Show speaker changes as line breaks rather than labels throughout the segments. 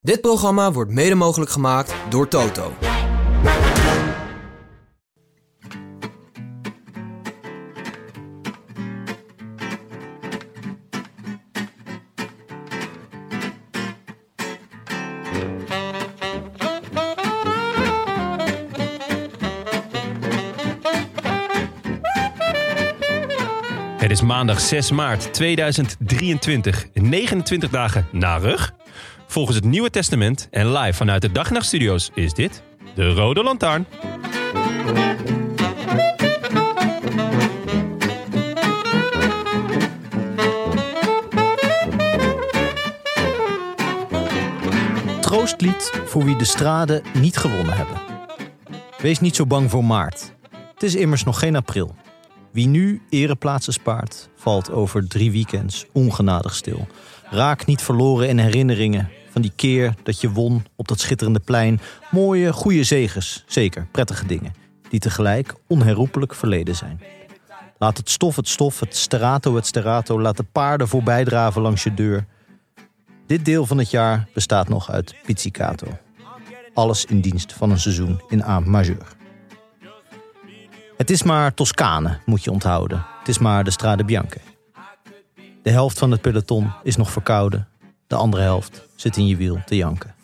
Dit programma wordt mede mogelijk gemaakt door Toto.
Het is maandag 6 maart 2023, 29 dagen na rug. Volgens het Nieuwe Testament en live vanuit de Dag en Nacht Studios is dit de Rode Lantaarn.
troostlied voor wie de straden niet gewonnen hebben. Wees niet zo bang voor maart. Het is immers nog geen april. Wie nu ereplaatsen spaart, valt over drie weekends ongenadig stil. Raak niet verloren in herinneringen van die keer dat je won op dat schitterende plein. Mooie, goede zegens, zeker, prettige dingen, die tegelijk onherroepelijk verleden zijn. Laat het stof het stof, het sterato het sterato, laat de paarden voorbijdraven langs je deur. Dit deel van het jaar bestaat nog uit pizzicato. Alles in dienst van een seizoen in A majeur. Het is maar Toscane, moet je onthouden. Het is maar de Strade Bianche. De helft van het peloton is nog verkouden. De andere helft zit in je wiel te janken.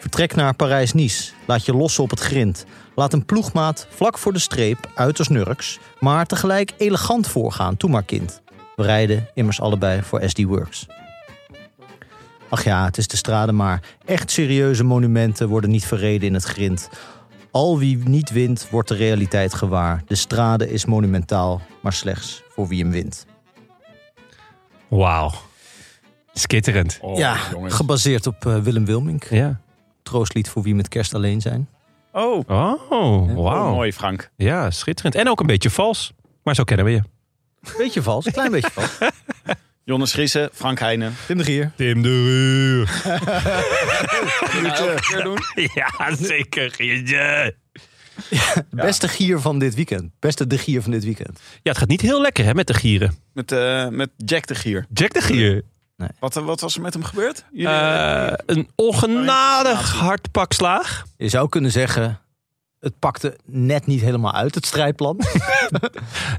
Vertrek naar Parijs-Nice. Laat je lossen op het grind. Laat een ploegmaat vlak voor de streep, uiterst nurks, maar tegelijk elegant voorgaan. Toe maar kind. We rijden immers allebei voor SD Works. Ach ja, het is de strade, maar echt serieuze monumenten worden niet verreden in het grind. Al wie niet wint, wordt de realiteit gewaar. De strade is monumentaal, maar slechts voor wie hem wint.
Wauw. Skitterend.
Oh,
ja,
jongens.
gebaseerd op eh, Willem Wilmink.
Ja.
Troostlied voor wie met kerst alleen zijn.
Oh,
Oh,
oh,
wauw.
mooi Frank.
Ja, schitterend. En ook een beetje vals. Maar zo kennen we je.
Beetje vals, klein beetje vals.
Jonas Schrissen, Frank Heijnen.
Tim de Gier.
Tim de Ruur.
Elke keer doen.
Ja, zeker. Giertje.
De beste gier van dit weekend. Beste de gier van dit weekend.
Ja, het gaat niet heel lekker hè, met de gieren.
Met, eh, met Jack de Gier.
Jack de Gier.
Wat, eh, wat was er met hem gebeurd? Jullie-
Eh, een ongenadig hard pak slaag.
Je zou kunnen zeggen, het pakte net niet helemaal uit het strijdplan.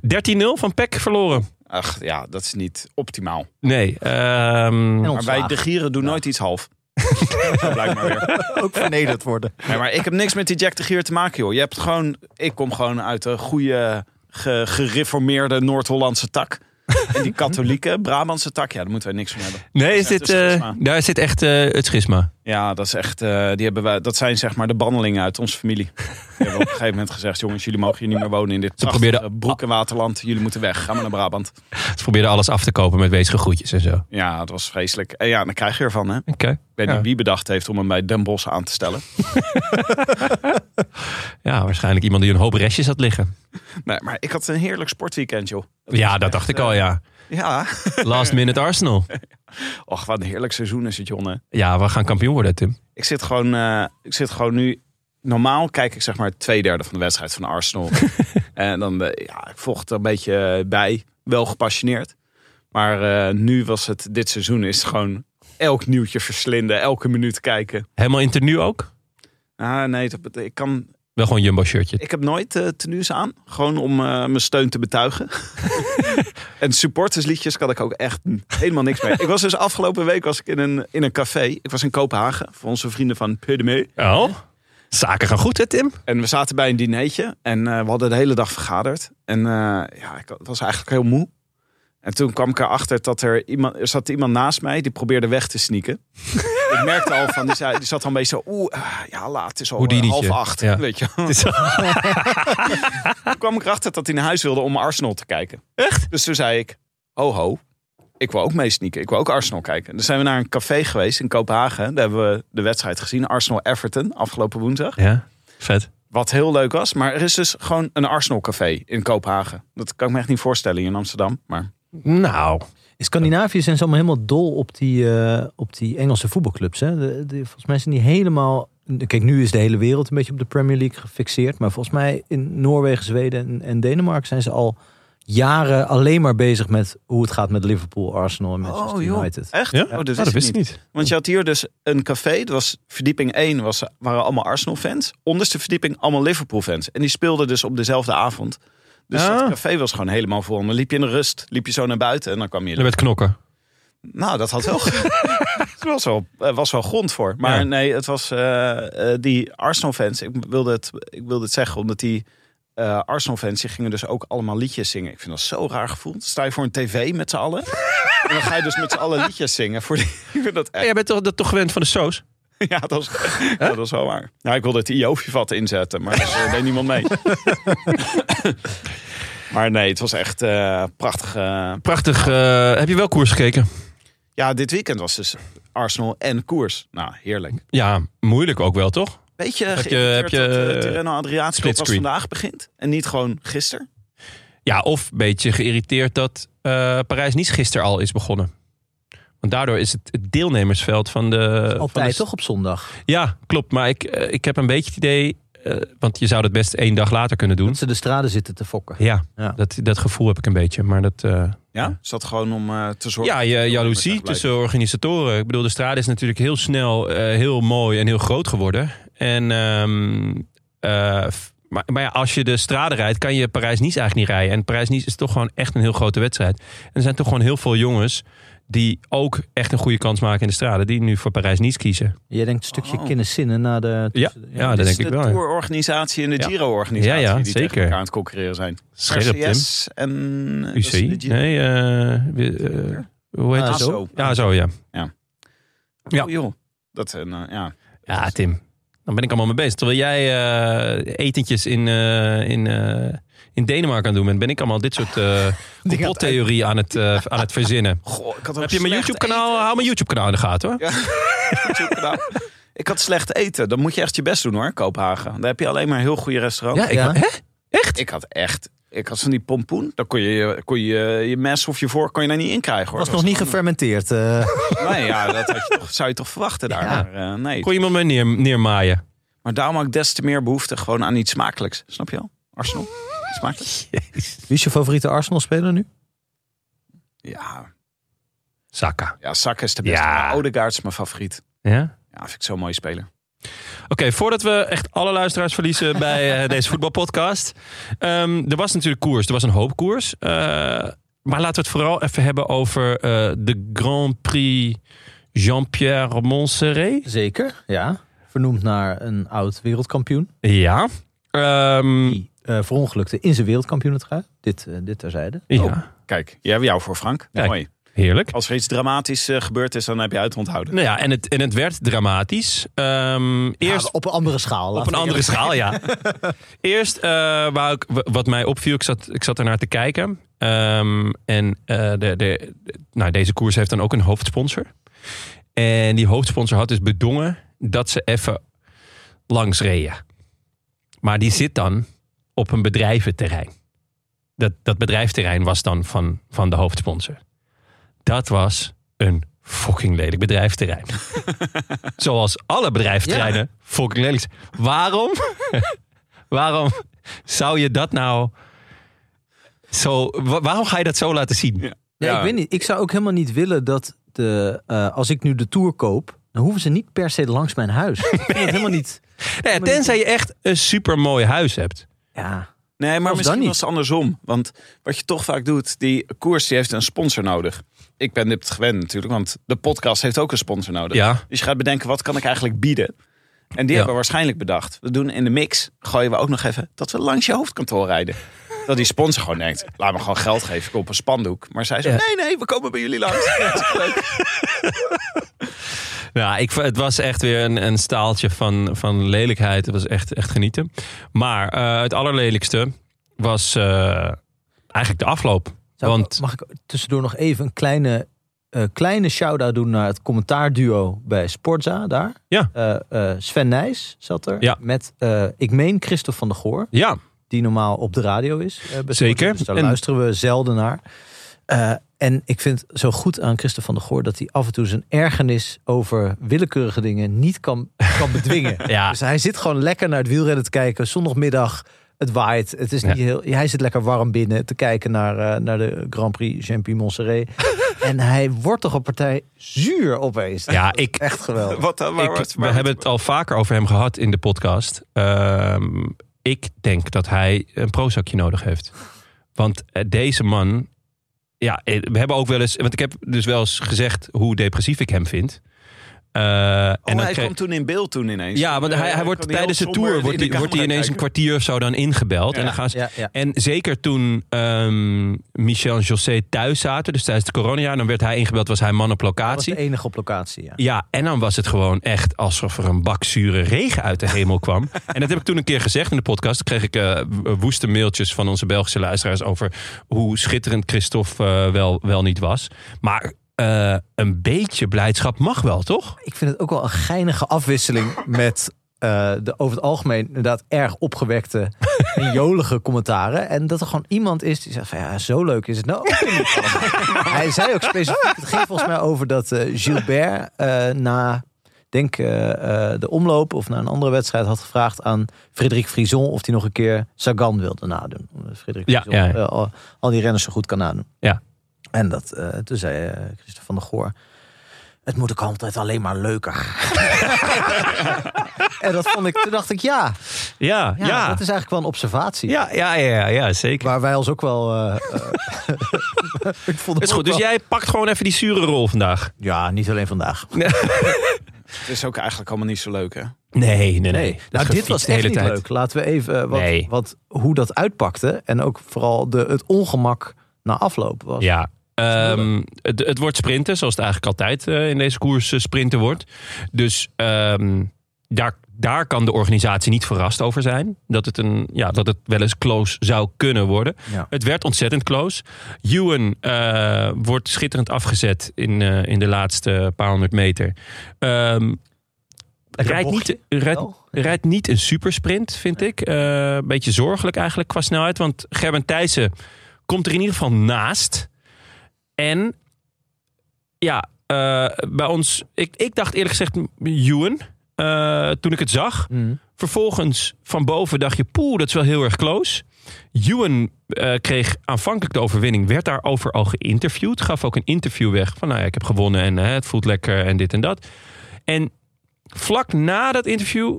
13-0 van Peck verloren.
Ach ja, dat is niet optimaal.
Nee. ehm,
En
Maar wij
ontslagen.
de Gieren doen nooit iets half. Blijkbaar weer.
Ook vernederd worden.
Nee, maar ik heb niks met die Jack de Gier te maken, joh. Je hebt gewoon, ik kom gewoon uit de goede, ge- gereformeerde Noord-Hollandse tak. En die katholieke Brabantse tak, ja, daar moeten wij niks van hebben.
nee, is
is net
dit,
een
eh,
schisma.
daar zit echt eh, het schisma.
Ja, dat is echt, eh, die hebben wij, dat zijn zeg maar de bannelingen uit onze familie. Die hebben op een gegeven moment gezegd, jongens, jullie mogen hier niet meer wonen in dit prachtige
probeerden-
broek- en waterland. Jullie moeten weg, ga maar naar Brabant.
Ze probeerden alles af te kopen met weesige groetjes en zo. Oké.
Ja, het was vreselijk. En ja, dan krijg je ervan, hè. Ik weet
Ja.
niet wie bedacht heeft om hem bij Den Bosch aan te stellen.
Ja, waarschijnlijk iemand die een hoop restjes had liggen.
Nee, maar ik had een heerlijk sportweekend, joh.
Ja, eh, dat dacht ik al, ja.
Ja.
Last minute Arsenal.
Och, wat een heerlijk seizoen is het, Jonne.
Ja, we gaan kampioen worden, Tim.
Ik zit gewoon, eh, ik zit gewoon nu. Normaal kijk ik zeg maar twee derde van de wedstrijd van Arsenal. en dan, eh, ja, ik volg het er een beetje eh, bij. Wel gepassioneerd. Maar eh, nu was het, dit seizoen is het gewoon elk nieuwtje verslinden, elke minuut kijken.
Helemaal in tenue ook?
Ah, nee, dat bet- ik, kan,
Wel gewoon jumbo shirtje.
ik heb nooit eh tenues aan. Gewoon om eh, mijn steun te betuigen. en supportersliedjes kan ik ook echt helemaal niks mee. Ik was dus afgelopen week was ik in, een, in een café. Ik was in Kopenhagen voor onze vrienden van Pudemeu.
Oh, zaken gaan goed hè, Tim?
En we zaten bij een dinertje en eh, we hadden de hele dag vergaderd. En eh, ja, ik was eigenlijk heel moe. En toen kwam ik erachter dat er iemand, er zat iemand naast mij die probeerde weg te sneaken. ik merkte al van, die, zei, die zat al een beetje zo, oeh, ah, ja laat, het is al eh,
Houdini'tje.
half acht.
Ja.
Weet je. toen kwam ik erachter dat hij naar huis wilde om Arsenal te kijken. Echt? Dus toen zei ik, ho ho, ik wil ook meesneaken. Ik wil ook Arsenal kijken. Dus zijn we naar een café geweest in Kopenhagen. Daar hebben we de wedstrijd gezien. Arsenal-Everton afgelopen woensdag.
Ja, vet.
Wat heel leuk was. Maar er is dus gewoon een Arsenal café in Kopenhagen. Dat kan ik me echt niet voorstellen hier in Amsterdam. Maar
Nou,
In Scandinavië zijn ze allemaal helemaal dol op die, eh, op die Engelse voetbalclubs. Hè? De, de- volgens mij zijn die helemaal... Kijk, nu is de hele wereld een beetje op de Premier League gefixeerd. Maar volgens mij in Noorwegen, Zweden en, en Denemarken zijn ze al jaren alleen maar bezig met hoe het gaat met Liverpool, Arsenal en Manchester
Oh, joh.
United.
echt?
ja?
Oh,
Nou,
dat, wist ik
wist ik
niet.
niet.
Want je had hier dus een café. Dat was verdieping 1 was, waren allemaal Arsenal fans. Onderste verdieping allemaal Liverpool fans. En die speelden dus op dezelfde avond. Dus
Ah.
dat café was gewoon helemaal vol. En dan liep je in de rust. Liep je zo naar buiten en dan kwam je
Er werd knokken.
Nou, dat had wel. Het was wel, eh, was wel grond voor. Maar
Ja.
nee, het was eh, eh, die Arsenal-fans. Ik wilde, het, ik wilde het zeggen, omdat die eh, Arsenal-fans die gingen dus ook allemaal liedjes zingen. Ik vind dat zo raar gevoel. Dan Sta je voor een tv met z'n allen? en dan ga je dus met z'n allen liedjes zingen. Voor die, ik vind dat
Ja,
echt.
jij bent toch, dat toch gewend van de soos?
Ja, dat is, ja, dat is wel waar. Nou, ik wilde het IOFIVAT inzetten, maar daar deed niemand mee. maar nee, het was echt eh, prachtig. eh,
Prachtig. eh, heb je wel koers gekeken?
ja, dit weekend was dus Arsenal en koers. Nou, heerlijk.
Ja, moeilijk ook wel, toch?
Beetje heb
je- heb je,
dat
eh,
eh, Tirreno Adriatico pas
splitscreen?
vandaag begint. En niet gewoon gisteren.
Ja, of een beetje geïrriteerd dat eh parijs niet gisteren al is begonnen. Want daardoor is het het deelnemersveld van de... Eh, van de-
Altijd toch op zondag?
Ja, klopt. Maar ik, eh, ik heb een beetje het idee... eh, want je zou dat best één dag later kunnen doen.
Dat ze de straten zitten te fokken.
Ja,
Ja.
Dat, dat gevoel heb ik een beetje. Maar dat... eh,
Ja? Is dat gewoon om eh, te zorgen...
Ja,
dat
je,
het
jaloezie
blijft?
tussen organisatoren. Ik bedoel, de straat is natuurlijk heel snel eh, heel mooi en heel groot geworden. En, ehm, eh, f- maar, maar ja, als je de straat rijdt, kan je Parijs-Nice eigenlijk niet rijden. En Parijs-Nice is toch gewoon echt een heel grote wedstrijd. En er zijn toch gewoon heel veel jongens die ook echt een goede kans maken in de straten. Die nu voor Parijs-Nice kiezen.
Jij denkt een stukje
Oh.
kinderzinnen na de...
Ja,
tussen-
ja dat
Dit is
denk ik
de
wel. ja.
tourorganisatie en de
Ja.
Giro-organisatie
Ja, ja,
die tegen
zeker.
elkaar aan het concurreren zijn.
Scherp, Tim.
RCS en... eh, dat is
UCI?
de Giro.
Nee, eh, we- eh, hoe heet
Ah,
het?
zo.
Ja, zo, ja. ja.
Oh, joh. Dat, eh, nou, ja.
Ja, Tim. Dan ben ik allemaal mee bezig. Terwijl jij eh, etentjes in, eh, in, eh, in Denemarken aan het doen bent, ben ik allemaal dit soort eh complottheorie aan het, eh, aan het verzinnen.
Goh, ik had ook
Heb je mijn
slecht
YouTube-kanaal? Hou mijn YouTube-kanaal in de gaten hoor.
YouTube-kanaal? ik had slecht eten. Dan moet je echt je best doen hoor, Kopenhagen. Daar heb je alleen maar heel goede restaurants.
Ja, ik,
Ja.
Hè? Echt?
Ik had echt... Ik had zo'n die pompoen. Daar kon je kon je, je mes of je vork kon je daar niet in krijgen hoor.
was
Dat
nog niet
gewoon-
gefermenteerd. eh.
Nee, ja, dat had je toch, zou je toch verwachten daar.
Ja.
Maar, eh, nee.
Kon je iemand mee neer, neermaaien?
maar daarom had ik des te meer behoefte gewoon aan iets smakelijks. Snap je wel? Arsenal. Smakelijk?
Wie is je favoriete Arsenal-speler nu?
Ja,
Saka.
ja Saka is de beste.
Ja.
Maar Odegaard is mijn favoriet.
Ja?
Ja, vind ik zo'n mooie speler.
Oké, voordat we echt alle luisteraars verliezen bij eh, deze voetbalpodcast. Ehm, er was natuurlijk koers. Er was een hoop koers. Eh, maar laten we het vooral even hebben over eh, de Grand Prix Jean-Pierre Montserrat.
Zeker, ja. Vernoemd naar een oud wereldkampioen.
Ja. Ehm,
Die eh verongelukte in zijn wereldkampioenentrui. Dit, eh, dit terzijde.
ja.
Oh. Kijk, jij hebt jou voor Frank.
Kijk.
Mooi.
Heerlijk.
Als er iets dramatisch eh, gebeurd is, dan heb je uit te onthouden.
Nou ja, en het, en het werd dramatisch. Ehm, eerst
Ja, op een andere schaal.
op een andere schaal, ja. Eerst, eh, waar ik, wa- wat mij opviel, ik zat, ik zat ernaar te kijken. Ehm, en eh, de, de, nou, deze koers heeft dan ook een hoofdsponsor. En die hoofdsponsor had dus bedongen dat ze even langs reden. Maar die zit dan op een bedrijventerrein. Dat, dat bedrijfterrein was dan van, van de hoofdsponsor. Dat was een fucking lelijk bedrijfterrein. Zoals alle bedrijfterreinen fucking lelijk zijn. Waarom? waarom zou je dat nou zo... wa- waarom ga je dat zo laten zien?
Nee,
Ja.
ik weet niet. Ik zou ook helemaal niet willen dat de, eh, als ik nu de tour koop, dan hoeven ze niet per se langs mijn huis. Ik vind het helemaal niet.
Nou ja, tenzij je echt een supermooi huis hebt.
Ja.
Nee, maar
dan
misschien
niet.
was het andersom. Want wat je toch vaak doet, die koers die heeft een sponsor nodig. Ik ben dit gewend natuurlijk, want de podcast heeft ook een sponsor nodig.
Ja.
Dus je gaat bedenken, wat kan ik eigenlijk bieden? En die
Ja.
hebben waarschijnlijk bedacht. We doen in de mix, gooien we ook nog even dat we langs je hoofdkantoor rijden. Dat die sponsor gewoon denkt, laat me gewoon geld geven, ik koop een spandoek. Maar zij zegt,
Ja.
nee, nee, we komen bij jullie langs. Oh,
Nou, ik, v- het was echt weer een, een staaltje van, van lelijkheid. Het was echt, echt genieten. Maar eh, het allerlelijkste was eh, eigenlijk de afloop.
Zou-
Want-
Mag ik tussendoor nog even een kleine, eh, kleine shout-out doen naar het commentaarduo bij Sportza daar?
Ja.
Eh, eh, Sven Nijs zat er.
Ja.
Met, eh, ik meen, Christophe van der Goor.
Ja,
Die normaal op de radio is. eh, bij Sportza.
Zeker.
Dus daar
En-
luisteren we zelden naar. Eh, en ik vind het zo goed aan Christophe van der Goor... dat hij af en toe zijn ergernis over willekeurige dingen niet kan, kan bedwingen.
ja.
Dus hij zit gewoon lekker naar het wielrennen te kijken. Zondagmiddag, het waait. Het is niet heel, hij zit lekker warm binnen te kijken naar, eh, naar de Grand Prix Champions-Montserrat. en hij wordt toch een partij zuur opeens.
ja ik,
Echt geweldig.
Wat dan? Waar-
ik-
waar-
we
waar-
hebben het al vaker over hem gehad in de podcast. Ehm, ik denk dat hij een prozakje nodig heeft. Want eh, deze man... Ja, eh, we hebben ook wel eens... Want ik heb dus wel eens gezegd hoe depressief ik hem vind. Eh, en
Oh, hij
kreeg-
kwam toen in beeld toen ineens.
Ja, want
Eh,
hij, hij wordt
kwam heel
tijdens de
somber
tour
in
wordt
de
hij, wordt hij
camera
ineens een
kijken.
kwartier of zo dan ingebeld.
Ja.
En, dan gaan ze,
Ja, ja.
en zeker toen ehm, Michel en José thuis zaten, dus tijdens de corona, dan werd hij ingebeld, was hij man op
Hij was
locatie.
de enige op locatie, ja.
Ja, en dan was het gewoon echt alsof er een bak zure regen uit de hemel kwam. en dat heb ik toen een keer gezegd in de podcast. Toen kreeg ik eh, w- woeste mailtjes van onze Belgische luisteraars over hoe schitterend Christophe eh, wel, wel niet was. Maar eh, een beetje blijdschap mag wel, toch?
Ik vind het ook wel een geinige afwisseling met... eh, de over het algemeen inderdaad erg opgewekte en jolige commentaren. En dat er gewoon iemand is die zegt van ja, zo leuk is het nou ook weer niet allemaal. Hij zei ook specifiek, het ging volgens mij over dat eh, Gilbert eh, na, denk eh, eh, de omloop of na een andere wedstrijd had gevraagd aan Frederik Frison of hij nog een keer Sagan wilde nadoen. Omdat Frederik
Ja,
Frison
ja.
eh, al, al die renners zo goed kan nadoen.
Ja.
En dat, eh, toen zei eh Christophe van der Goor, het moet ook altijd alleen maar leuker. en dat vond ik, toen dacht ik ja,
Ja,
ja, dat is eigenlijk wel een observatie.
Ja, ja, ja, ja, zeker.
Waar wij ons ook wel. eh, eh, ik vond
Het is goed. Dus jij pakt gewoon even die zure rol vandaag.
Ja, niet alleen vandaag.
Het is ook eigenlijk allemaal niet zo leuk, hè?
Nee, nee,
nou, dit was echt niet
tijd.
leuk. Laten we even. eh, wat,
Nee.
wat, hoe dat uitpakte. En ook vooral de, het ongemak na afloop was.
Ja. Ehm, het, het wordt sprinten, zoals het eigenlijk altijd eh, in deze koers eh, sprinten wordt. Dus ehm, daar, daar kan de organisatie niet verrast over zijn. Dat het, een, ja, dat het wel eens close zou kunnen worden.
Ja.
Het werd ontzettend close. Ewan eh, wordt schitterend afgezet in, eh, in de laatste paar honderd meter. Ehm rijdt, niet, rijdt,
wel.
rijdt niet een supersprint, vind ik. Eh, Een beetje zorgelijk eigenlijk qua snelheid. Want Gerben Thijssen komt er in ieder geval naast. En ja, eh, bij ons... Ik, ik dacht eerlijk gezegd Ewan, eh, toen ik het zag.
Mm.
Vervolgens van boven dacht je, poeh, dat is wel heel erg close. Ewan eh, kreeg aanvankelijk de overwinning, werd daarover al geïnterviewd. Gaf ook een interview weg van, nou ja, ik heb gewonnen en eh, het voelt lekker en dit en dat. En vlak na dat interview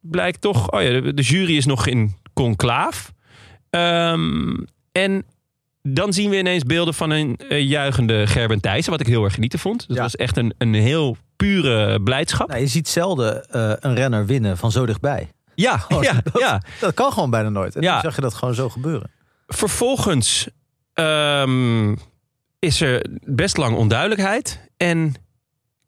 blijkt toch, oh ja, de, de jury is nog in conclaaf. Ehm, en dan zien we ineens beelden van een eh, juichende Gerben Thijssen, wat ik heel erg genieten vond. Dat
Ja.
was echt een, een heel pure blijdschap.
Nou, je ziet zelden eh, een renner winnen van zo dichtbij.
Ja,
Oh,
ja,
dat-
ja.
Dat kan gewoon bijna nooit. En
Ja.
dan zag je dat gewoon zo gebeuren.
vervolgens ehm, is er best lang onduidelijkheid. En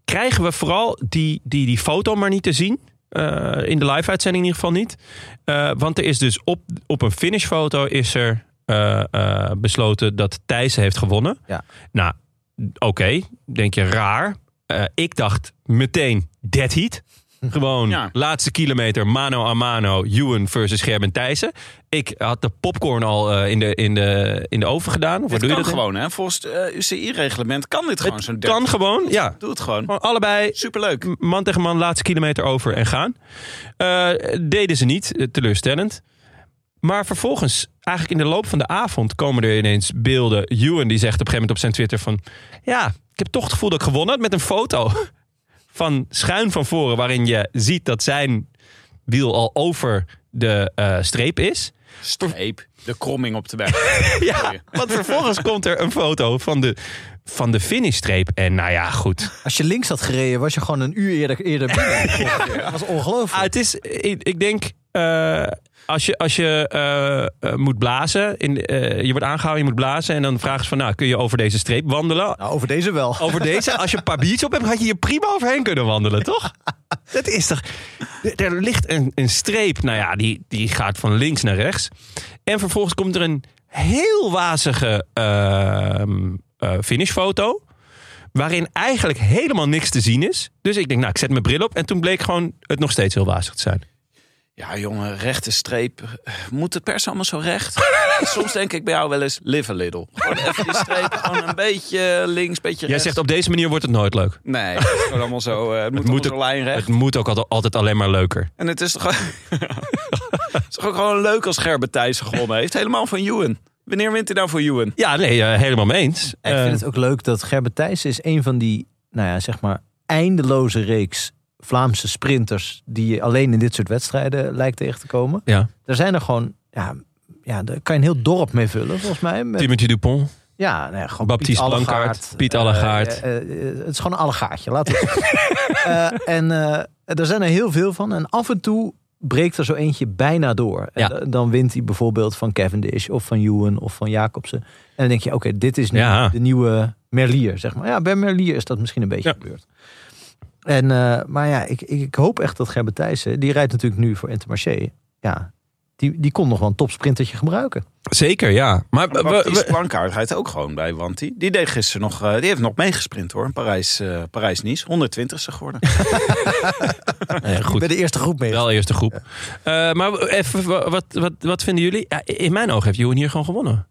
krijgen we vooral die, die, die foto maar niet te zien. Eh, in de live-uitzending in ieder geval niet. Eh, want er is dus op, op een finishfoto is er eh, eh, besloten dat Thijs heeft gewonnen.
Ja.
Nou, oké, denk je raar. Eh, ik dacht meteen dead heat. Gewoon
Ja.
laatste kilometer, mano a mano, Ewan versus Gerben Thijssen. Ik had de popcorn al eh, in, de, in, de, in de oven gedaan. Of
Dit
wat doe je
kan
dat in?
gewoon, hè? Volgens het eh, UCI-reglement kan dit gewoon
Het
zo'n
kan gewoon, ja.
Doe het gewoon.
Gewoon allebei
Superleuk.
man tegen man, laatste kilometer over en gaan. Eh, deden ze niet, eh, teleurstellend. Maar vervolgens, eigenlijk in de loop van de avond, komen er ineens beelden. Ewan die zegt op een gegeven moment op zijn Twitter van... Ja, ik heb toch het gevoel dat ik gewonnen had met een foto van schuin van voren... waarin je ziet dat zijn wiel al over de eh, streep is.
Streep. De kromming op de weg.
Ja,
Sorry.
want vervolgens komt er een foto van de, van de finishstreep. En nou ja, goed.
Als je links had gereden, was je gewoon een uur eerder, eerder binnen. Dat was ongelooflijk.
Ah, het is, ik, ik denk, eh, als je, als je eh, eh, moet blazen, in, eh, je wordt aangehouden, je moet blazen. En dan vragen ze van, nou, kun je over deze streep wandelen?
Nou, over deze wel.
Over deze, als je een paar biertjes op hebt, had je hier prima overheen kunnen wandelen, toch? Dat is toch... Er- Er ligt een, een streep, nou ja, die, die gaat van links naar rechts. En vervolgens komt er een heel wazige ehm, eh, finishfoto. Waarin eigenlijk helemaal niks te zien is. Dus ik denk, nou, ik zet mijn bril op. En toen bleek gewoon het nog steeds heel wazig te zijn.
Ja, jongen, rechte streep. Moet het pers allemaal zo recht? Soms denk ik bij jou wel eens, live a little. Gewoon even die streep, gewoon een beetje links, beetje
Jij
rechts.
zegt, op deze manier wordt het nooit leuk.
Nee, het is gewoon allemaal zo, eh, het moet,
Het moet
allemaal zo lijnrecht.
Het moet ook altijd, altijd alleen maar leuker.
En het is toch, het is toch ook gewoon leuk als Gerben Thijs gewonnen heeft. Helemaal van Ewan. Wanneer wint hij nou voor Ewan?
Ja, nee, eh, helemaal mee eens.
En ik
Eh,
vind het ook leuk dat Gerben Thijs is een van die, nou ja, zeg maar, eindeloze reeks Vlaamse sprinters die je alleen in dit soort wedstrijden lijkt tegen te komen.
ja,
Er zijn er gewoon, ja, ja daar kan je een heel dorp mee vullen, volgens mij. Met,
Timothy Dupont.
ja, nou ja, gewoon
Baptiste
Piet
Blankaart,
Allegaart.
Piet
Eh,
Allegaart.
eh, eh, het is gewoon een allegaartje, laten we het zeggen. Eh, En eh, er zijn er heel veel van. En af en toe breekt er zo eentje bijna door. En
Ja.
da- dan wint hij bijvoorbeeld van Cavendish of van Ewan of van Jacobsen. En dan denk je, oké, dit is nu
Ja.
de nieuwe Merlier, zeg maar. Ja, bij Merlier is dat misschien een beetje
Ja.
gebeurd. En, eh, maar ja, ik, ik, ik hoop echt dat Gerben Thijssen, die rijdt natuurlijk nu voor Intermarché. Ja, die, die kon nog wel een topsprintertje gebruiken.
Zeker, ja. Maar we- we-
Baptiste Plankaart rijdt ook gewoon bij Wanti. Die deed gisteren nog, eh, die heeft nog meegesprint hoor. Parijs, eh Parijs-Nice, 120ste geworden.
eh, goed.
Bij de eerste groep mee.
Wel eerste groep. Eh, maar even, wa- wat, wat, wat vinden jullie? Ja, in mijn ogen heeft Johan hier gewoon gewonnen.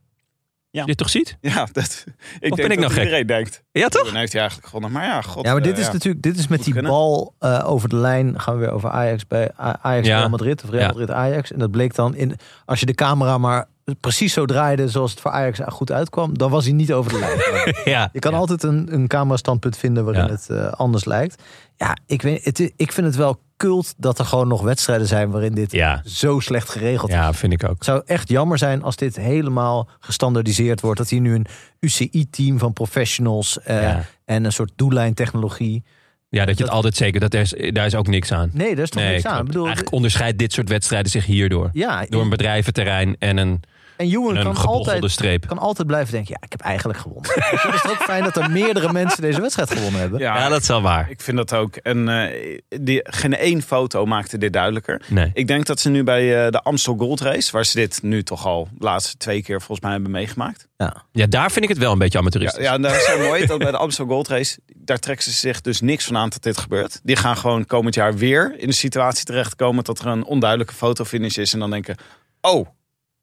Ja.
Je dit toch ziet?
Ja, dat, ik
ben ik nou gek?
iedereen denkt. "Oh,
Ja, toch?
Dan heeft hij eigenlijk gewonnen. Maar ja, god.
Ja, maar dit
eh,
is natuurlijk, dit is met
Moet
die
kunnen.
bal eh, over de lijn. Gaan we weer over Ajax bij A- Ajax
Ja.
Real Madrid of Real
Ja.
Madrid Ajax. En dat bleek dan in, als je de camera maar precies zo draaide zoals het voor Ajax goed uitkwam, dan was hij niet over de lijn.
Ja.
Je kan
ja.
altijd een, een camerastandpunt vinden waarin
Ja.
het eh, anders lijkt. Ja, ik, weet, het, i- ik vind het wel kult dat er gewoon nog wedstrijden zijn waarin dit
Ja.
zo slecht geregeld
Ja, vind ik ook.
het zou echt jammer zijn als dit helemaal gestandardiseerd wordt. Dat hier nu een UCI-team van professionals eh,
Ja.
en een soort doellijntechnologie.
Ja, dat je het altijd zeker... Dat er is, daar is ook niks aan.
Nee, daar is toch niks aan. Ik
klopt.
bedoel,
Eigenlijk onderscheidt dit soort wedstrijden zich hierdoor.
ja,
Door een bedrijventerrein en een,
en Johan
en een
kan
gebochelde
altijd,
streep.
kan altijd blijven denken, ja, ik heb eigenlijk gewonnen. Dus het is ook fijn dat er meerdere mensen deze wedstrijd gewonnen hebben.
Ja,
Ja, dat is wel waar.
ik vind dat ook. En eh, die, geen één foto maakte dit duidelijker.
Nee.
Ik denk dat ze nu bij eh, de Amstel Gold Race, waar ze dit nu toch al de laatste twee keer volgens mij hebben meegemaakt.
Ja, daar vind ik het wel een beetje
Ja,
amateuristisch.
ja en dat is zo mooi dat bij de Amstel Gold Race, daar trekken ze zich dus niks van aan dat dit gebeurt. Die gaan gewoon komend jaar weer in de situatie terechtkomen dat er een onduidelijke fotofinish is. En dan denken, oh,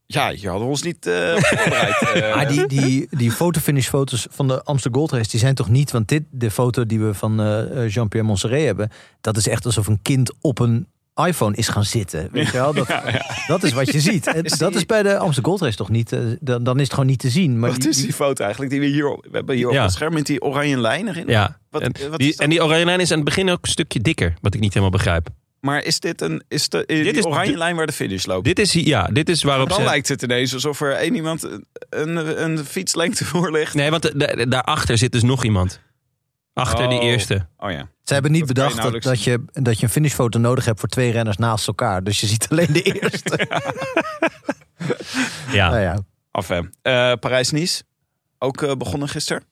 ja, je hadden ons niet eh, voorbereid. eh.
Ah,
Maar die, die, die fotofinish-foto's van de Amsterdam Gold Race, die zijn toch niet... Want dit, de foto die we van eh, eh, Jean-Pierre Montserrat hebben... dat is echt alsof een kind op een iPhone is gaan zitten. Weet je wel? Dat, dat is wat je ziet. En dat is bij de Amsterdam Gold Race toch niet... eh, dan, dan is het gewoon niet te zien. Maar
Wat
die-
is die foto eigenlijk die we hier, op- we hebben hier op
Ja.
het scherm met die oranje lijn erin?
Ja.
Wat-
en,
wat is
die,
dat?
en die oranje lijn is aan het begin ook een stukje dikker. Wat ik niet helemaal begrijp.
Maar is dit een is de, eh, die
is-
oranje
dit-
lijn waar de finish loopt?
Dit is, hi- ja, dit is waarop
dan
ze...
lijkt het ineens alsof er één iemand een, een, een fietslengte voor ligt.
Nee, want da- da- daarachter zit dus nog iemand. Achter die
Oh.
eerste.
Oh ja.
Ze hebben niet
Dat kan je
bedacht dat, dat,
nauwelijks
je, dat je een finishfoto nodig hebt voor twee renners naast elkaar. Dus je ziet alleen de eerste.
Ja.
Nou ja.
Af hè. Eh, Parijs-Nice. Ook eh, begonnen gisteren.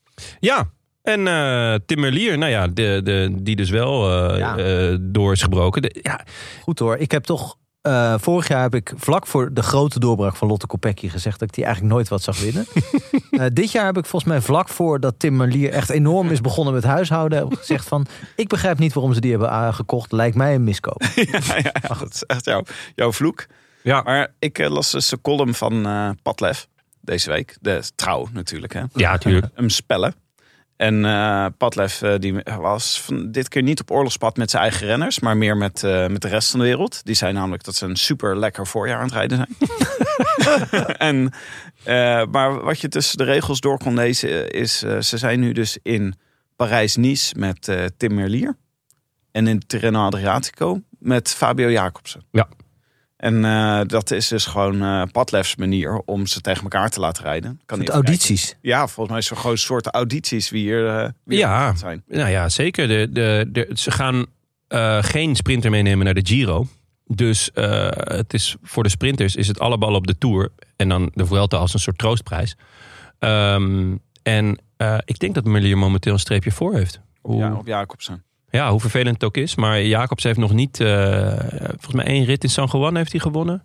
Ja, en eh Tim Merlier, nou ja, de, de, die dus wel eh,
Ja.
eh, door is gebroken. De- ja,
Goed hoor, ik heb toch... eh, vorig jaar heb ik vlak voor de grote doorbraak van Lotte Kopecky gezegd... dat ik die eigenlijk nooit wat zag winnen. Eh, dit jaar heb ik volgens mij vlak voor dat Tim Merlier echt enorm is begonnen met huishouden... heb ik gezegd van, ik begrijp niet waarom ze die hebben eh, gekocht. Lijkt mij een miskoop.
ja, ja, ja, dat is echt jouw, jouw vloek.
Ja.
Maar ik eh, las dus de column van eh Padlef deze week. De trouw natuurlijk hè.
ja, natuurlijk.
hem spellen. En eh Padlef eh, die was van, dit keer niet op oorlogspad met zijn eigen renners, maar meer met, eh, met de rest van de wereld. Die zei namelijk dat ze een super lekker voorjaar aan het rijden zijn. en, eh, maar wat je tussen de regels door kon lezen is, eh, ze zijn nu dus in Parijs-Nice met eh, Tim Merlier. En in Tirreno Adriatico met Fabio Jacobsen.
Ja.
En eh, dat is dus gewoon eh Padlefs manier om ze tegen elkaar te laten rijden. Kan
Met
hij even kijken.
audities.
Ja, volgens mij is er gewoon een soort audities wie hier, eh, wie hier
Ja.
aan het zijn.
Nou ja, zeker. De, de, de, ze gaan eh, geen sprinter meenemen naar de Giro. Dus eh, het is, voor de sprinters is het alle bal op de Tour. En dan de Vuelta als een soort troostprijs. Ehm, en eh, ik denk dat Merlier momenteel een streepje voor heeft. Hoe,
Ja,
ja.
op Jacobsen.
hoe vervelend het ook is. Maar Jacobs heeft nog niet... eh, volgens mij één rit in San Juan heeft hij gewonnen.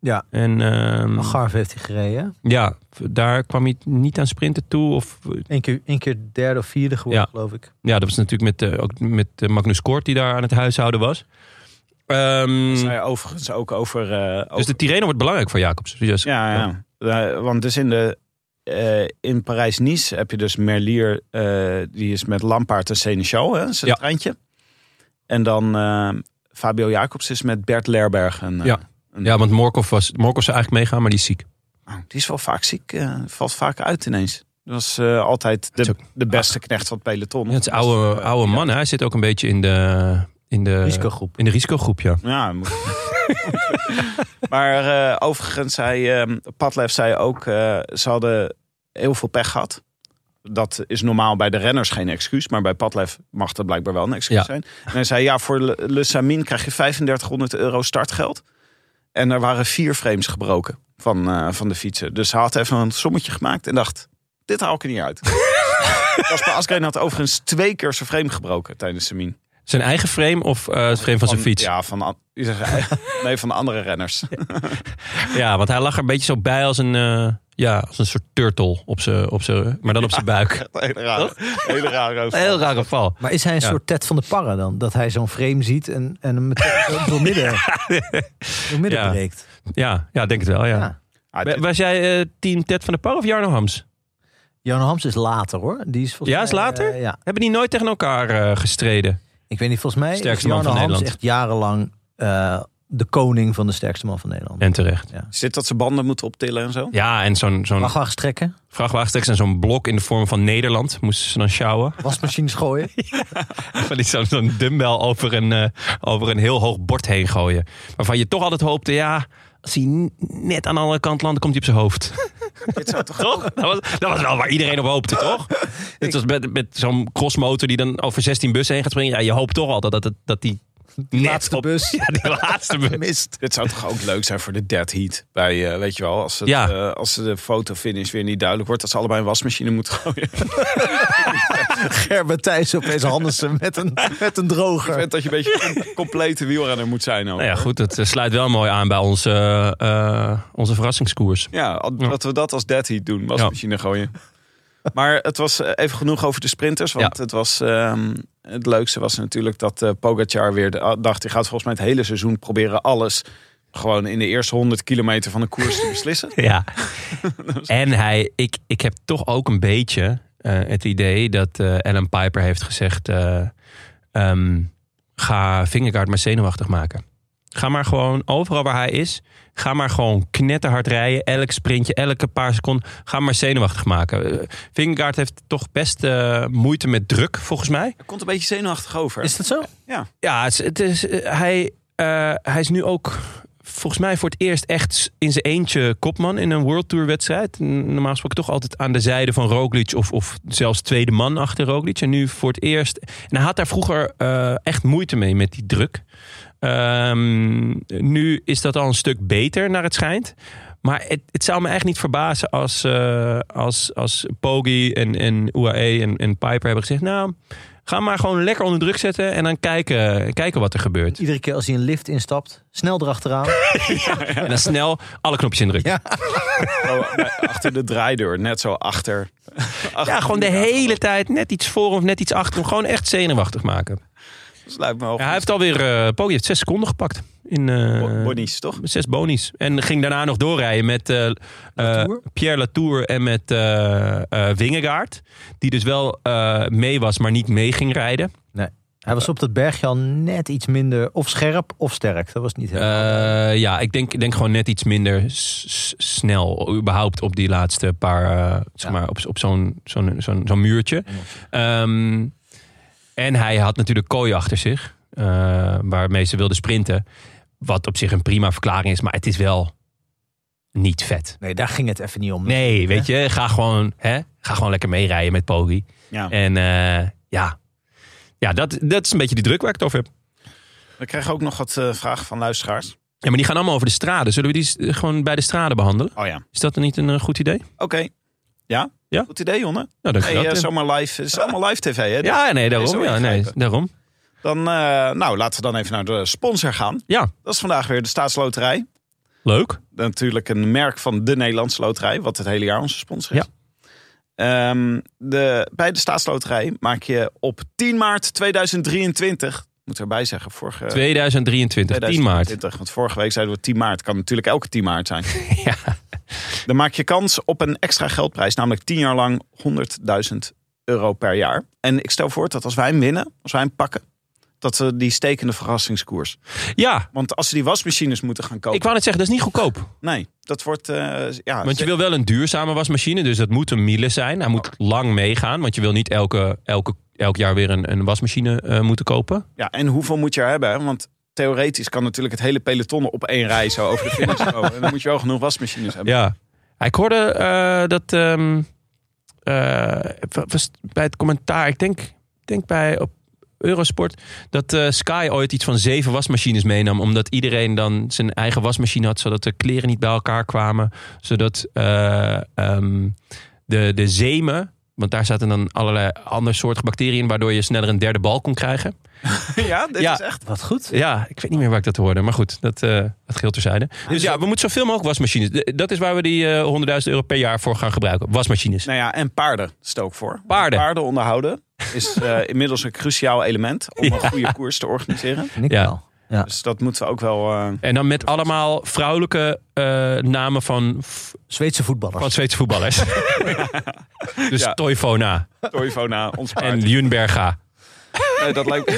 Ja.
En
Mm.
ehm,
Algarve heeft hij gereden.
ja, daar kwam hij niet aan sprinten toe. Of,
Eén keer, één keer derde of vierde geworden,
Ja.
geloof ik.
ja, dat was natuurlijk met, eh, ook met eh, Magnus Kort die daar aan het huishouden was. Ehm,
Zei overigens ook over... eh,
dus
over-
de Tirreno wordt belangrijk voor Jacobs. Dus,
ja, ja. Eh, want dus in, de, eh, in Parijs-Nice heb je dus Merlier. eh, die is met Lampaard en Seneschal, hè, zijn
Ja.
treintje. En dan eh, Fabio Jacobs is met Bert Lerberg. En, eh,
Ja.
een-
Ja, want Morkov, was, Morkov zou eigenlijk meegaan, maar die is ziek.
oh, die is wel vaak ziek. eh, valt vaak uit ineens. Dat was eh, altijd
Dat is
de, de beste knecht van het peloton.
Ja, het is oude,
eh,
oude man. hè. Hij zit ook een beetje in de, in de,
Risicogroep.
in de risicogroep, ja.
Ja, moet- maar eh, overigens zei ehm Padlef zei ook, eh, ze hadden heel veel pech gehad. Dat is normaal bij de renners geen excuus, maar bij Padlef mag dat blijkbaar wel een excuus
Ja.
zijn. En hij zei, ja, voor Le- Le Samin krijg je 3500 euro startgeld. En er waren vier frames gebroken van, eh, van de fietsen. Dus hij had even een sommetje gemaakt en dacht, dit haal ik er niet uit. Kasper Asgreen had overigens twee keer zijn frame gebroken tijdens Samin.
Zijn eigen frame of eh, het frame van zijn fiets?
Ja, van, an- nee, van de andere renners.
Ja, want hij lag er een beetje zo bij als een, eh, ja, als een soort turtle. Op zijn, op zijn, maar dan op zijn buik.
Hele rare, hele rare
Een
overval.
heel raar geval.
Maar is hij een
Ja.
soort Ted van de Parra dan? Dat hij zo'n frame ziet en, en hem meteen zo doormidden, doormidden
Ja.
breekt.
Ja, ja denk het wel, ja.
Ja.
Ah,
Wa-
dit-
Was jij eh, team Ted van der Par of Jarno Hams?
Jan Hams is later hoor. Die is volgens
Ja, is
mij,
later?
eh, ja.
Hebben die nooit tegen elkaar eh, gestreden?
Ik weet niet, volgens mij is
Sterkste man
Jan
van
Hams
Nederland.
echt jarenlang eh, de koning van de sterkste man van Nederland.
En terecht.
Zit dat ze banden moeten optillen en zo?
Ja, en zo'n zo'n
Mag strekken,
vrachtwagenstreks en zo'n blok in de vorm van Nederland moesten ze dan sjouwen.
wasmachines gooien.
Van die zo'n zo'n dumbbell over een, eh, over een heel hoog bord heen gooien. Waarvan je toch altijd hoopte, ja, als hij n- net aan de andere kant landt, komt hij op zijn hoofd.
Dit zou toch
Toch? Dat was, dat was wel waar iedereen op hoopte, toch? Dit was met, met zo'n crossmotor die dan over 16 bussen heen gaat springen. Ja, je hoopt toch altijd dat, het- dat die, net
laatste
op-
bus.
Ja, die laatste bus.
Mist.
Dit zou toch ook leuk zijn voor de dead heat? Bij, eh, weet je wel, als, het,
Ja.
eh, als de fotofinish weer niet duidelijk wordt... dat ze allebei een wasmachine moeten gooien.
Gerben Thijs opeens Hansen met een, met een droger.
dat je een beetje een complete wielrenner moet zijn. Ook.
Nou ja, goed, dat eh, sluit wel mooi aan bij onze, eh, eh, onze verrassingskoers.
Ja, al- dat we dat als dead heat doen. Wasmachine gooien. Maar het was eh, even genoeg over de sprinters. Want het, was, ehm, het leukste was natuurlijk dat eh, Pogacar weer de- ah, dacht... die gaat volgens mij het hele seizoen proberen alles... gewoon in de eerste 100 kilometer van de koers te beslissen.
Ja. en hij, ik, ik heb toch ook een beetje eh, het idee dat eh Alan Piper heeft gezegd: eh, ehm, ga Vingegaard maar zenuwachtig maken. Ga maar gewoon overal waar hij is. Ga maar gewoon knetterhard rijden. Elk sprintje, elke paar seconden. Ga hem maar zenuwachtig maken. Eh, Vingegaard heeft toch best eh, moeite met druk, volgens mij.
Er komt een beetje zenuwachtig over.
Is dat zo?
Ja, het is, het is, eh, hij, eh, hij is nu ook volgens mij voor het eerst echt in zijn eentje kopman in een World Tour wedstrijd. N- Normaal gesproken toch altijd aan de zijde van Roglic of, of zelfs tweede man achter Roglic. En nu voor het eerst. En hij had daar vroeger eh, echt moeite mee met die druk. Ehm, nu is dat al een stuk beter naar het schijnt. Maar het, het zou me echt niet verbazen als, eh als, als Poggi en, en UAE en, en Piper hebben gezegd... nou, Ga maar gewoon lekker onder druk zetten en dan kijken, kijken wat er gebeurt.
Iedere keer als hij een lift instapt, snel erachteraan.
En dan snel alle knopjes indrukken.
Zo, bij- eh, achter de draaideur, net zo achter.
Ja, gewoon de hele tijd net iets voor of net iets achter hem. Gewoon echt zenuwachtig maken.
Dat lijkt me wel
Ja, hij heeft alweer, eh Poggi heeft zes seconden gepakt. In, eh,
Bo- Bonnies, toch?
Zes bonies. En ging daarna nog doorrijden met eh, eh,
Latour?
Pierre Latour en met eh eh, Wingegaard. Die dus wel eh, mee was, maar niet mee ging rijden.
Hij was op dat bergje al net iets minder of scherp of sterk. Dat was niet heel.
Eh, ja, ik denk, ik denk gewoon net iets minder s- s- snel. Überhaupt op die laatste paar. eh, zeg maar, op, op zo'n zo'n zo'n zo'n muurtje. Ehm, en hij had natuurlijk kooi achter zich. eh, waarmee ze wilden sprinten. Wat op zich een prima verklaring is. Maar het is wel niet vet.
nee, daar ging het even niet om.
Nee, weet je. Ga gewoon, hè, ga gewoon lekker meerijden met Poggi.
Ja.
En eh, ja. Ja, dat, dat is een beetje die druk waar ik het over heb.
We krijgen ook nog wat eh, vragen van luisteraars.
Ja, maar die gaan allemaal over de straden. Zullen we die s- gewoon bij de straden behandelen?
Oh ja.
Is dat dan niet een eh, goed idee?
Oké. Ja?
Ja.
Goed idee, Jonne.
Nou, dan
Hey, eh, zomaar live. Het is allemaal live tv, hè?
ja, nee, daarom.
zo
Ja, nee,
ingrijpen.
daarom.
Dan, eh, nou, laten we dan even naar de sponsor gaan.
Ja.
Dat is vandaag weer de Staatsloterij.
Leuk.
natuurlijk een merk van de Nederlandse Loterij, wat het hele jaar onze sponsor is. Ehm, de, bij de Staatsloterij maak je op 10 maart 2023, ik moet erbij zeggen, vorige
2023, 10 maart.
2023, want vorige week zeiden we 10 maart, kan natuurlijk elke 10 maart zijn.
Ja.
Dan maak je kans op een extra geldprijs, namelijk 10 jaar lang 100.000 euro per jaar. En ik stel voor dat als wij hem winnen, als wij hem pakken, dat ze die stekende verrassingskoers.
ja,
Want als ze die wasmachines moeten gaan kopen,
ik wou net zeggen, dat is niet goedkoop.
nee, dat wordt eh, ja,
Want je wil wel een duurzame wasmachine, dus dat moet een Miele zijn. Hij moet
Oh.
lang meegaan, want je wil niet elke, elke, elk jaar weer een, een wasmachine eh, moeten kopen.
Ja, en hoeveel moet je er hebben? hè? Want theoretisch kan natuurlijk het hele peloton op één rij zo over de finish komen. En dan moet je wel genoeg wasmachines hebben.
Ja. Ik hoorde eh, dat ehm, eh, wa- was het bij het commentaar, ik denk, ik denk bij op Eurosport, dat eh, Sky ooit iets van zeven wasmachines meenam. Omdat iedereen dan zijn eigen wasmachine had, zodat de kleren niet bij elkaar kwamen. Zodat eh, ehm, de, de zemen. Want daar zaten dan allerlei ander soorten bacteriën in, waardoor je sneller een derde bal kon krijgen.
Ja, dit
Ja.
is echt.
Wat goed.
Ja, ik weet niet meer waar ik dat hoorde. Maar goed, dat, eh dat geldt terzijde. Dus ja, we moeten zoveel mogelijk wasmachines. De- Dat is waar we die eh, 100.000 euro per jaar voor gaan gebruiken. Wasmachines.
Nou ja, en paarden stel ik voor.
Paarden.
Paarden onderhouden is eh, inmiddels een cruciaal element om een goede koers te organiseren.
En ik
Ja.
wel. Ja.
Dus dat moeten we ook wel. eh,
En dan met allemaal vrouwelijke eh, namen van,
Zweedse voetballers.
van Zweedse voetballers. dus
Ja.
Toyfona
Toyfona, ons paard.
en Junberga.
Nee, dat, lijkt...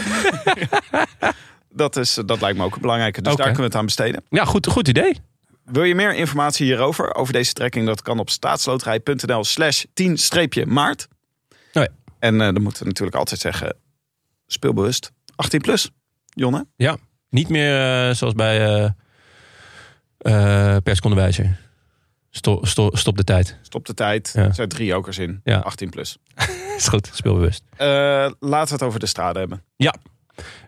dat, is, dat lijkt me ook een belangrijke. Dus
Oké.
daar kunnen we het aan besteden.
Ja, goed, goed idee.
Wil je meer informatie hierover, over deze trekking? Dat kan op staatsloterij.nl slash 10-maart.
Oh ja.
En eh, dan moeten we natuurlijk altijd zeggen, speelbewust 18 plus. Jonne?
Ja, niet meer eh, zoals bij eh eh, perskonderwijzer. Sto- sto- stop de tijd.
Stop de tijd.
Ja.
Er zijn drie jokers in.
Ja.
18 plus.
Is goed, speelbewust.
Eh, laten we het over de straten hebben.
Ja,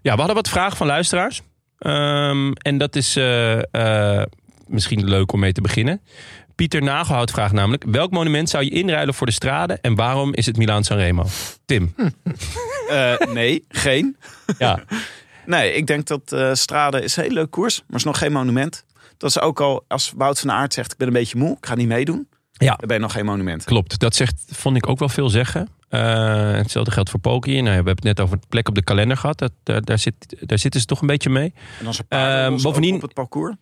we hadden wat vragen van luisteraars. Ehm, en dat is eh, eh, misschien leuk om mee te beginnen. Pieter Nagelhout vraagt namelijk... welk monument zou je inruilen voor de strade... en waarom is het Milaan Sanremo? Tim,
Eh, nee, geen.
ja.
Nee, ik denk dat eh Strade is een hele leuk koers, maar is nog geen monument. Dat is ook al, als Wout van Aert zegt, ik ben een beetje moe, ik ga niet meedoen.
Ja.
Dan ben je nog geen monument.
Klopt, dat zegt, vond ik ook wel veel zeggen. Eh, hetzelfde geldt voor Poki. Nou ja, we hebben het net over het plek op de kalender gehad. Dat, daar, daar, zit, daar zitten ze toch een beetje mee.
En dan zijn
Ehm,
paarden ons ook
bovendien-
op het parcours.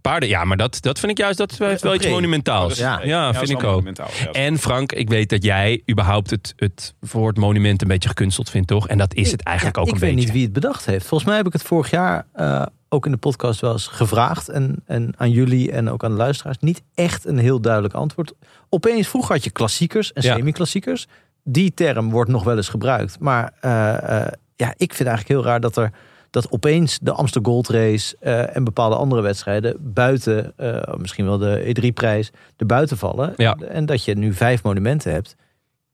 Paarden, ja, maar dat, dat vind ik juist... dat heeft wel iets
Oké.
monumentaals.
Ja.
Ah, ja
dat is
vind ik
wel
ook.
monumentaal, ja.
En Frank, ik weet dat jij überhaupt het, het woord monument een beetje gekunsteld vindt, toch? En dat is het eigenlijk
Ja,
ook een
ik weet
beetje.
niet wie het bedacht heeft. Volgens mij heb ik het vorig jaar eh, ook in de podcast wel eens gevraagd. En, en aan jullie en ook aan de luisteraars. Niet echt een heel duidelijk antwoord. Opeens vroeg had je klassiekers en
Ja.
semi-klassiekers. Die term wordt nog wel eens gebruikt. Maar eh, eh, ja, ik vind eigenlijk heel raar dat er dat opeens de Amster Gold Race eh, en bepaalde andere wedstrijden buiten, eh, misschien wel de E3-prijs, er buiten vallen.
Ja.
En dat je nu vijf monumenten hebt.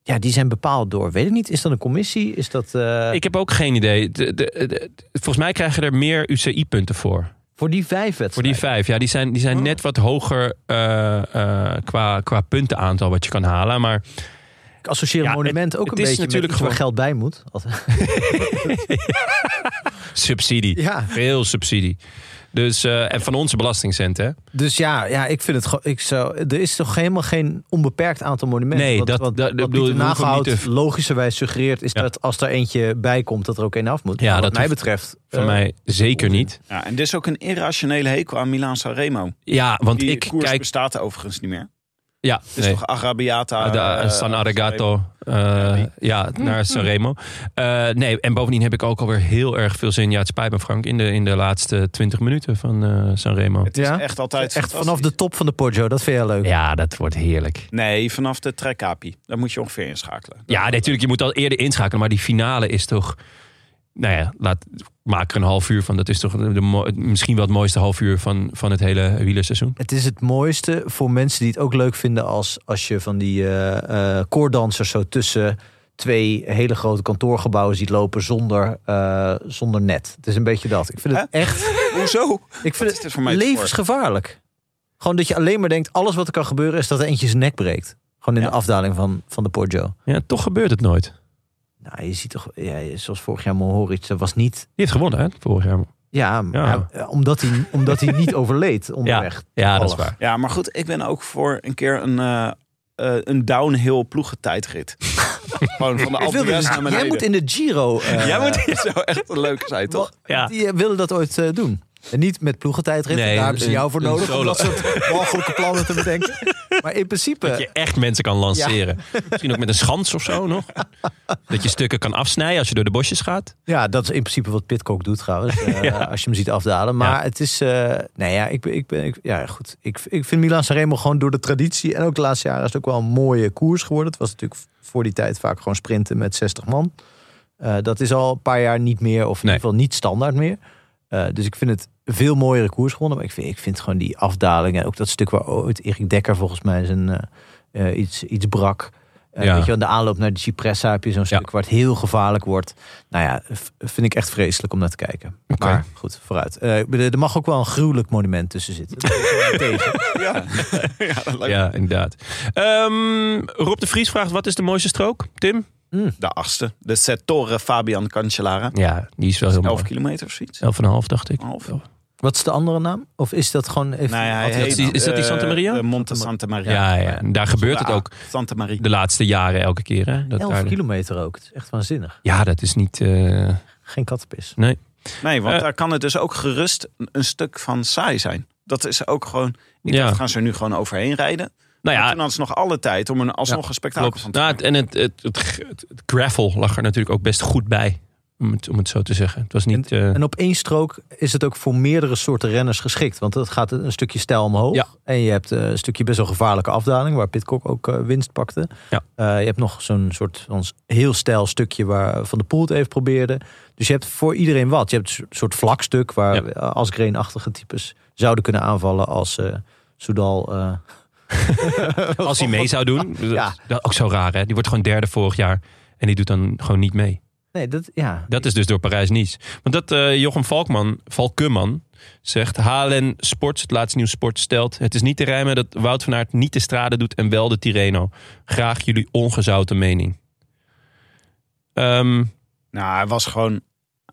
Ja, die zijn bepaald door, weet ik niet, is dat een commissie? Is dat... eh,
Ik heb ook geen idee. De- de- de- de- volgens mij krijgen er meer UCI-punten voor.
Voor die vijf wedstrijden.
Voor die vijf. Ja, die zijn, die zijn
Oh.
net wat hoger eh, eh, qua, qua puntenaantal wat je kan halen. Maar
Ik associeer een
Ja,
monument
het-
ook
het
een
is
beetje
natuurlijk
natuurlijk met iets waar
gewoon-
geld bij moet.
subsidie.
Ja,
Veel subsidie. Dus, eh, en van onze belastingcent, hè?
dus ja, ja ik vind het gewoon. Ik zou, er is toch helemaal geen onbeperkt aantal monumenten.
Nee,
Wat-
dat-
wat,
dat-
wat
ik bedoel,
Pieter
we hoeven
Nagelhout
niet te-
logischerwijs suggereert, is
Ja.
dat als er eentje bij komt, dat er ook één af moet.
Ja,
Maar wat
dat
mij
hoeft-
betreft.
Voor
eh,
mij zeker
onzin.
niet.
Ja, en dit is ook een irrationele hekel aan Milaan Sanremo.
Ja, want
Die
ik
koers
kijk...
bestaat overigens niet meer.
Ja,
Het is
nee.
toch Arabiata?
Ah, de-
eh,
San Arigato. eh, ja, naar Sanremo. Eh, nee, en bovendien heb ik ook alweer heel erg veel zin. Ja, het spijt me Frank. In de, in de laatste 20 minuten van eh Sanremo.
Het is
Ja.
echt altijd
Echt vanaf
fantastisch.
de top van de Poggio, dat vind jij leuk.
Ja, dat wordt heerlijk.
Nee, vanaf de trekkapi. Daar moet je ongeveer inschakelen.
Ja, natuurlijk. Je moet al eerder inschakelen. Maar die finale is toch... Nou ja, laat, maak er een half uur van. Dat is toch de, mo- misschien wel het mooiste half uur van, van het hele wielerseizoen.
Het is het mooiste voor mensen die het ook leuk vinden als, als je van die eh eh, koordansers zo tussen twee hele grote kantoorgebouwen ziet lopen zonder, eh, zonder net. Het is een beetje dat. Ik vind het echt
Hoezo?
ik
Wat
vind
is
het
dit voor mij te
levensgevaarlijk. Gewoon dat je alleen maar denkt, alles wat er kan gebeuren is dat er eentje zijn nek breekt. Gewoon in
Ja.
de afdaling van, van de Poggio.
Ja, toch gebeurt het nooit.
Nou, je ziet toch, ja, zoals vorig jaar Mohoric, dat was niet...
Die heeft gewonnen, hè? Vorig jaar.
Ja,
Ja.
ja, omdat, hij, omdat hij niet overleed onderweg.
Ja, dat is
Toevallig.
waar.
Ja, maar goed, ik ben ook voor een keer een, eh, eh, een downhill ploegentijdrit. Gewoon van de
Ik
Alpe
wilde
d'Huez
dus-
naar
jij
beneden.
moet in de Giro. eh,
Jij moet... Dat zou echt een leuke zijn, toch?
Ja.
Die eh, willen dat ooit eh, doen. En niet met ploegentijdrit.
Nee,
daar hebben ze
een-
jou voor
een
nodig.
solo.
Om dat soort mogelijke plannen te bedenken. Maar in principe.
Dat je echt mensen kan lanceren. Misschien ook met een schans of zo nog. Dat je stukken kan afsnijden als je door de bosjes gaat.
Ja, dat is in principe wat Pitcock doet trouwens. eh, Als je hem ziet afdalen. Maar het is. eh nou ja, ik, ben- ik ben. Ik, ja, goed. Ik, ik vind Milan Sanremo gewoon door de traditie. En ook de laatste jaren is het ook wel een mooie koers geworden. Het was natuurlijk voor die tijd vaak gewoon sprinten met 60 man. Eh, dat is al een paar jaar niet meer. Of in
Nee.
ieder geval niet standaard meer. Eh, dus ik vind het veel mooiere koers gewonnen. Maar ik vind, ik vind gewoon die afdaling. En ook dat stuk waar ooit Erik Dekker volgens mij zijn, eh, eh, iets, iets brak. Eh,
Ja.
Weet je wel, de aanloop naar de Cipressa heb je zo'n
Ja.
stuk waar het heel gevaarlijk wordt. Nou ja, v- vind ik echt vreselijk om naar te kijken.
Oké.
Maar goed, vooruit. Eh, ik bedoel, er mag ook wel een gruwelijk monument tussen zitten. Dat is wel tegen.
Ja, ja dat lijkt
Ja, inderdaad. Ehm, Rob de Vries vraagt, wat is de mooiste strook? Tim?
me. De achtste. De Settore Fabian Cancellara.
Ja, die is wel heel
11
mooi.
kilometer of zoiets.
Elf en een half, dacht ik.
Half.
Wat is de andere naam? Of is dat gewoon even...
Nou ja, hij
had hij
heet,
dat- is dat die
eh,
Santa Maria?
de Monte Santa Maria.
Ja, ja. En daar gebeurt
De
het
A-
ook
Santa Maria.
de laatste jaren elke keer. Hè? Dat
11
daar de-
kilometer ook. Het is echt waanzinnig.
Ja, dat is niet... eh,
Geen kattenpis.
nee.
Nee, want
Eh.
daar kan het dus ook gerust een, een stuk van saai zijn. Dat is ook gewoon... Ik
Ja.
dacht, gaan ze er nu gewoon overheen rijden?
Nou
Maar
ja,
toen hadden ze nog alle tijd om er alsnog een spektakel
Klopt.
van te
Nou, het- en het, het, het, g- het- het gravel lag er natuurlijk ook best goed bij. Om het, om het zo te zeggen. Het was niet. eh,
En op één strook is het ook voor meerdere soorten renners geschikt. Want dat gaat een stukje stijl omhoog.
Ja.
En je hebt eh, een stukje best wel gevaarlijke afdaling. Waar Pitcock ook eh, winst pakte.
Ja.
Eh, je hebt nog zo'n soort van heel stijl stukje waar Van de Poel het even probeerde. Dus je hebt voor iedereen wat. Je hebt een soort- soort vlak stuk waar
Ja.
eh, asgreen-achtige types zouden kunnen aanvallen als eh Soudal. eh,
eh, als hij mee zou doen.
Ja.
Dat, dat ook zo raar, hè? Die wordt gewoon derde vorig jaar. En die doet dan gewoon niet mee.
nee, dat, ja.
Dat is dus door Parijs-Nice. Want dat eh, Jochem Valkman, Valkumman zegt... HLN Sports, het laatste nieuws sport, stelt... Het is niet te rijmen dat Wout van Aert niet de strade doet... en wel de Tirreno. Graag jullie ongezouten mening. Ehm,
Nou, hij was gewoon.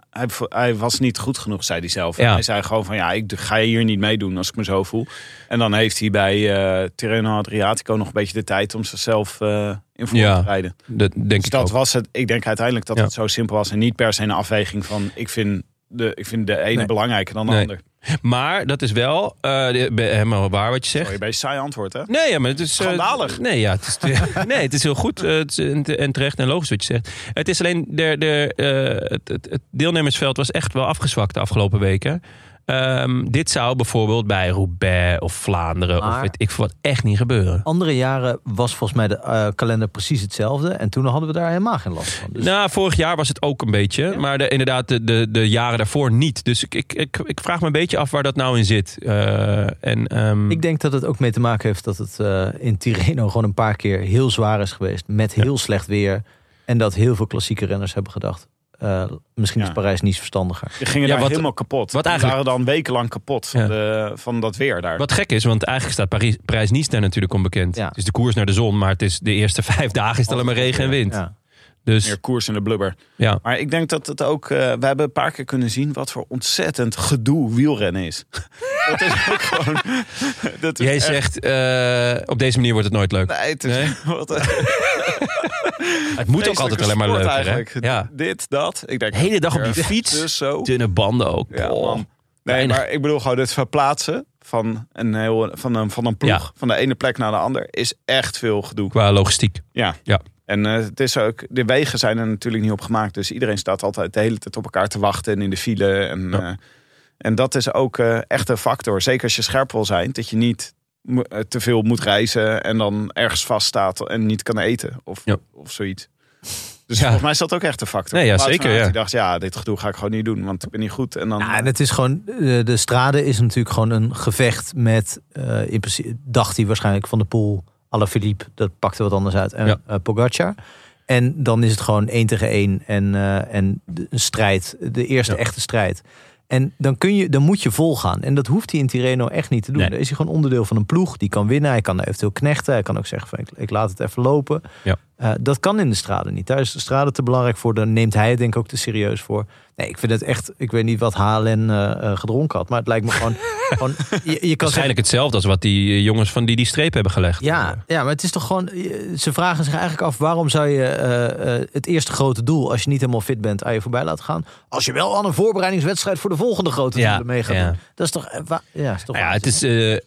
Hij, vo- hij was niet goed genoeg, zei hij zelf.
Ja.
Hij zei gewoon van ja, ik d- ga hier niet meedoen als ik me zo voel. En dan heeft hij bij eh Tirreno Adriatico nog een beetje de tijd om zichzelf eh, in vorm
Ja,
te rijden.
dat denk
Dus
ik
dat
ook.
was het. Ik denk uiteindelijk dat
Ja.
het zo simpel was en niet per se een afweging van ik vind de, ik vind de ene
Nee.
belangrijker dan de
Nee.
ander.
Maar dat is wel eh, de- be- helemaal waar wat je zegt.
Sorry, bij saai antwoord hè?
Nee, ja, maar het is... eh,
Schandalig.
nee, ja, het is, nee, het is heel goed eh, het is en te- en terecht en logisch wat je zegt. Het is alleen, de, de, eh, het, het, het deelnemersveld was echt wel afgezwakt de afgelopen weken. Ehm, dit zou bijvoorbeeld bij Roubaix of Vlaanderen of
Maar-
weet ik veel wat echt niet gebeuren.
Andere jaren was volgens mij de eh, kalender precies hetzelfde. En toen hadden we daar helemaal geen last van. Dus
Nou, vorig jaar was het ook een beetje. Maar de, inderdaad, de, de, de jaren daarvoor niet. Dus ik, ik, ik, ik vraag me een beetje af waar dat nou in zit. Eh, en, ehm,
Ik denk dat het ook mee te maken heeft dat het eh, in Tirreno gewoon een paar keer heel zwaar is geweest. Met heel slecht weer. En dat heel veel klassieke renners hebben gedacht. eh, misschien
Ja.
is Parijs niet verstandiger.
Die gingen
Ja,
daar
wat-
helemaal kapot.
wat
Die
eigenlijk-
waren dan wekenlang kapot van,
Ja.
de, van dat weer daar.
Wat gek is, want eigenlijk staat Parijs, Parijs Nice daar natuurlijk onbekend.
Ja.
Het is de koers naar de zon, maar het is de eerste vijf dagen is het alleen maar regen en wind.
Ja.
Dus
Meer koers in de blubber.
ja,
Maar ik denk dat het ook. eh, we hebben een paar keer kunnen zien wat voor ontzettend gedoe wielrennen is. dat is ook gewoon. Dat is
jij
echt-
zegt eh, op deze manier wordt het nooit leuk.
Nee, het is-
Nee?
wat een
het moet ook altijd
vreselijke
alleen maar
sport
leuk
eigenlijk.
zijn. Ja,
Dit, dat. Ik denk,
de hele dag op die
Ja,
fiets,
Dus zo.
dunne banden ook.
Ja,
Oh.
man. Nee,
weinig.
maar ik bedoel gewoon het verplaatsen van een, heel, van een, van een ploeg.
Ja.
Van de ene plek naar de ander is echt veel gedoe.
Qua logistiek.
Ja.
Ja.
En eh, het is ook, de wegen zijn er natuurlijk niet op gemaakt. Dus iedereen staat altijd de hele tijd op elkaar te wachten en in de file. En,
Ja.
eh, en dat is ook eh, echt een factor. Zeker als je scherp wil zijn, dat je niet mo- eh, te veel moet reizen en dan ergens vaststaat en niet kan eten of,
Ja.
of zoiets. Dus
Ja.
volgens mij is dat ook echt een factor.
Nee, ja,
Wout van
zeker,
Aert,
ja.
die dacht, ja, dit gedoe ga ik gewoon niet doen, want ik ben niet goed. En dan,
Ja, en het is gewoon, eh, de strade is natuurlijk gewoon een gevecht met, eh, in principe dacht hij waarschijnlijk van de pool, Alaphilippe, dat pakte wat anders uit, en
Ja.
eh, Pogacar. En dan is het gewoon één tegen één en, eh, en de- een strijd, de eerste
Ja.
echte strijd. En dan, kun je, dan moet je volgaan. En dat hoeft hij in Tirreno echt niet te doen.
Nee.
Dan is hij gewoon onderdeel van een ploeg. Die kan winnen. Hij kan eventueel knechten. Hij kan ook zeggen van ik, ik laat het even lopen.
Ja.
Eh, dat kan in de straten niet. Daar is de straten te belangrijk voor. Daar neemt hij het denk ik ook te serieus voor. Nee, ik vind het echt... Ik weet niet wat HLN eh, eh, gedronken had. Maar het lijkt me gewoon... gewoon je, je kan zeggen,
Waarschijnlijk hetzelfde als wat die eh, jongens van die die streep hebben gelegd. Nou
ja, ja, maar het is toch gewoon... je- Ze vragen zich eigenlijk af... waarom zou je eh, eh, het eerste grote doel... als je niet helemaal fit bent, aan je voorbij laten gaan? Als je wel aan een voorbereidingswedstrijd... voor de volgende grote
Ja,
doel mee gaat
ja.
doen. Dat is toch... eh, wa- ja, is toch
Nou ja, het is, eh, eh,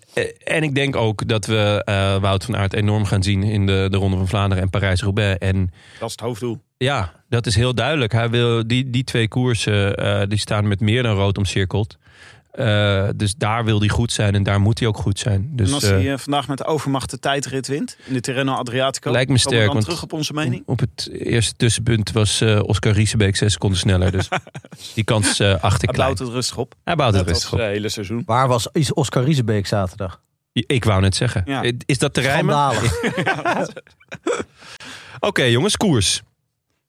en ik denk ook dat we eh, Wout van Aert enorm gaan zien in de, de Ronde van Vlaanderen en Parijs-Roubaix. En
Dat is het hoofddoel.
Ja, dat is heel duidelijk. Hij wil, die, die twee koersen eh, die staan met meer dan rood omcirkeld. Eh, dus daar wil hij goed zijn en daar moet hij ook goed zijn.
en
Dus
als
eh,
hij eh, vandaag met overmacht de tijdrit wint in de Tirreno Adriatico,
Lijkt me
komen we
sterk,
dan
want-
terug op onze mening.
op het eerste tussenpunt was eh, Oscar Riesebeek zes seconden sneller. Dus die kans eh achter
Hij
klein.
bouwt het rustig op.
Hij bouwt het
Dat
rustig
was eh,
op.
het hele seizoen.
Waar was is Oscar Riesebeek zaterdag?
Ik wou net zeggen.
Ja.
Eh, Is dat te rijmen? Oké
Schandalig.
jongens, koers.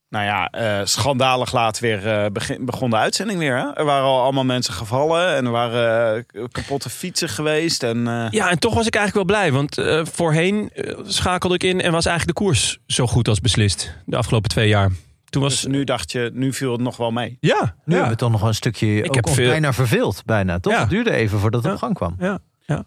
Nou ja, eh, schandalig laat weer eh, begin, begon de uitzending weer. Hè? Er waren al allemaal mensen gevallen en er waren eh, kapotte fietsen geweest. En, eh,
Ja, en toch was ik eigenlijk wel blij. Want eh, voorheen eh, schakelde ik in en was eigenlijk de koers zo goed als beslist. De afgelopen twee jaar. Toen was...
Dus nu dacht je, nu viel het nog wel mee.
ja,
Nu
ja.
hebben we toch nog wel een stukje ook
heb
ons
veel-
bijna verveeld. Bijna, toch?
Ja.
Het duurde even voordat het
Ja.
op gang kwam.
ja.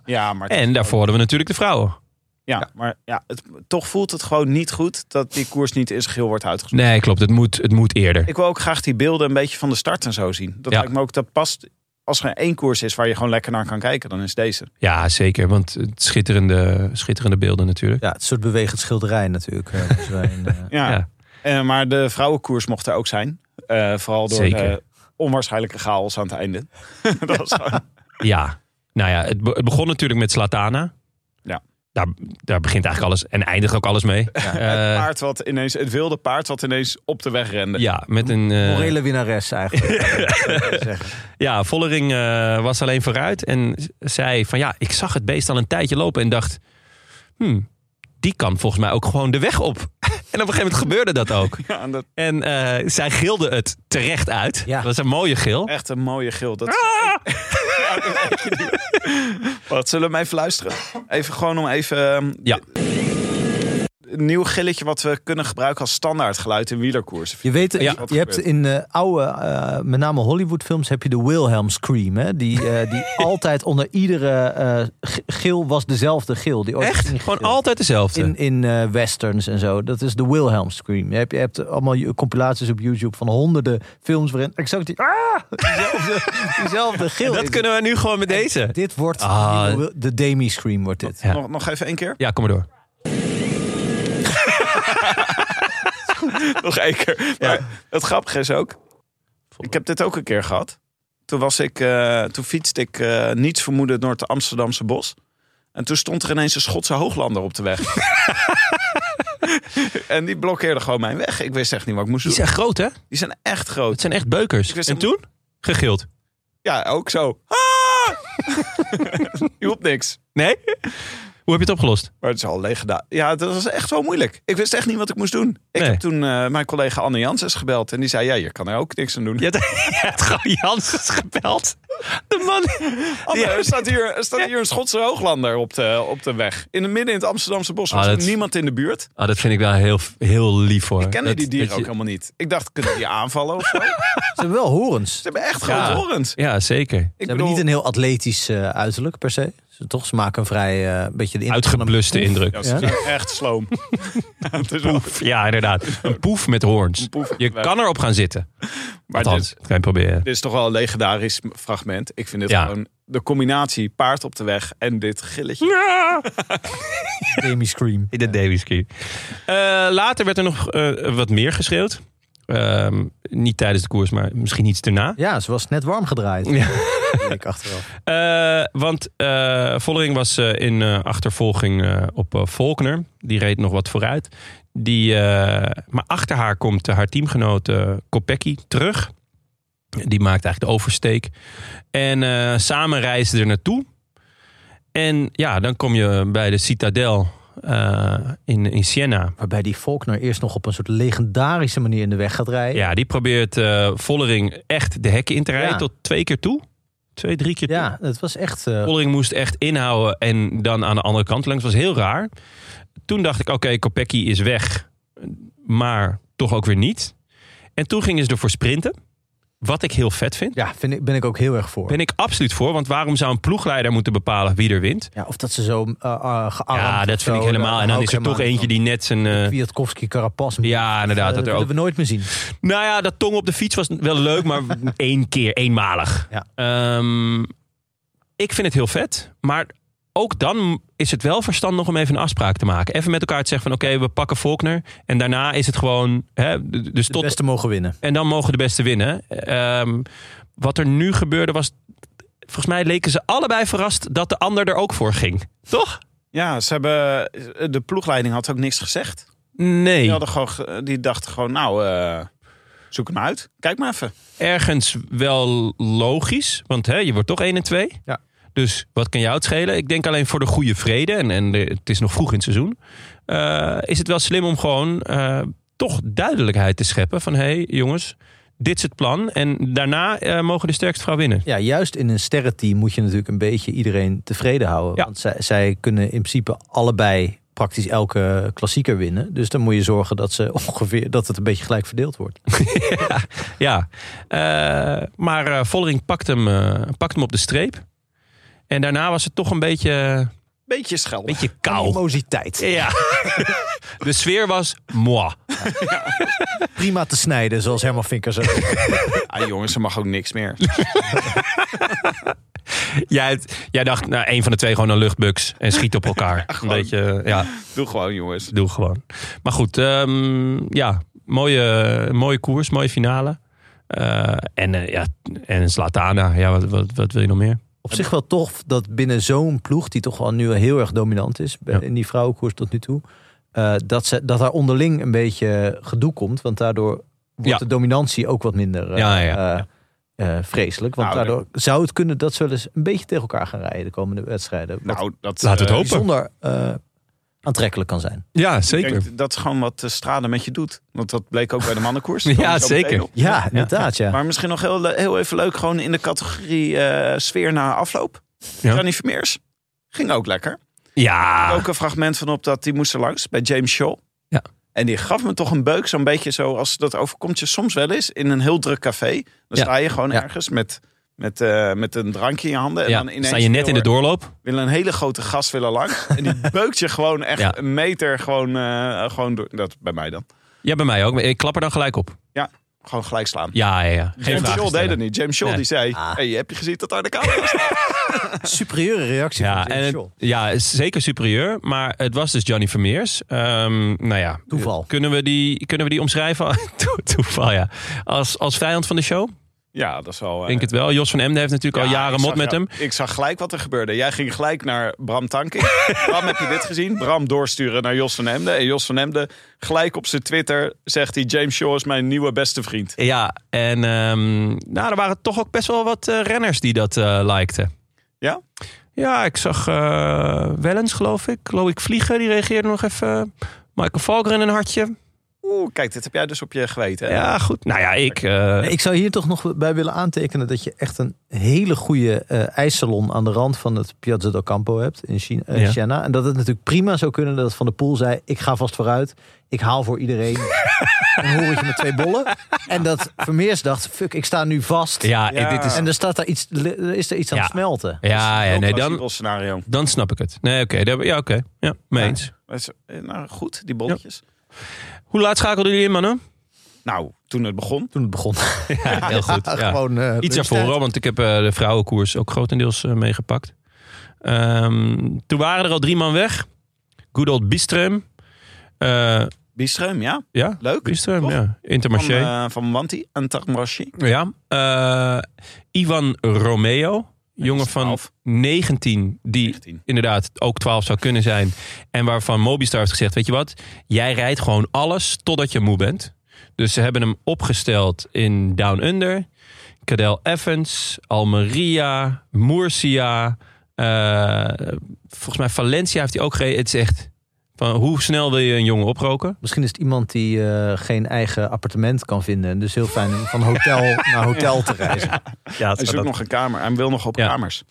Ja, maar het is
En daarvoor hadden we natuurlijk de vrouwen.
Ja, maar ja, het, toch voelt het gewoon niet goed dat die koers niet in zijn geheel wordt uitgesproken.
Nee, klopt. Het moet, het moet eerder.
Ik wil ook graag die beelden een beetje van de start en zo zien. Dat
Ja.
lijkt me ook, dat past. Als er één koers is waar je gewoon lekker naar kan kijken, dan is deze.
Ja, zeker. Want het schitterende, schitterende beelden natuurlijk.
Ja, het soort bewegend schilderij natuurlijk. eh, was wij in, eh,
Ja.
Ja.
Eh, maar de vrouwenkoers mocht er ook zijn. Eh, vooral door
Zeker.
de onwaarschijnlijke chaos aan het einde. dat was gewoon-
Ja. Nou ja, het, be- het begon natuurlijk met Slatana.
Ja.
Daar, daar begint eigenlijk alles en eindigt ook alles mee.
het,
Ja,
paard wat ineens, het wilde paard wat ineens op de weg rende.
ja met een... eh,
Morele winnares eigenlijk. zou ik zeggen.
ja, Vollering eh, was alleen vooruit en z- zei van... Ja, ik zag het beest al een tijdje lopen en dacht... Hmm, die kan volgens mij ook gewoon de weg op. en op een gegeven moment gebeurde dat ook.
Ja, en dat,
En eh, zij gilde het terecht uit.
Ja.
Dat was een mooie gil.
echt een mooie gil. Dat,
Ah!
Wat, zullen we hem even luisteren? Even gewoon om even... ehm,
Ja.
Een nieuw gilletje wat we kunnen gebruiken als standaard geluid in wielerkoersen.
Je weet,
Ja.
je, je hebt in eh, oude, eh, met name Hollywoodfilms, heb je de Wilhelm Scream. Hè? Die, eh, die altijd onder iedere eh, g- gil was dezelfde gil. Die ooit
Echt?
is
Gewoon
ingegild.
altijd dezelfde.
In, in eh, westerns en zo. Dat is de Wilhelm Scream. Je hebt, je hebt allemaal je- compilaties op YouTube van honderden films waarin exact die, ah, diezelfde, diezelfde gil.
dat
is.
kunnen we nu gewoon met deze.
Dit wordt
Ah.
de nieuwe- de Demi Scream wordt dit.
Ja.
Nog, nog even één keer?
Ja, kom maar door.
nog één keer. Maar het grappige is ook... Ik heb dit ook een keer gehad. Toen, was ik, eh, toen fietste ik eh, niets vermoedend door het Amsterdamse bos. En toen stond er ineens een Schotse hooglander op de weg. en die blokkeerde gewoon mijn weg. Ik wist echt niet wat ik moest
Die
doen.
zijn groot, hè?
Die zijn echt
Het
groot.
zijn echt beukers.
Ik wist
En
helemaal-
toen? Gegild.
Ja, ook zo. Ah! Hielp niks.
Nee? Hoe heb je het opgelost?
Maar het is al leeg gedaan. Ja, dat was echt wel moeilijk. Ik wist echt niet wat ik moest doen. Ik
Nee.
heb toen eh, mijn collega Anne Janssens gebeld. En die zei, ja, je kan er ook niks aan doen.
Je hebt, je hebt gewoon Janssens gebeld. Oh, De man.
Anne,
Ja.
er staat, hier, er staat hier een Schotse hooglander op de, op de weg. In het midden in het Amsterdamse bos.
Ah,
was
dat-
niemand in de buurt.
Ah, dat vind ik wel heel, heel lief hoor.
Ik kende
Dat-
die dieren
dat
ook
je-
helemaal niet. Ik dacht, kunnen die aanvallen of zo? Ze
Ze hebben wel horens. Ze
hebben echt
Ja.
grote horens.
Ja, zeker.
Ik
hebben niet een heel atletisch eh, uiterlijk per se. Ze, toch, ze maken een vrij eh, beetje de indruk van een-
Uitgebluste indruk.
Ja, ze
Ja.
zijn echt sloom. Het is wel-
Poef. Ja, inderdaad. Een poef met hoorns.
Een poef met
Je
weg.
kan erop gaan zitten.
Maar
Althans, dat kan je proberen.
Dit is toch wel een legendarisch fragment. Ik vind dit
Ja.
gewoon de combinatie paard op de weg en dit gilletje.
Demi Scream.
In de Davies Key. Eh, later werd er nog eh, wat meer geschreeuwd. Ehm, niet tijdens de koers, maar misschien iets daarna.
Ja, ze was net warm gedraaid.
Ja.
Weet ik achteraf.
Eh, want eh, Vollering was eh, in eh, achtervolging eh, op eh, Volkner. Die reed nog wat vooruit. Die, eh, maar achter haar komt eh, haar teamgenoot eh Kopecky terug. Die maakt eigenlijk de oversteek. En eh, samen reizen er naartoe. En ja, dan kom je bij de Citadel eh, in, in Siena.
Waarbij die Faulkner eerst nog op een soort legendarische manier in de weg gaat rijden.
Ja, die probeert eh, Vollering echt de hekken in te rijden.
Ja.
Tot twee keer toe. Twee, drie keer toe.
Ja, het was echt... eh,
Vollering moest echt inhouden en dan aan de andere kant langs. was heel raar. Toen dacht ik, oké, Kopecky is weg. maar toch ook weer niet. En toen gingen ze ervoor sprinten. Wat ik heel vet vind.
Ja, vind ik, ben ik ook heel erg voor.
Ben ik absoluut voor, want waarom zou een ploegleider moeten bepalen wie er wint?
Ja, of dat ze zo eh eh, gearmd
ja, dat
of
vind ik
zo,
helemaal.
daar
En dan
hou
is
ik
er toch
helemaal
eentje
niet
die net zijn.
van.
eh,
Kwiatkowski, Carapaz.
ja, inderdaad.
dat
Dat er
willen
ook.
we nooit meer zien.
Nou ja, dat tong op de fiets was wel leuk, maar één keer, eenmalig.
Ja.
Ehm, ik vind het heel vet, maar ook dan is het wel verstandig om even een afspraak te maken. Even met elkaar te zeggen van oké, we pakken Faulkner. En daarna is het gewoon, hè, d- dus
De
tot,
beste mogen winnen.
en dan mogen de beste winnen. Ehm, wat er nu gebeurde was, volgens mij leken ze allebei verrast dat de ander er ook voor ging. Toch?
Ja, ze hebben, de ploegleiding had ook niks gezegd.
Nee.
Die, hadden gewoon, ge- die dachten gewoon, nou, eh, zoek hem uit. Kijk maar even.
ergens wel logisch. Want hè, je wordt toch 1 en 2.
Ja.
Dus wat kan jou het schelen? Ik denk alleen voor de goede vrede. En, en de- het is nog vroeg in het seizoen. eh, is het wel slim om gewoon eh, toch duidelijkheid te scheppen. Van hé hey, jongens, dit is het plan. En daarna eh, mogen de sterkste vrouw winnen.
Ja, juist in een sterrenteam moet je natuurlijk een beetje iedereen tevreden houden.
Ja.
Want zij, zij kunnen in principe allebei praktisch elke klassieker winnen. Dus dan moet je zorgen dat, ze ongeveer, dat het een beetje gelijk verdeeld wordt.
Ja, eh, maar eh, Vollering pakt hem, eh, pakt hem op de streep. En daarna was het toch een beetje,
Beetje schelden.
beetje kou.
Animositeit.
Ja. De sfeer was moi.
Prima te snijden, zoals Herman Vinker zei.
Ah, jongens, er mag ook niks meer.
Jij, hebt- jij dacht, nou, één van de twee gewoon een luchtbuks en schiet op elkaar. een
Gewoon.
beetje, eh, ja,
Doe gewoon, jongens.
doe gewoon. Maar goed, ehm, ja, mooie, mooie koers, mooie finale. Eh, en, eh, ja, en Zlatana, ja, wat, wat, wat wil je nog meer?
Op zich wel tof dat binnen zo'n ploeg, die toch al nu heel erg dominant is
Ja.
in die vrouwenkoers tot nu toe, eh, dat, ze, dat daar onderling een beetje gedoe komt. Want daardoor wordt
Ja.
de dominantie ook wat minder eh,
Ja, ja,
eh, eh, vreselijk. Want
Nou,
daardoor zou het kunnen dat ze wel eens een beetje tegen elkaar gaan rijden de komende wedstrijden. Wat
Nou, dat,
Laten we het
eh,
hopen.
bijzonder eh, aantrekkelijk kan zijn.
Ja,
ik denk dat is gewoon wat de strade met je doet. Want dat bleek ook bij de mannenkoers.
Ja,
Daar kom ik zo
zeker.
meteen op.
Ja, inderdaad. Ja.
Maar misschien nog heel, heel even leuk, gewoon in de categorie eh, sfeer na afloop.
Ja.
Johnny Vermeers ging ook lekker.
Ja,
Ook een fragment van op dat die moest er langs bij James Shaw.
Ja.
En die gaf me toch een beuk, zo'n beetje zo als dat overkomt je soms wel eens in een heel druk café. Dan
Ja.
sta je gewoon
Ja.
ergens met, met, eh, met een drankje in je handen. En
ja.
eh, dan ineens
sta je net in de
wil er-
doorloop.
wil een hele grote gas willen langs. en die beukt je gewoon echt
Ja.
een meter gewoon, eh, gewoon door. Dat bij mij dan.
Ja, bij mij ook. maar Ik klap er dan gelijk op.
Gewoon gelijk slaan.
Ja, ja, ja. Geen
James
vragen
Shaw deed
stellen.
het niet. James Shaw
Nee.
die zei,
Ah.
hey, heb je gezien dat daar de camera is?
Superieure reactie
Ja,
van
en
James
het-
Shaw.
ja, is zeker superieur. Maar het was dus Johnny Vermeers. Ehm, nou ja,
Toeval.
Kunnen we die, kunnen we die omschrijven? To- Toeval, ja. Als, als vijand van de show?
Ja, dat is wel... eh,
Denk het wel. Jos van Emden heeft natuurlijk
ja,
al jaren
ik
mot
zag-
met
ja,
hem.
Ik zag gelijk wat er gebeurde. Jij ging gelijk naar Bram Tankink. Bram, heb je dit gezien? Bram doorsturen naar Jos van Hemden. En Jos van Hemden, gelijk op zijn Twitter, zegt hij... James Shaw is mijn nieuwe beste vriend.
Ja, en ehm, nou, er waren toch ook best wel wat eh, renners die dat eh likten.
Ja?
Ja, ik zag eh Wellens, geloof ik. Loïc Vliegen, die reageerde nog even. Michael Valgren een hartje.
Oeh, kijk, dit heb jij dus op je geweten. hè?
Ja, goed. Nou ja, ik... eh,
Nee, Ik zou hier toch nog bij willen aantekenen dat je echt een hele goede eh, ijssalon aan de rand van het Piazza del Campo hebt in China, eh,
Ja.
Siena. En dat het natuurlijk prima zou kunnen dat Van der Poel zei: Ik ga vast vooruit, ik haal voor iedereen een horentje met twee bollen. En dat Vermeers dacht: Fuck, ik sta nu vast.
ja,
Ja.
dit is...
En er, staat daar iets, er is er iets aan
Ja.
het smelten.
Ja, ja,
Ook
nee, dan,
plausibel scenario.
Dan snap ik het. Nee, oké. daar- ja, oké. Ja, mee
Ja.
eens.
Maar is- eh, Nou, goed, die bolletjes.
Hoe laat schakelden jullie in, mannen?
Nou, toen het begon.
Toen het begon.
Ja, heel goed. Ja.
Gewoon, eh,
Iets
lunchtijd.
daarvoor, hoor, want ik heb eh, de vrouwenkoers ook grotendeels eh, meegepakt. Ehm, toen waren er al drie man weg. Good old Bistreum. Eh,
Bistreum, ja.
ja,
Leuk.
Bistreum,
Toch?
ja.
Van,
Intermarché.
eh van Wanti en Tarmarchi.
ja. Eh, Ivan Romeo, jongen van
12.
19, die
19.
inderdaad ook 12 zou kunnen zijn. En waarvan Mobistar heeft gezegd, weet je wat? Jij rijdt gewoon alles totdat je moe bent. Dus ze hebben hem opgesteld in Down Under. Cadel Evans, Almeria, Murcia. eh, volgens mij Valencia heeft hij ook gereden. Het is echt, van, hoe snel wil je een jongen oproken?
Misschien is het iemand die eh, geen eigen appartement kan vinden. En dus heel fijn om van hotel naar hotel te reizen.
Ja,
Hij zoekt nog een kamer. Hij wil nog op
Ja.
kamers.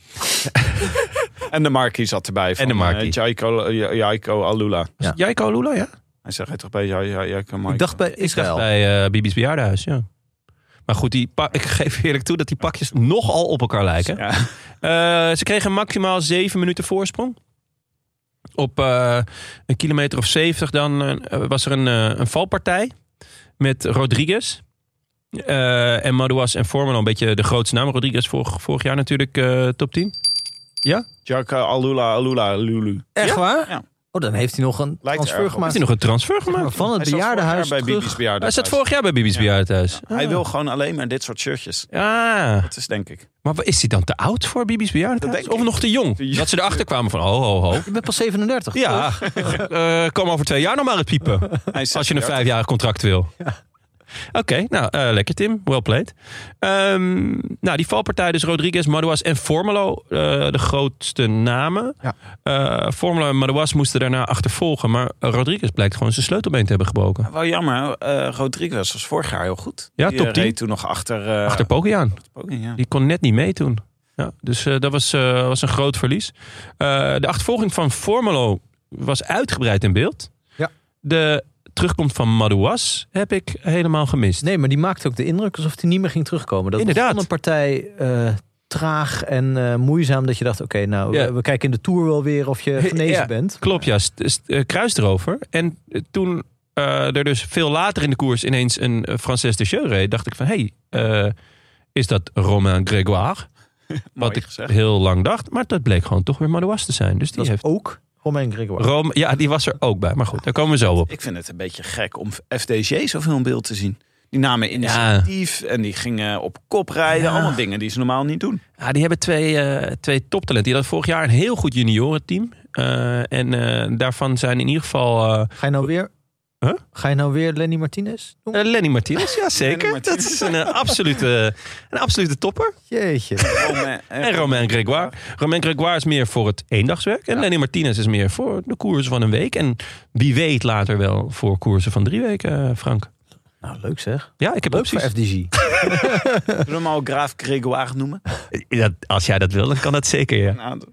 en de Marquis zat erbij. Van,
de Marquis.
eh, Jaiko, eh, Jaiko Alula.
Jaiko Lula, ja?
Hij zegt, hij toch bij jou, jij, jij kan Michael.
Ik dacht bij Israël.
Bij eh Bibi's bejaardenhuis, ja. Maar goed, die pa- ik geef eerlijk toe dat die pakjes nogal op elkaar lijken.
Ja.
Eh, ze kregen maximaal zeven minuten voorsprong. Op eh, een kilometer of zeventig dan eh, was er een, eh, een valpartij met Rodriguez. Eh, en Madouas en Forman, een beetje de grootste naam. Rodriguez vorig, vorig jaar natuurlijk eh, top 10.
Jack eh, Alula, Alula, Lulu.
Echt waar?
Ja.
Oh, dan heeft hij nog een
er
transfer
erg op.
Heeft
gemaakt.
hij nog een transfer gemaakt?
Van het
Hij zat vorig jaar
bejaardenhuis
bij
terug.
Bibi's
Hij
bejaardenhuis.
zat vorig Ah. jaar bij Bibi's
Ja.
bejaardenhuis.
Hij wil gewoon alleen maar dit soort shirtjes.
Ah.
Dat is denk ik.
Maar is hij dan te oud voor Bibi's bejaardenhuis?
denk
Of
ik.
nog te
Te
jong?
jong.
Dat ze erachter kwamen van, ho, ho, ho.
Je bent pas 37.
Ja, eh, kom over twee jaar nog maar het piepen.
Hij is
Als je een
36.
vijfjarig contract wil. Oké, nou, eh, lekker Tim. Well played. Ehm, nou, die valpartij dus Rodriguez, Madouas en Formelo. eh, de grootste namen.
Ja.
Eh, Formelo en Madouas moesten daarna achtervolgen. Maar Rodriguez blijkt gewoon zijn sleutelbeen te hebben gebroken.
Wel jammer, eh Rodriguez was vorig jaar heel goed.
Ja,
Die,
top
eh,
10.
reed toen nog achter... eh,
Achter Pokiaan.
Poggi, ja.
Die kon net niet mee toen. Ja, dus eh, dat was, eh, was een groot verlies. Eh, de achtervolging van Formelo was uitgebreid in beeld.
Ja.
De terugkomst van Madouas heb ik helemaal gemist.
Nee, maar die maakte ook de indruk alsof hij niet meer ging terugkomen. Dat
Inderdaad.
was een partij eh, traag en eh, moeizaam. Dat je dacht, oké, nou,
Ja.
we, we kijken in de Tour wel weer of je genezen
Ja.
bent.
Klopt, ja. St- st- eh, kruis erover. En eh, toen eh, er dus veel later in de koers ineens een eh, Frances de Cheux reed, dacht ik van, hé, hey, eh, is dat Romain Grégoire?
Mooi
Wat ik
gezegd.
heel lang dacht. Maar dat bleek gewoon toch weer Madouas te zijn. Dus die
Dat was
heeft...
ook Romain Grégoire.
Rome, ja, die was er ook bij. Maar goed, daar komen we zo op.
Ik vind het een beetje gek om FDG zoveel in beeld te zien. Die namen initiatief en die gingen op kop rijden.
Ja.
Allemaal dingen die ze normaal niet doen.
Ja, die hebben twee, eh, twee toptalenten. Die hadden vorig jaar een heel goed juniorenteam. Eh en eh, daarvan zijn in ieder geval eh,
Ga je nou weer...
Huh?
Ga je nou weer Lenny Martinez doen?
eh, Lenny Martinez. Ja, zeker.
Lenny Martinez.
Dat is een, eh, absolute, een absolute topper.
Eh.
Jeetje.
Rome- eh,
En Romain Grégoire. Romain Grégoire is meer voor het eendagswerk. En Lenny Martinez is meer voor de koersen van een week. En wie weet later wel voor koersen van drie weken, eh, Frank.
nou, leuk zeg.
Ja, ik heb
Leuk
ook zoiets.
voor FDG.
Zullen we hem al eh, Graaf Grégoire noemen?
Ja, als jij dat wil, dan kan dat zeker, ja.
Nou, dat-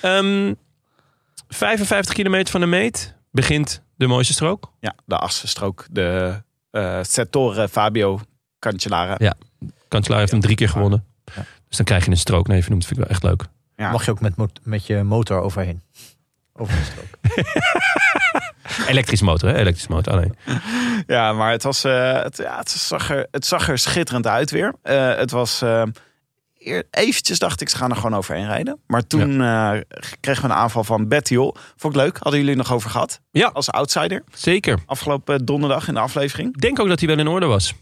Ehm, 55 kilometer van de meet begint de mooiste strook.
ja, de achtste strook. De eh Settore Fabio Cancellara.
Ja. Kanselaar heeft hem drie keer gewonnen.
Ja.
Dus dan krijg je een strook. Nee, vernoemd vind ik wel echt leuk.
Ja.
Mag je ook met, mo- met je motor overheen. Over de strook.
Elektrisch motor, hè? Elektrisch motor. Ah, Alleen.
Ja, maar het, was, eh, het, ja, het, zag er, het zag er schitterend uit weer. Eh, het was... eh, eer- Eventjes dacht ik, ze gaan er gewoon overheen rijden. Maar toen eh, kregen we een aanval van Bettiol. Vond ik leuk. Hadden jullie het nog over gehad?
Ja.
Als outsider.
Zeker.
Afgelopen donderdag in de aflevering.
Ik denk ook dat hij wel in orde was.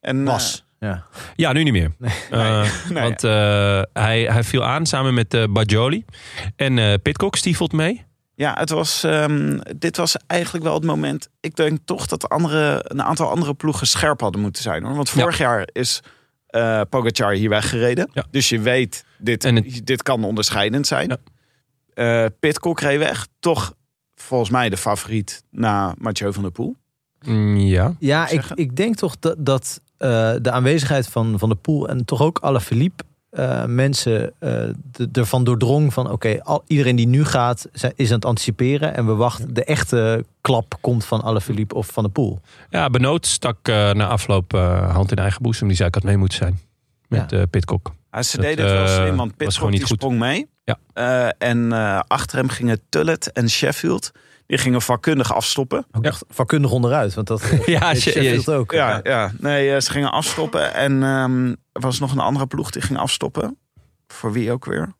En,
Mas. Ja.
Ja, nu niet meer. Eh, want eh, hij, hij viel aan samen met eh Bajoli. En eh Pitcock stiefelt mee.
Ja, het was, ehm, dit was eigenlijk wel het moment. Ik denk toch dat de andere, een aantal andere ploegen scherp hadden moeten zijn. Hoor. Want vorig jaar is eh Pogacar hier weggereden.
Ja.
Dus je weet, dit,
En het-
dit kan onderscheidend zijn.
Ja.
Eh Pitcock reed weg. Toch volgens mij de favoriet na Mathieu van der Poel.
Mm, ja.
Ja, ik,
zeggen?
ik denk toch dat, dat eh, de aanwezigheid van, van de pool en toch ook alle Philippe mensen eh, de- ervan doordrong van oké, al- iedereen die nu gaat zij- is aan het anticiperen en we wachten. De echte klap komt van alle Philippe of van de pool.
ja, Benoot stak eh, na afloop eh, hand in eigen boezem. Die zei ik had mee moeten zijn. Met eh Pitcock.
Ja, ze
Dat,
deden het wel
eh,
slim,
was
want Pitcock
gewoon niet
die
goed.
sprong mee.
Ja.
Eh, en eh, achter hem gingen Tullet en Sheffield. Die gingen vakkundig afstoppen.
Ook
Ja.
echt vakkundig onderuit, want dat dat
Ja,
deed
je-
Sheffield ook.
Ja, ja. nee, eh, ze gingen afstoppen. En ehm, er was nog een andere ploeg die ging afstoppen. Voor wie ook weer?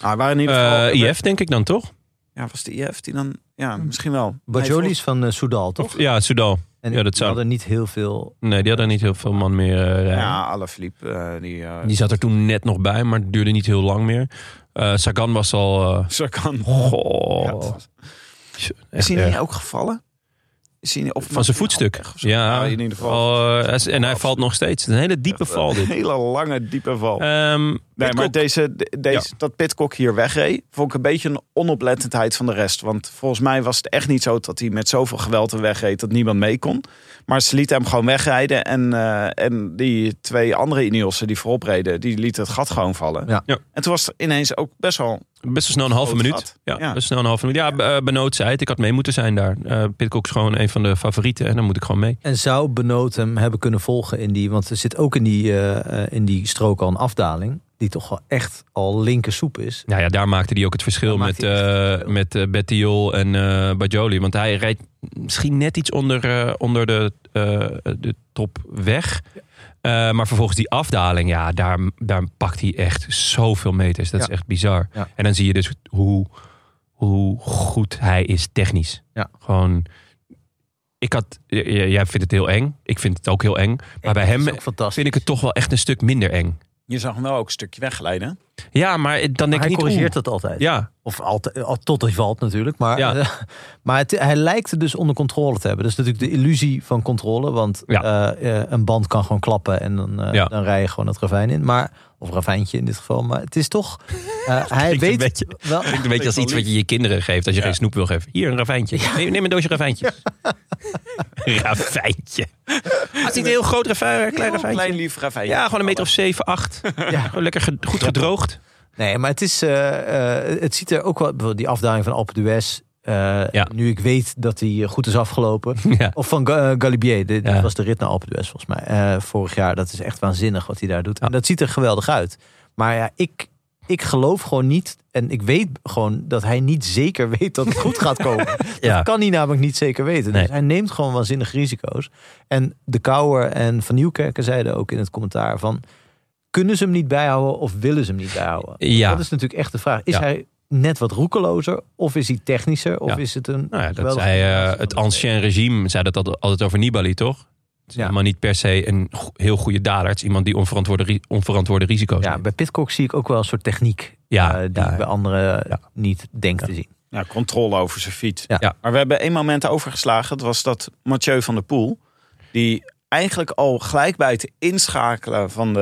Ah, waren in ieder geval...
Eh, IF denk ik dan toch?
Ja, was de IF die dan... Ja, misschien wel.
Bajoli
Nee,
is van eh, Soudal, toch?
Ja, Soudal.
En
ja, dat
die
zou-
hadden niet heel veel.
Nee, die hadden niet heel veel man meer. eh,
vol-
rijden.
Ja, Alaphilippe. eh, die, eh,
Die zat er toen net nog bij, maar het duurde niet heel lang meer. Eh, Sagan was al... eh,
Zo kan. Ja,
goh,
het was-
Oh, echt
is hij niet
erg.
ook gevallen? Is hij niet op
van zijn voetstuk.
Of zo? Nou,
Ja, eh,
in ieder geval.
al, eh, en hij valt nog steeds. Het is Een hele diepe val dit.
Een hele lange, diepe val.
Ehm
Nee, maar
Pitcock.
deze, de- deze, dat Pitcock hier wegreed, vond ik een beetje een onoplettendheid van de rest. Want volgens mij was het echt niet zo dat hij met zoveel geweld er wegreed dat niemand mee kon. Maar ze lieten hem gewoon wegrijden. En, eh, en die twee andere Ineossen die voorop reden, die lieten het gat gewoon vallen.
Ja.
Ja.
En toen was het ineens ook best wel...
Best wel snel een halve
Groot
minuut.
gat.
Ja,
Ja.
best snel een halve minuut. Ja, eh, Benoot zei het. Ik had mee moeten zijn daar. Eh Pitcock is gewoon een van de favorieten. En dan moet ik gewoon mee.
En zou Benoot hem hebben kunnen volgen in die... Want er zit ook in die, eh, eh, in die strook al een afdaling. Die toch wel echt al linker soep is.
Nou ja, daar maakte hij ook het verschil
Daar
met,
maakte hij echt
eh,
het verschil.
met eh, Bettiol en eh Bajoli. Want hij rijdt misschien net iets onder, eh, onder de, eh, de top weg. Eh, maar vervolgens die afdaling, ja, daar, daar pakt hij echt zoveel meters. Dat
Ja.
is echt bizar.
Ja.
En dan zie je dus hoe, hoe goed hij is technisch.
Ja.
Gewoon, ik had, j- j- jij vindt het heel eng. Ik vind het ook heel eng. Maar bij
Dat
hem
is ook fantastisch.
vind ik het toch wel echt een stuk minder eng.
Je zag hem wel ook een stukje wegglijden.
Ja, maar dan
Maar
denk
hij
ik niet... oeh.
corrigeert dat altijd.
Ja,
Of altijd, eh, al- tot hij valt natuurlijk. Maar,
Ja.
eh, maar het, hij lijkt het dus onder controle te hebben. Dat is natuurlijk de illusie van controle. Want
Ja.
eh, eh, een band kan gewoon klappen en dan, eh,
Ja.
dan rij je gewoon het ravijn in. Maar, of ravijntje in dit geval. Maar het is toch... eh, hij
een
weet
beetje-
wel...
Klinkt een beetje als iets wat je je kinderen geeft als je geen snoep wil geven. Hier, een ravijntje. Neem, neem een doosje ravijntjes. ravijntje. Als niet een heel groot ravijn, klein ravijntje.
Klein lief ravijn.
Ja, gewoon een meter of 7, 8.
Ja.
Gewoon lekker ge- goed gedroogd.
Nee, maar het is. eh, eh, het ziet er ook wel. bijvoorbeeld Die afdaling van Alpe d'Huez. eh,
Ja.
Nu ik weet dat die goed is afgelopen.
Ja.
Of van Ga- eh, Galibier. Dit dit
Ja.
was de rit naar Alpe d'Huez volgens mij. eh, vorig jaar. Dat is echt waanzinnig wat hij daar doet.
Ja.
En dat ziet er geweldig uit. Maar ja, ik, ik geloof gewoon niet. En ik weet gewoon dat hij niet zeker weet dat het goed gaat komen.
Ja.
Dat kan hij namelijk niet zeker weten.
Nee.
Dus hij neemt gewoon waanzinnig risico's. En de Kouwer en Van Nieuwkerken zeiden ook in het commentaar van... kunnen ze hem niet bijhouden of willen ze hem niet bijhouden?
Ja.
Dat is natuurlijk echt de vraag. Is
Ja.
hij net wat roekelozer of is hij technischer? Of
Ja.
is het een...
Nou ja, dat
geweldige
zei eh,
combinatie van
het
de twee?
ancien regime, zei dat al- altijd over Nibali, toch? Het is
Ja.
helemaal niet per se een go- heel goede dader. Het is iemand die onverantwoorde, ri- onverantwoorde risico's
Ja,
neemt.
bij Pitcock zie ik ook wel een soort techniek...
Ja,
eh, die
ja.
ik bij anderen
Ja.
niet denk te zien.
Ja, controle over zijn fiets.
Ja.
Ja.
Maar we hebben één moment overgeslagen. Dat was dat Mathieu van der Poel. Die eigenlijk al gelijk bij het inschakelen van de,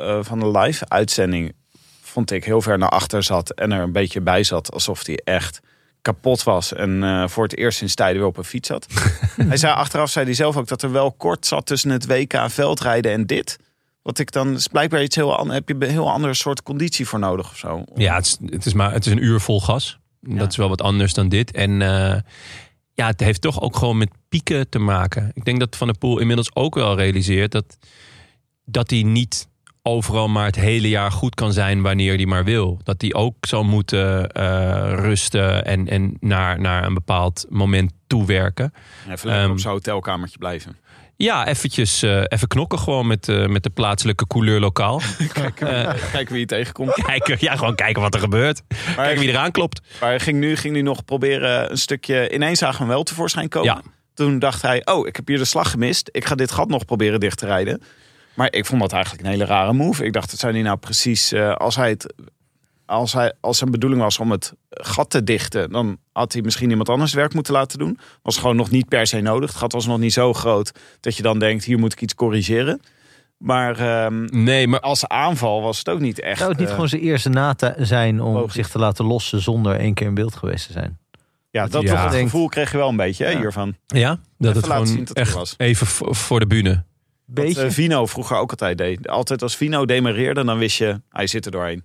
eh, van de live uitzending. Vond ik heel ver naar achter zat. En er een beetje bij zat. Alsof hij echt kapot was. En eh, voor het eerst sinds tijden weer op een fiets zat. hij zei achteraf, zei hij zelf ook, dat er wel kort zat tussen het WK veldrijden en dit. Wat ik dan, is blijkbaar iets heel anders. Heb je een heel ander soort conditie voor nodig of zo?
Ja, het is, het is, maar, het is een uur vol gas. Dat is wel wat anders dan dit. En eh, ja, het heeft toch ook gewoon met pieken te maken. Ik denk dat Van der Poel inmiddels ook wel realiseert dat, dat hij niet overal maar het hele jaar goed kan zijn wanneer hij maar wil. Dat hij ook zal moeten eh, rusten en, en naar, naar een bepaald moment toewerken.
Even lekker
Ehm,
op zijn hotelkamertje blijven.
Ja, eventjes eh, even knokken gewoon met, eh, met de plaatselijke couleur lokaal. Eh,
Kijken wie je tegenkomt.
kijken, ja, gewoon kijken wat er gebeurt. Kijken wie eraan klopt.
Maar hij ging nu, ging nu nog proberen een stukje... Ineens zagen we hem wel tevoorschijn komen.
Ja.
Toen dacht hij, oh, ik heb hier de slag gemist. Ik ga dit gat nog proberen dicht te rijden. Maar ik vond dat eigenlijk een hele rare move. Ik dacht, dat zijn die nou precies... eh, als, hij het, als, hij, als zijn bedoeling was om het gat te dichten... dan had hij misschien iemand anders het werk moeten laten doen. Was gewoon nog niet per se nodig. Het gat was nog niet zo groot dat je dan denkt... hier moet ik iets corrigeren. Maar ehm,
Nee, maar
als aanval was het ook niet echt...
Zou het niet
eh,
gewoon zijn eerste na te zijn om
logisch.
zich te laten lossen zonder één keer in beeld geweest te zijn?
Ja, dat
Ja.
toch het
Denkt-
gevoel kreeg je wel een beetje hè,
Ja.
hiervan.
Ja, dat het
laten
gewoon
zien dat het
echt
er was.
even vo- voor de bühne.
Wat
Beetje.
eh, Vino vroeger ook altijd deed. Altijd als Vino demareerde, dan wist je, hij zit er doorheen.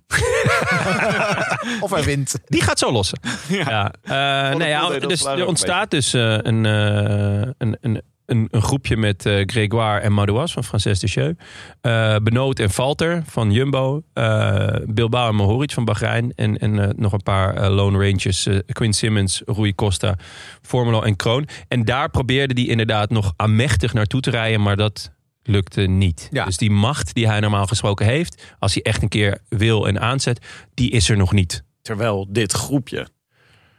of hij wint.
Die gaat zo lossen. Ja. eh,
Van de
nee, ja,
Poel deed dat
dus
vandaag
er
ook
ontstaat dus eh, een, eh, een, een, een, een groepje met eh, Grégoire en Madouas van Frances de Cheu. Eh, Benoot en Falter van Jumbo. eh, Bilbao en Mohoric van Bahrein. En, en eh, nog een paar eh, Lone Rangers. eh, Quinn Simmons, Rui Costa, Formelo en Kroon. En daar probeerde hij inderdaad nog amechtig naartoe te rijden. Maar dat lukte niet.
Ja.
Dus die macht die hij normaal gesproken heeft... als hij echt een keer wil en aanzet... die is er nog niet.
Terwijl dit groepje,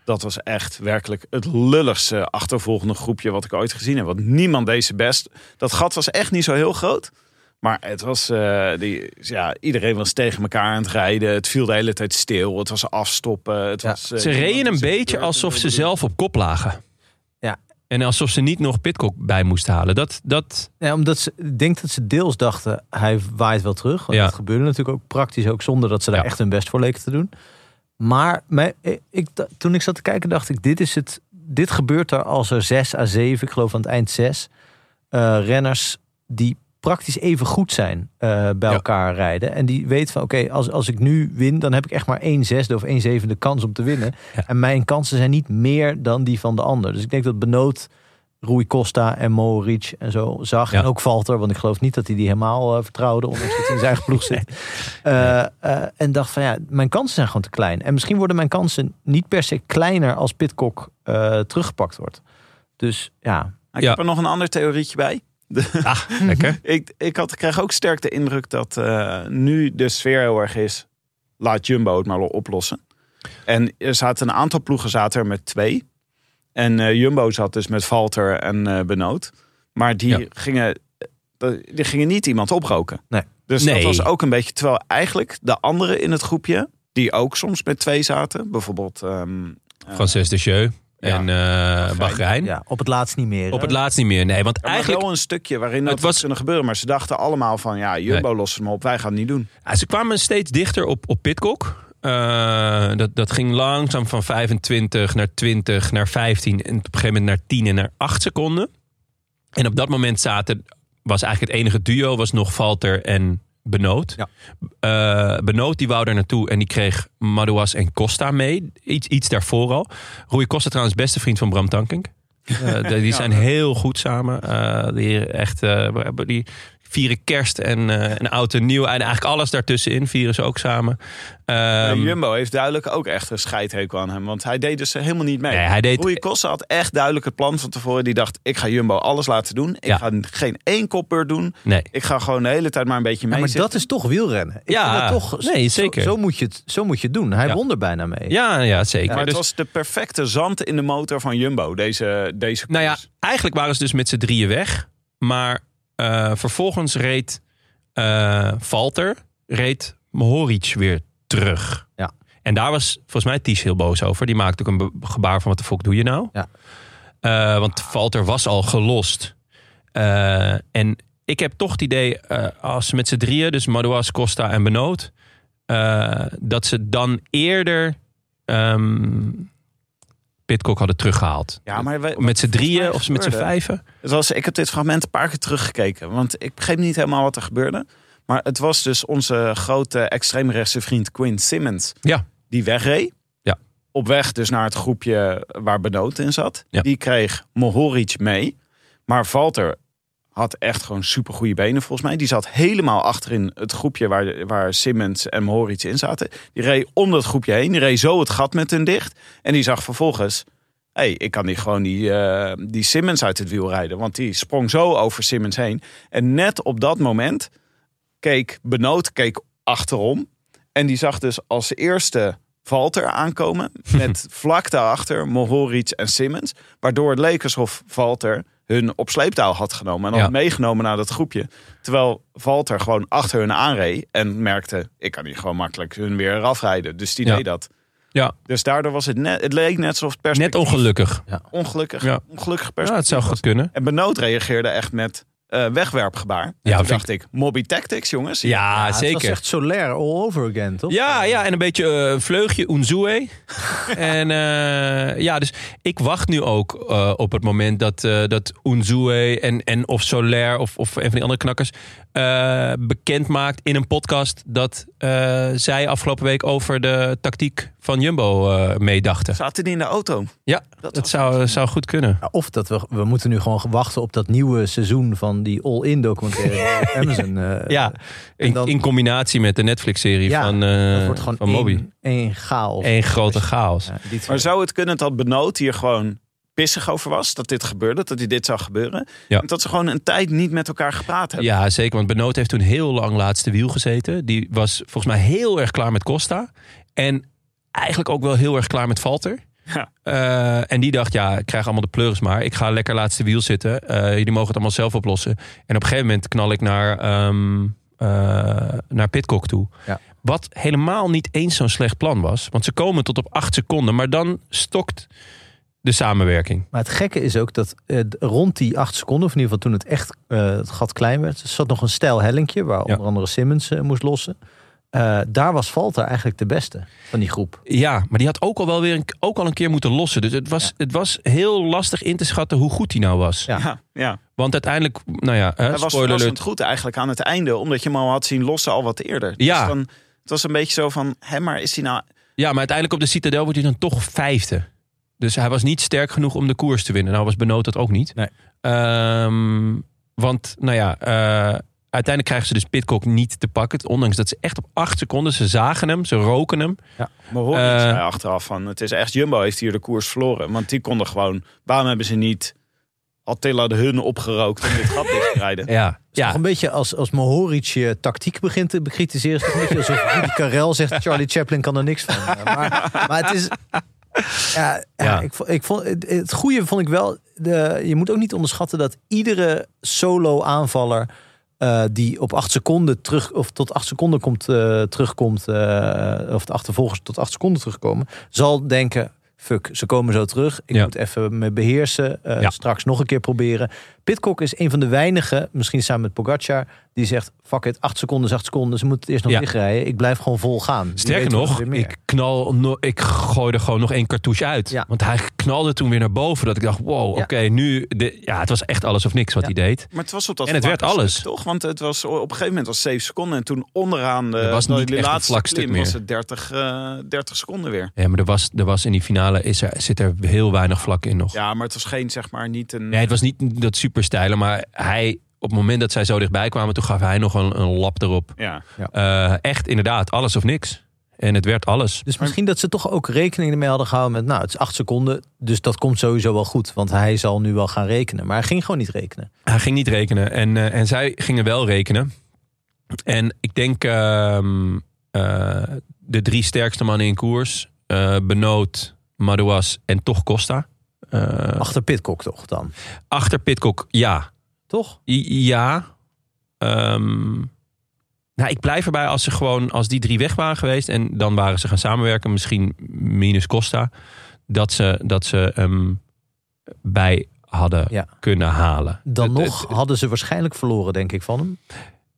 dat was echt werkelijk het lulligste achtervolgende groepje wat ik ooit gezien heb. Want niemand deed zijn best. Dat gat was echt niet zo heel groot. Maar het was, eh, die, ja, iedereen was tegen elkaar aan het rijden. Het viel de hele tijd stil. Het was afstoppen. Het
Ja.
was, eh,
Ze
niemand
reden
die
een
zijn
beetje
beurt
alsof ze
wilde doen.
zelf op kop lagen. En alsof ze niet nog Pitcock bij moesten halen. Dat, dat,
Ja, omdat ze, ik denk dat ze deels dachten, hij waait wel terug. Want
Ja.
dat gebeurde natuurlijk ook praktisch, ook zonder dat ze daar
Ja.
echt hun best voor leken te doen. Maar mij- ik, toen ik zat te kijken, dacht ik, dit, is het, dit gebeurt er als er zes à zeven, ik geloof aan het eind zes, eh, renners die praktisch even goed zijn eh, bij
Ja.
elkaar rijden. En die weten van, oké, als, als ik nu win, dan heb ik echt maar één zesde of één zevende kans om te winnen.
Ja.
En mijn kansen zijn niet meer dan die van de ander. Dus ik denk dat Benoot Rui Costa en Mohoric en zo zag.
Ja.
En ook Valter, want ik geloof niet dat hij die helemaal eh, vertrouwde, ondanks dat hij in zijn eigen ploeg zit. Eh, eh, en dacht van ja, mijn kansen zijn gewoon te klein. En misschien worden mijn kansen niet per se kleiner als Pitcock eh, teruggepakt wordt. Dus ja,
Ah, Ik
Ja.
heb er nog een ander theorietje bij.
ah,
Mhm.
lekker.
Ik, ik had, kreeg ook sterk de indruk dat eh, nu de sfeer heel erg is... laat Jumbo het maar wel oplossen. En er zaten een aantal ploegen zaten er met twee. En eh, Jumbo zat dus met Valter en eh Benoot. Maar die,
Ja.
gingen, eh, die gingen niet iemand oproken.
Nee.
Dus
Nee.
dat was ook een beetje... Terwijl eigenlijk de anderen in het groepje... die ook soms met twee zaten. Bijvoorbeeld... ehm, eh,
Frances de Jeu en eh Bahrein.
ja, op het laatst niet meer.
Op het laatst niet meer. Nee, want
Er was
eigenlijk...
wel een stukje waarin dat
Het
het
was-
was kunnen gebeuren. Maar ze dachten allemaal van, ja, Jumbo lost hem op. Wij gaan het niet doen.
Ja, ze kwamen steeds dichter op, op Pitcock. Eh, dat, dat ging langzaam van 25 naar 20 naar 15 en op een gegeven moment naar 10 en naar 8 seconden. En op dat moment zaten, was eigenlijk het enige duo, was nog Valter en Benoot.
Ja.
Eh, Benoot die wou daar naartoe en die kreeg Madouas en Costa mee. Iets, iets daarvoor al. Rui Costa trouwens beste vriend van Bram Tankink. Eh, die die zijn heel goed samen. Eh, die echt, eh, we hebben die vieren kerst en, eh, en oud en nieuw. En eigenlijk alles daartussenin vieren ze ook samen.
Maar
Ehm,
Jumbo heeft duidelijk ook echt een scheidhekel aan hem. Want hij deed dus helemaal niet mee.
Nee, hij deed-
Rui Costa had echt duidelijk het plan van tevoren. Die dacht, ik ga Jumbo alles laten doen. Ik
Ja.
ga geen één kopbeurt doen.
nee.
Ik ga gewoon de hele tijd maar een beetje
Ja,
mee
maar
zitten.
dat is toch wielrennen. Ik
Ja,
vind dat toch,
nee,
zo-
zeker.
Zo, moet je het, zo moet je het doen. Hij
Ja.
won er bijna mee.
Ja, ja, zeker.
Maar het
Dus-
was de perfecte zand in de motor van Jumbo. Deze, deze
Nou ja,
koers.
eigenlijk waren ze dus met z'n drieën weg. Maar eh, vervolgens reed eh Valter, reed Mohoric weer terug.
Ja.
En daar was volgens mij Ties heel boos over. Die maakte ook een be- gebaar van wat de fuck doe je nou?
Ja.
Eh, want Valter was al gelost. Eh, en ik heb toch het idee, eh, als ze met z'n drieën, dus Madouas, Costa en Benoot... eh, dat ze dan eerder ehm Pitcock hadden teruggehaald.
Ja, maar wij-
Met z'n drieën
mij
of met z'n
gebeurde-
vijven?
Het was, ik heb dit fragment een paar keer teruggekeken. Want ik begreep niet helemaal wat er gebeurde. Maar het was dus onze grote extreemrechtse vriend Quinn Simmons.
Ja.
Die wegreed.
Ja.
Op weg dus naar het groepje waar Benoot in zat.
Ja.
Die kreeg Mohoric mee. Maar Valter had echt gewoon supergoeie benen volgens mij. Die zat helemaal achterin het groepje waar, waar Simmons en Mohoric in zaten. Die reed om dat groepje heen. Die reed zo het gat met hun dicht. En die zag vervolgens... Hé, hey, ik kan die gewoon die, eh, die Simmons uit het wiel rijden. Want die sprong zo over Simmons heen. En net op dat moment keek Benoot keek achterom. En die zag dus als eerste Valter aankomen. Met vlak daarachter Mohoric en Simmons. Waardoor het leek alsof Valter hun op sleeptouw had genomen. En had
Ja.
meegenomen naar dat groepje. Terwijl Valter gewoon achter hun aanreed. En merkte, ik kan hier gewoon makkelijk hun weer afrijden. Dus die
Ja.
deed dat.
Ja,
Dus daardoor was het net, het leek net alsof het
net
perspectief
ongelukkig. Ja.
ongelukkig, ongelukkig
Ja,
perspectief.
het zou goed kunnen.
En Benoot reageerde echt met eh, wegwerpgebaar. En
Ja,
toen
vind-
dacht ik, Mobby Tactics, jongens.
Ja,
Ja, Het was
zeker.
echt Solaire all over again, toch?
Ja, ja, en een beetje eh, vleugje Unzue. en eh, ja, dus ik wacht nu ook eh, op het moment dat, eh dat Unzue en, en of Soler of, of een van die andere knakkers eh, bekend maakt in een podcast dat eh, zij afgelopen week over de tactiek van Jumbo eh, meedachten.
Zaten die in de auto?
Ja,
Dat
dat zou, zou goed kunnen.
Ja, Nou, Of dat we, we moeten nu gewoon wachten op dat nieuwe seizoen van die all-in documentaire op Amazon. eh,
Ja, in,
dan-
in combinatie met de Netflix-serie
Ja,
van, eh,
dat wordt gewoon
van Moby.
één, één chaos.
Eén grote chaos.
Ja, die twee.
Maar zou het kunnen dat Benoot hier gewoon pissig over was? Dat dit gebeurde, dat hij dit zou gebeuren?
Ja.
En dat ze gewoon een tijd niet met elkaar gepraat hebben.
Ja, zeker. Want Benoot heeft toen heel lang laatste wiel gezeten. Die was volgens mij heel erg klaar met Costa. En eigenlijk ook wel heel erg klaar met Valter.
Ja.
Eh, en die dacht, ja, ik krijg allemaal de pleuris maar. Ik ga lekker laatste wiel zitten. Eh, jullie mogen het allemaal zelf oplossen. En op een gegeven moment knal ik naar, ehm eh, naar Pitcock toe.
Ja.
Wat helemaal niet eens zo'n slecht plan was. Want ze komen tot op acht seconden. Maar dan stokt de samenwerking.
Maar het gekke is ook dat eh, d- rond die acht seconden, of in ieder geval toen het echt eh, het gat klein werd, zat nog een stijl hellinkje waar onder andere Simmons eh, moest lossen. Eh, daar was Valter eigenlijk de beste van die groep.
Ja, maar die had ook al wel weer een, ook al een keer moeten lossen. Dus het was,
Ja.
het was heel lastig in te schatten hoe goed hij nou was.
Ja.
Ja, ja.
Want uiteindelijk, nou ja, hè,
Hij was
spoiler alert.
verrassend goed eigenlijk aan het einde. Omdat je hem al had zien lossen al wat eerder.
Ja.
Dus dan, het was een beetje zo van, hè, maar is hij nou...
Ja, maar uiteindelijk op de Citadel wordt hij dan toch vijfde. Dus hij was niet sterk genoeg om de koers te winnen. Nou was Benoot dat ook niet.
Nee.
Ehm, want, nou ja, eh, uiteindelijk krijgen ze dus Pitcock niet te pakken. Ondanks dat ze echt op acht seconden, ze zagen hem, ze roken hem.
Mahoney
Eh.
zei Nou achteraf van, het is echt Jumbo heeft hier de koers verloren. Want die konden gewoon, waarom hebben ze niet Attila de Hun opgerookt om dit gat dicht te rijden?
Ja,
Is toch
ja.
een beetje als, als Mohoric je tactiek begint te bekritiseren. Is toch een beetje alsof Rudy Karel zegt: Charlie Chaplin kan er niks van. Eh, Maar, maar het is. Ja,
Ja.
ja. Ik, vo- ik vond, het- het goede vond ik wel. De, je moet ook niet onderschatten dat iedere solo aanvaller. eh, die op acht seconden terug, of tot acht seconden komt, eh, terugkomt, eh, of de achtervolgers tot acht seconden terugkomen, zal denken: fuck, ze komen zo terug. Ik
Ja.
moet even me beheersen. eh,
Ja.
Straks nog een keer proberen. Pitcock is een van de weinigen, misschien samen met Pogacar, die zegt: fuck it, acht seconden is acht seconden. Ze moeten het eerst nog
Ja.
dichtrijden. Ik blijf gewoon vol gaan. Wie
Sterker
weet wordt
nog,
er weer meer.
ik, knal, no- ik gooi er gewoon nog één cartouche uit.
Ja.
Want hij knalde toen weer naar boven. Dat ik dacht, wow, oké,
Ja.
nu... De, ja, het was echt alles of niks wat
Ja.
hij deed.
Maar het was op dat
En het werd
vlakke
alles.
stuk, toch? Want het was op een gegeven moment was 7 seconden. En toen onderaan de,
Het was
de
niet echt een
laatste
vlak stuk
klim
meer.
was het 30, eh, 30 seconden weer.
Ja, maar er was, er was in die finale is er, zit er heel weinig vlak in nog.
Ja, maar het was geen, zeg maar, niet een...
Nee, het was niet dat superstijle, maar hij, op het moment dat zij zo dichtbij kwamen, toen gaf hij nog een, een lap erop.
Ja.
Eh, echt inderdaad, alles of niks. En het werd alles.
Dus misschien dat ze toch ook rekening ermee hadden gehouden met, nou, het is acht seconden, dus dat komt sowieso wel goed, want hij zal nu wel gaan rekenen. Maar hij ging gewoon niet rekenen.
Hij ging niet rekenen en, eh, en zij gingen wel rekenen. En ik denk ehm, eh, de drie sterkste mannen in koers, eh Benoot, Madouas en toch Costa. Eh,
Achter Pitcock toch dan?
achter Pitcock, ja.
Toch?
I- Ja. Ehm, nou, ik blijf erbij als ze gewoon, als die drie weg waren geweest en dan waren ze gaan samenwerken, misschien minus Costa, dat ze, dat ze hem bij hadden
Ja.
kunnen halen.
Dan
Het-
nog hadden ze waarschijnlijk verloren, denk ik, van hem.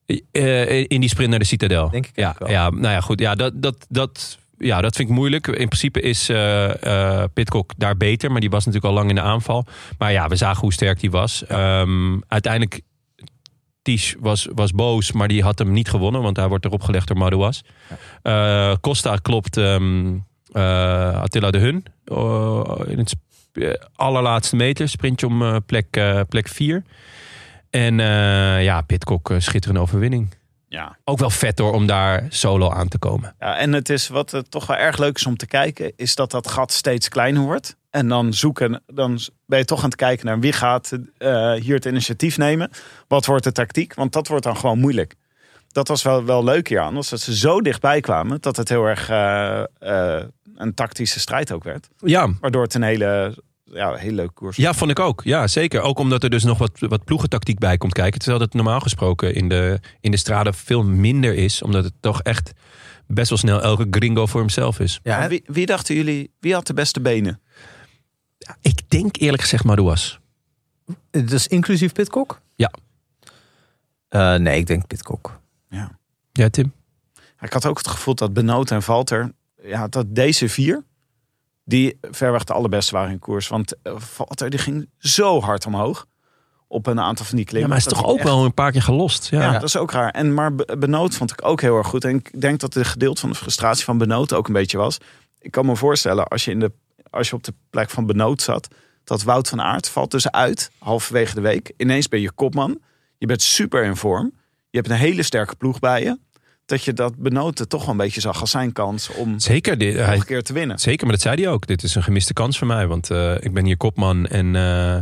het- eh, in die sprint naar de Citadel.
Denk ik
ja,
ook wel.
ja, nou ja, goed. Ja, dat, dat, dat, ja, dat vind ik moeilijk. In principe is eh eh, Pitcock daar beter, maar die was natuurlijk al lang in de aanval. Maar ja, we zagen hoe sterk die was. Ehm, uiteindelijk, Ties was, was boos, maar die had hem niet gewonnen, want hij wordt erop gelegd door Madouas. Eh, Costa klopt ehm, eh, Attila de Hun eh, in het sp- eh, allerlaatste meter, sprintje om eh, plek 4. plek vier. en eh, ja, Pitcock, eh, schitterende overwinning
Ja.
ook wel vet hoor om daar solo aan te komen.
ja, en het is wat het toch wel erg leuk is om te kijken, is dat dat gat steeds kleiner wordt. En dan zoeken, dan ben je toch aan het kijken naar wie gaat eh, hier het initiatief nemen. Wat wordt de tactiek? Want dat wordt dan gewoon moeilijk. Dat was wel, wel leuk hier aan, was dat ze zo dichtbij kwamen dat het heel erg eh, eh, een tactische strijd ook werd.
Ja,
Waardoor het een hele, ja, heel leuk koers
ja vond ik ook. Ja, zeker. Ook omdat er dus nog wat, wat ploegentactiek bij komt kijken. Terwijl dat normaal gesproken in de, in de straten veel minder is. Omdat het toch echt best wel snel elke gringo voor himself is.
Maar
Ja,
Wie, wie dachten jullie, wie had de beste benen?
Ik denk eerlijk gezegd Madouas.
dus inclusief Pitcock?
Ja.
Eh, nee, ik denk Pitcock.
Ja, Tim?
Ik had ook het gevoel dat Benoot en Valter, ja, dat deze vier, die verreweg de allerbeste waren in koers. Want eh, Valter die ging zo hard omhoog op een aantal van die
Ja,
klimmen.
maar hij is
Dat
toch
ik
ook
echt-
wel een paar keer gelost. Ja.
Ja, dat is ook raar. En, maar Be- Benoot vond ik ook heel erg goed. En ik denk dat de gedeelte van de frustratie van Benoot ook een beetje was. Ik kan me voorstellen, als je, in de, als je op de plek van Benoot zat... dat Wout van Aert valt dus uit, halverwege de week. Ineens ben je kopman. Je bent super in vorm. Je hebt een hele sterke ploeg bij je. Dat je dat Benoot het toch wel een beetje zag als zijn kans... om
Zeker, dit,
nog
hij,
een keer te winnen.
zeker, maar dat zei hij ook. Dit is een gemiste kans voor mij, want eh, ik ben hier kopman en... eh,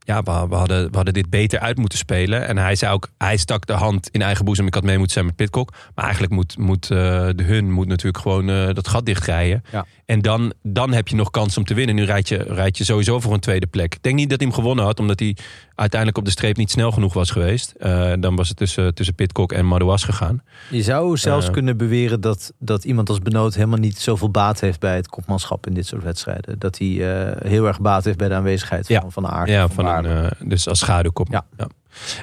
ja, we, we hadden, we hadden dit beter uit moeten spelen. En hij zei ook, hij stak de hand in eigen boezem. Ik had mee moeten zijn met Pitcock. Maar eigenlijk moet, moet eh, de hun moet natuurlijk gewoon eh, dat gat dichtrijden.
Ja.
En dan, dan heb je nog kans om te winnen. Nu rijd je, rijd je sowieso voor een tweede plek. Ik denk niet dat hij hem gewonnen had, omdat hij uiteindelijk op de streep niet snel genoeg was geweest. eh, dan was het tussen, tussen Pitcock en Madouas gegaan.
Je zou zelfs
Eh.
kunnen beweren dat, dat iemand als Benoot helemaal niet zoveel baat heeft bij het kopmanschap in dit soort wedstrijden. Dat hij eh, heel erg baat heeft bij de aanwezigheid van,
Ja.
van de aard.
Ja, van een,
Waarde.
eh, dus als schaduwkop.
Ja.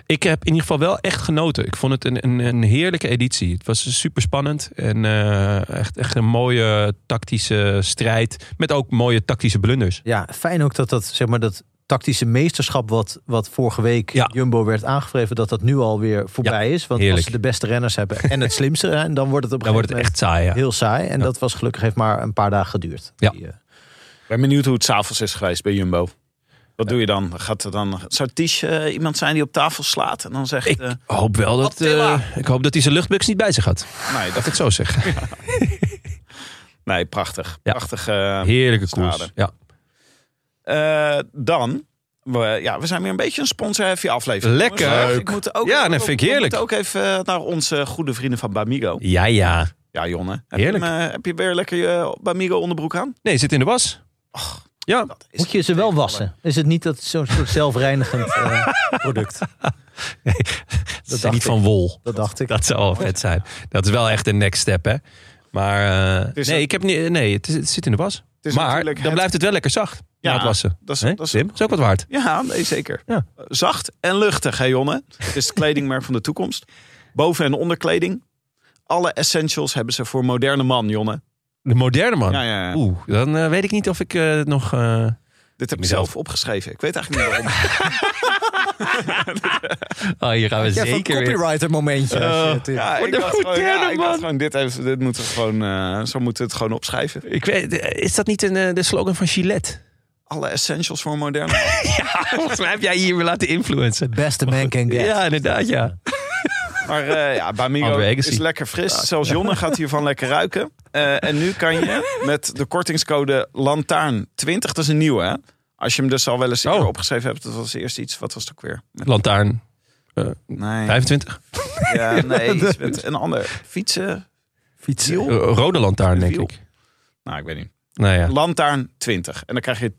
Ik heb in ieder geval wel echt genoten. Ik vond het een, een, een heerlijke editie. Het was super spannend en eh, echt, echt een mooie tactische strijd. Met ook mooie tactische blunders.
ja, fijn ook dat dat, zeg maar, dat tactische meesterschap wat, wat vorige week
Ja.
Jumbo werd aangevreven, dat dat nu alweer voorbij is. Want
heerlijk.
als ze de beste renners hebben en het slimste, hè, dan wordt het op een
Dan wordt het
gegeven
echt saai. Ja.
moment heel saai. En
Ja.
dat was gelukkig heeft maar een paar dagen geduurd.
Ja.
Die, eh,
Ik ben benieuwd hoe het s'avonds is geweest bij Jumbo. Wat doe je dan? Gaat er dan zou Ties eh, iemand zijn die op tafel slaat en dan zegt...
Ik
eh,
hoop wel dat,
Attila.
eh, ik hoop dat hij zijn luchtbuks niet bij zich had.
nee,
Laat ik
dat,
het zo zeggen.
nee, prachtig.
Ja.
Prachtig. eh,
Heerlijke
Strade.
koers. Ja.
eh, dan, we, ja, we zijn weer een beetje een sponsor-heavy aflevering.
Lekker.
Jongens, eh,
Leuk.
Ik moet ook,
Ja, dat vind ik heerlijk.
We moeten ook even eh, naar onze goede vrienden van Bamigo.
Ja, ja.
Ja, Jonne. Heb,
Heerlijk.
Je, hem, eh, heb je weer lekker je Bamigo onderbroek aan?
Nee, zit in de was.
Och,
Ja.
dat is
Moet je ze wel wassen? Is het niet dat zo'n soort zelfreinigend eh, product?
Dat is
dacht
niet
ik.
van wol.
Dat dacht ik.
Dat zou wel vet zijn. Dat is wel echt een next step, hè? Maar eh,
is
nee,
een-
ik heb niet, nee het, is- het zit in de was.
is
maar dan
natuurlijk het-
blijft het wel lekker zacht ja,
Ja,
na het wassen.
dat is-
Hè,
dat is-
Tim? is ook wat waard.
Ja, nee, zeker.
Ja.
Zacht en luchtig, hè Jonne? Het is het kledingmerk van de toekomst. Boven- en onderkleding. Alle essentials hebben ze voor moderne man, Jonne.
De moderne man.
Ja, ja, ja.
Oeh, dan eh, weet ik niet of ik eh, nog... eh,
Dit heb ik
Mezelf.
zelf opgeschreven. Ik weet eigenlijk niet waarom.
Oh, hier gaan we zeker weer.
copywriter momentje.
Eh, Ja,
Voor
ik
de
dacht gewoon,
moderne
ja, ik dacht
man.
gewoon, dit, heeft, dit moeten we gewoon, eh, zo moeten we het gewoon opschrijven.
Ik weet, is dat niet een, eh, de slogan van Gillette?
Alle essentials voor moderne man.
Volgens mij heb jij hier weer laten influencen.
Beste man can get.
Ja, inderdaad, ja.
Maar eh, ja, Bamigo
Andre Agassi.
is lekker fris. Zelfs Jonne gaat hiervan lekker ruiken. Eh, en nu kan je met de kortingscode Lantaarn20, dat is een nieuwe hè. Als je hem dus al wel eens eerder
Oh.
opgeschreven hebt, dat was eerst iets, wat was het ook weer?
Lantaarn
Nee,
25.
ja, nee iets met een ander. Fietsen?
Fietsen.
Wiel?
Eh, rode lantaarn, denk
Wiel.
ik.
Nou, ik weet niet.
Nou ja,
Lantaarn20. En dan krijg je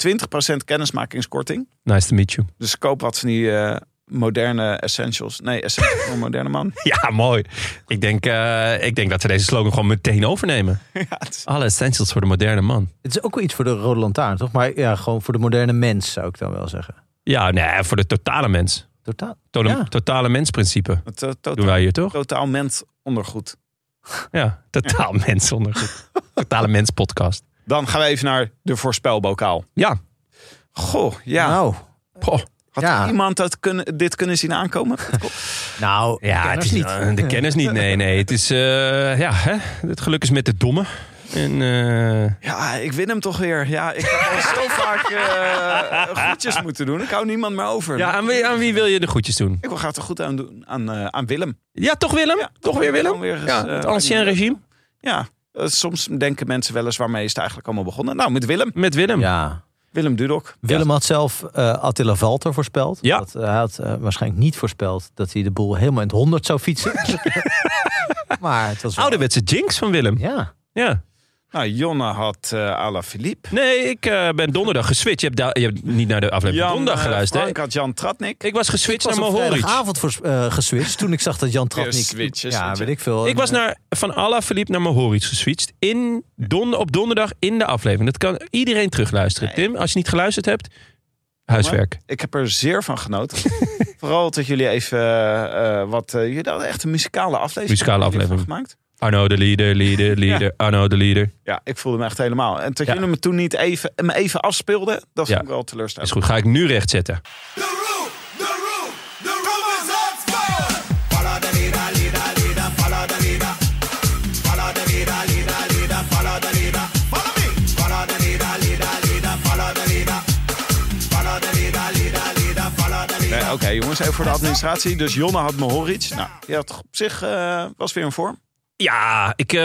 20% kennismakingskorting.
nice to meet you.
Dus koop wat van die eh, moderne essentials. Nee, essentials voor een moderne man.
Ja, mooi. Ik denk, eh, ik denk dat ze deze slogan gewoon meteen overnemen.
Ja, het is-
Alle essentials voor de moderne man.
Het is ook wel iets voor de rode lantaarn, toch? Maar ja, gewoon voor de moderne mens zou ik dan wel zeggen.
Ja, nee, voor de totale mens.
Totaal.
Totale,
Ja.
totale mensprincipe
het eh,
doen
totaal,
wij hier, toch?
totaal mens ondergoed.
Ja, totaal mens zonder goed. Totale mens podcast.
Dan gaan we even naar de voorspelbokaal.
Ja.
Goh, ja.
Nou,
Poh.
Had
ja.
iemand dat kunnen, dit kunnen zien aankomen?
nou
Ja, het is
niet.
eh, de kennis niet. Nee, nee. Het is, eh, ja, hè? het geluk is met de domme. En, eh,
Ja, ik win hem toch weer. Ja, ik heb al zo vaak eh goedjes moeten doen. Ik hou niemand meer over.
ja, aan, wie, aan wie wil je de goedjes doen?
Ik wil graag er goed aan doen aan, eh, aan Willem.
Ja, toch Willem?
Ja,
toch weer Willem?
gewoon weer eens,
ja,
eh,
het ancien regime
Ja, eh, soms denken mensen wel eens waarmee is het eigenlijk allemaal begonnen. Nou, met Willem.
met Willem.
Ja.
Willem Dudok.
Willem had zelf eh, Attila Valter voorspeld.
Ja.
Dat, eh, hij had eh, waarschijnlijk niet voorspeld dat hij de boel helemaal in het honderd zou fietsen. maar het was wel...
Ouderwetse jinx van Willem.
Ja.
Ja.
Nou, Jonne had eh Ala Philippe.
Nee, ik eh, ben donderdag geswitcht. Je hebt, da- je hebt niet naar de aflevering
Jan,
donderdag
eh,
geluisterd. hè?
Frank had Jan Tratnik.
Ik was geswitcht
Ik was
naar
op
Mohoric.
vrijdagavond voor, eh, geswitcht toen ik zag dat Jan Tratnik...
switches,
ja,
weet je.
weet ik veel.
Ik was naar Van Alla Philippe naar Mohoric geswitcht. In don, op donderdag in de aflevering. Dat kan iedereen terugluisteren. Tim, als je niet geluisterd hebt, huiswerk.
Ik heb er zeer van genoten. Vooral dat jullie even eh, eh, wat... eh, jullie hadden echt een muzikale aflevering.
Muzikale
hebben jullie
aflevering.
van gemaakt.
Arno de leader, leader, leader. Arno de leader.
Ja, ik voelde me echt helemaal. En dat
Ja.
jullie me toen niet even, me even afspeelden, dat
Ja.
vond ik wel
Is
teleurstellend.
goed, ga ik nu rechtzetten.
The roof, the roof, the roof is on fire. Follow the leader, leader, leader, follow the leader. Follow the leader, leader, leader, follow the leader. Follow me. Follow the leader, leader, leader, follow the leader. Follow the leader, leader, leader, follow the leader.
Nee, Oké, jongens, even voor de administratie. Dus Jonne had Mohoric. Nou, die had op zich eh, was weer een vorm.
Ja, ik eh,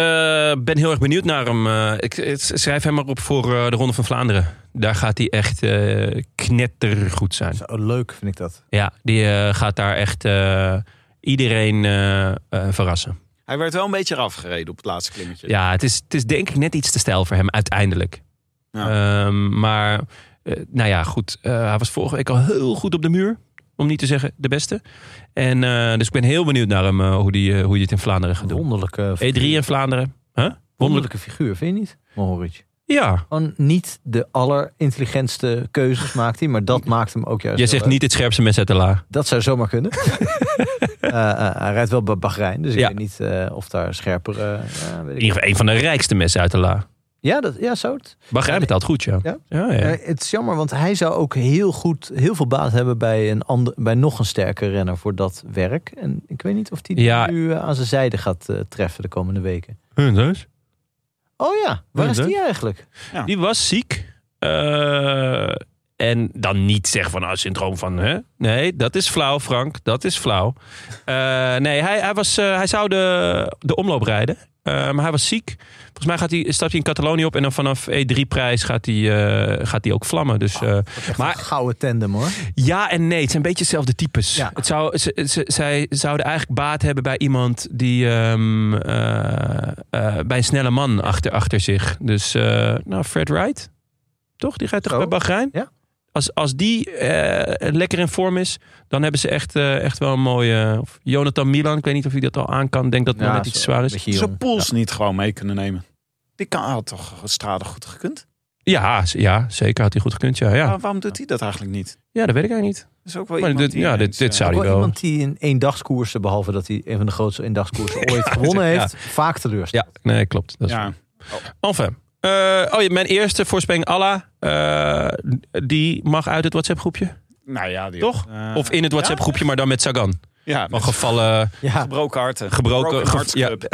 ben heel erg benieuwd naar hem. Eh, ik, ik schrijf hem maar op voor eh, de Ronde van Vlaanderen. Daar gaat hij echt eh, knettergoed zijn.
eh, Zo leuk vind ik dat.
Ja, die eh, gaat daar echt eh, iedereen eh, eh, verrassen.
Hij werd wel een beetje eraf gereden op het laatste klimmetje.
Ja, het is, het is denk ik net iets te stijl voor hem uiteindelijk.
Ja.
Ehm, maar, eh, nou ja, goed. eh, hij was vorige week al heel goed op de muur. om niet te zeggen de beste. En, eh, dus ik ben heel benieuwd naar hem, eh, hoe, die, eh, hoe je het in Vlaanderen gaat doen.
Wonderlijke
E3
figuur.
in Vlaanderen. Huh? Wonderlijk.
Wonderlijke figuur, vind je niet? Mohoric.
Ja,
Gewoon niet de allerintelligentste keuzes maakt hij, maar dat maakt hem ook juist.
jij
heel
zegt
leuk.
niet het scherpste mes uit de la.
Dat zou zomaar kunnen. Eh, eh, hij rijdt wel bij Bahrein, dus ik
Ja.
weet niet eh, of daar scherper. eh, ja, weet
In
ik
ieder geval een van de rijkste messen uit de la.
Ja, dat, ja, zo. het.
Bahrein betaalt goed, ja.
Ja?
ja, ja.
Eh, het is jammer, want hij zou ook heel goed, heel veel baat hebben bij, een ander, bij nog een sterke renner voor dat werk. En ik weet niet of die
Ja.
nu eh, aan zijn zijde gaat eh, treffen de komende weken.
Huh, dus?
Oh ja, waar
Ja,
is
dat-
die eigenlijk?
Die was ziek. Eh, en dan niet zeggen van ah, syndroom van. Hè? Nee, dat is flauw, Frank. Dat is flauw. Eh, nee, hij, hij, was, eh, hij zou de, de omloop rijden. Eh, maar hij was ziek. Volgens mij gaat hij, stapt hij in Catalonië op. En dan vanaf E3-prijs gaat, hij, eh, gaat hij ook vlammen. Dus, eh,
Maar,
maar
gouden tandem hoor.
ja en nee, het zijn een beetje hetzelfde types.
Ja.
Het zou, ze, ze- zij zouden eigenlijk baat hebben bij iemand die ehm, eh, eh, bij een snelle man achter, achter zich. Dus eh, nou, Fred Wright, toch? Die gaat toch
Zo.
bij Bahrein?
Oh. Ja.
Als, als die eh, lekker in vorm is, dan hebben ze echt, eh, echt wel een mooie... Of Jonathan Milan, ik weet niet of hij dat al aan kan. Ik denk dat het nog net
zo,
iets zwaar
een
is.
beetje
Zou
jong.
Pools niet gewoon mee kunnen nemen? Die kan, had toch stradig goed gekund?
Ja, z- ja, zeker had hij goed gekund. Ja,
Oh.
ja.
Waar- waarom doet hij dat eigenlijk niet?
ja dat weet ik eigenlijk niet.
Dat is ook wel
Maar
iemand
dit-
die
ja, dit-
ineens,
dit
eh,
zou
Ook
die
wel
wel-
iemand die in eendagskoersen, behalve dat hij een van de grootste eendagskoersen ooit gewonnen
ja.
heeft, vaak teleurstelt.
Ja, nee, klopt. Dat is
Ja,
Enfin. Eh, oh, ja, mijn eerste voorspelling, Allah. eh, die mag uit het WhatsApp-groepje.
nou ja, die-
Toch?
eh,
Of in het WhatsApp-groepje, maar dan Ah. met Sagan.
Ja,
Van
met
gevallen.
Ja,
gebroken harten.
Gebroken-
Broken
ge-
Hearts
ja.
Club.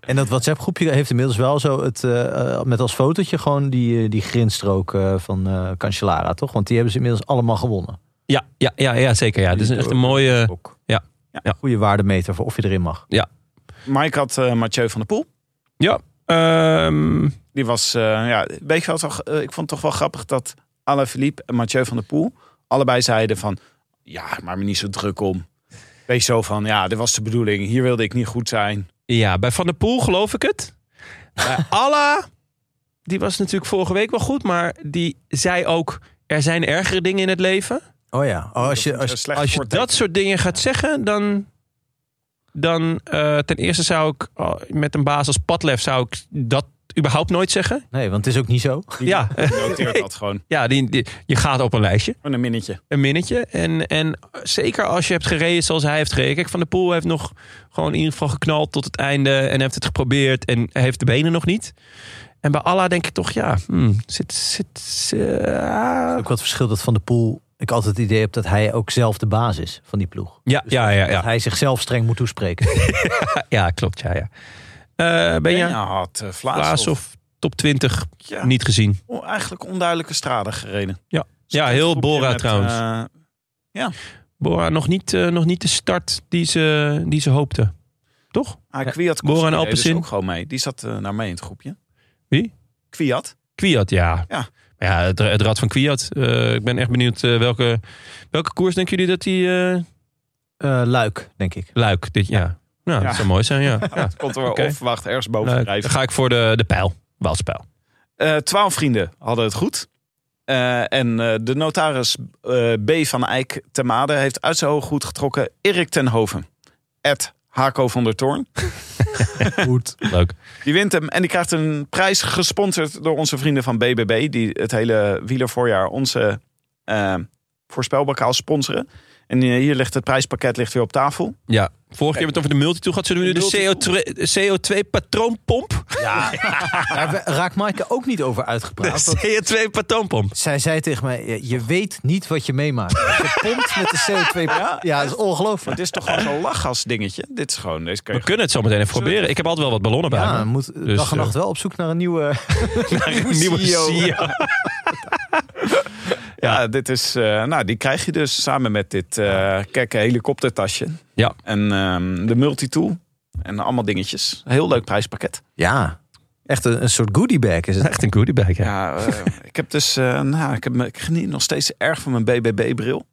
en dat WhatsApp-groepje heeft inmiddels wel zo het, eh, eh, met als fotootje gewoon die, eh, die grinstrook eh, van eh Cancellara, toch? Want die hebben ze inmiddels allemaal gewonnen.
Ja, ja, ja, ja zeker. Ja. Dat is echt een mooie.
Ook.
Eh, ja. Ja.
Goede waardemeter voor of je erin mag.
Mike had eh, Mathieu van der Poel.
Ja. ehm,
Die was, eh, ja, weet je wel, toch, eh, ik vond het toch wel grappig dat Alain Philippe en Mathieu van der Poel allebei zeiden van, ja, maar me niet zo druk om. Wees zo van, ja, dit was de bedoeling. Hier wilde ik niet goed zijn.
ja, bij Van der Poel geloof ik het. Bij Allah. Die was natuurlijk vorige week wel goed. Maar die zei ook. Er zijn ergere dingen in het leven.
Oh ja, oh, als, je,
Dat
als,
is slecht
Als je
voorteken.
dat soort dingen gaat zeggen, dan. Dan eh, ten eerste zou ik oh, met een baas als Padlef zou ik dat überhaupt nooit zeggen.
nee, want het is ook niet zo.
Ja, eh,
Noteert dat gewoon.
ja die, die- je gaat op een lijstje,
Met een minnetje.
een minnetje. En, en zeker als je hebt gereden zoals hij heeft gereden. Kijk, Van der Poel heeft nog gewoon in ieder geval geknald tot het einde. En heeft het geprobeerd en heeft de benen nog niet. En bij Allah denk ik toch, ja, hmm, zit, zit, zit- ah.
Ook wat verschil dat Van de Poel, ik altijd het idee heb dat hij ook zelf de baas is van die ploeg.
ja, ja, ja,
Dat
ja,
hij zichzelf streng moet toespreken.
ja, klopt, ja, ja. Eh, ben je
Ja, had eh, Vlaas,
Klaas
of,
of top 20
ja,
niet gezien?
o- eigenlijk onduidelijke straden gereden.
Ja.
Dus
Ja,
dat
heel
groepje
Bora
met,
trouwens.
eh,
Bora nog niet, eh, nog niet de start die ze, die ze hoopte. Toch?
ah, Kwiat
Bora en
Koski deed
Alpecin.
Dus ook gewoon mee. Die zat eh, naar mee in het groepje.
Wie?
Kwiat.
Kwiat, ja.
Ja.
Maar ja, het, het rad van Kwiat. eh, ik ben echt benieuwd eh, welke, welke koers denken jullie dat die eh,
Eh, luik, denk ik.
luik dit jaar? Nou,
Ja.
dat zou mooi zijn, ja. ja.
Komt er wel
Oké.
op, wacht, ergens boven
Luik.
drijven.
Dan ga ik voor de, de pijl. Waalspijl.
Eh, Twaalf vrienden hadden het goed. Eh, en eh, de notaris eh, B. van Eyck Temade heeft uit zijn ogen goed getrokken Erik ten Hoven. Ed Hako van der Toorn.
Goed.
Leuk.
Die wint hem en die krijgt een prijs gesponsord door onze vrienden van BBB. Die het hele wielervoorjaar onze eh voorspelbokaal sponsoren. En eh, hier ligt het prijspakket ligt weer op tafel.
Ja. Vorige keer hebben we het over de multitool gehad. Zullen we nu
De
de CO2 patroonpomp?
Daar we- raakt Maaike ook niet over
De
uitgepraat. want
CO2 patroonpomp.
Zij zei tegen mij, je- je weet niet wat je meemaakt. Je pompt met de CO2. Ja, dat is
Maar
ongelooflijk.
het is toch gewoon zo'n lachgasdingetje. Dit is gewoon, deze kun
We
je
kunnen het zo meteen even proberen. Ik heb altijd wel wat ballonnen bij
Ja,
me.
moet
Dus,
dag en
eh,
nacht wel op zoek naar een nieuwe...
Nieuwe
CEO.
CEO.
Ja, dit is. eh, nou, die krijg je dus samen met dit eh kekke helikoptertasje.
Ja.
En ehm, de multitool. En allemaal dingetjes. Heel leuk prijspakket.
Ja, echt een, een soort goodie bag is het.
Echt een goodie bag, ja.
Ja, eh, ik heb dus. eh, nou, ik, heb, me- ik geniet nog steeds erg van mijn BBB-bril.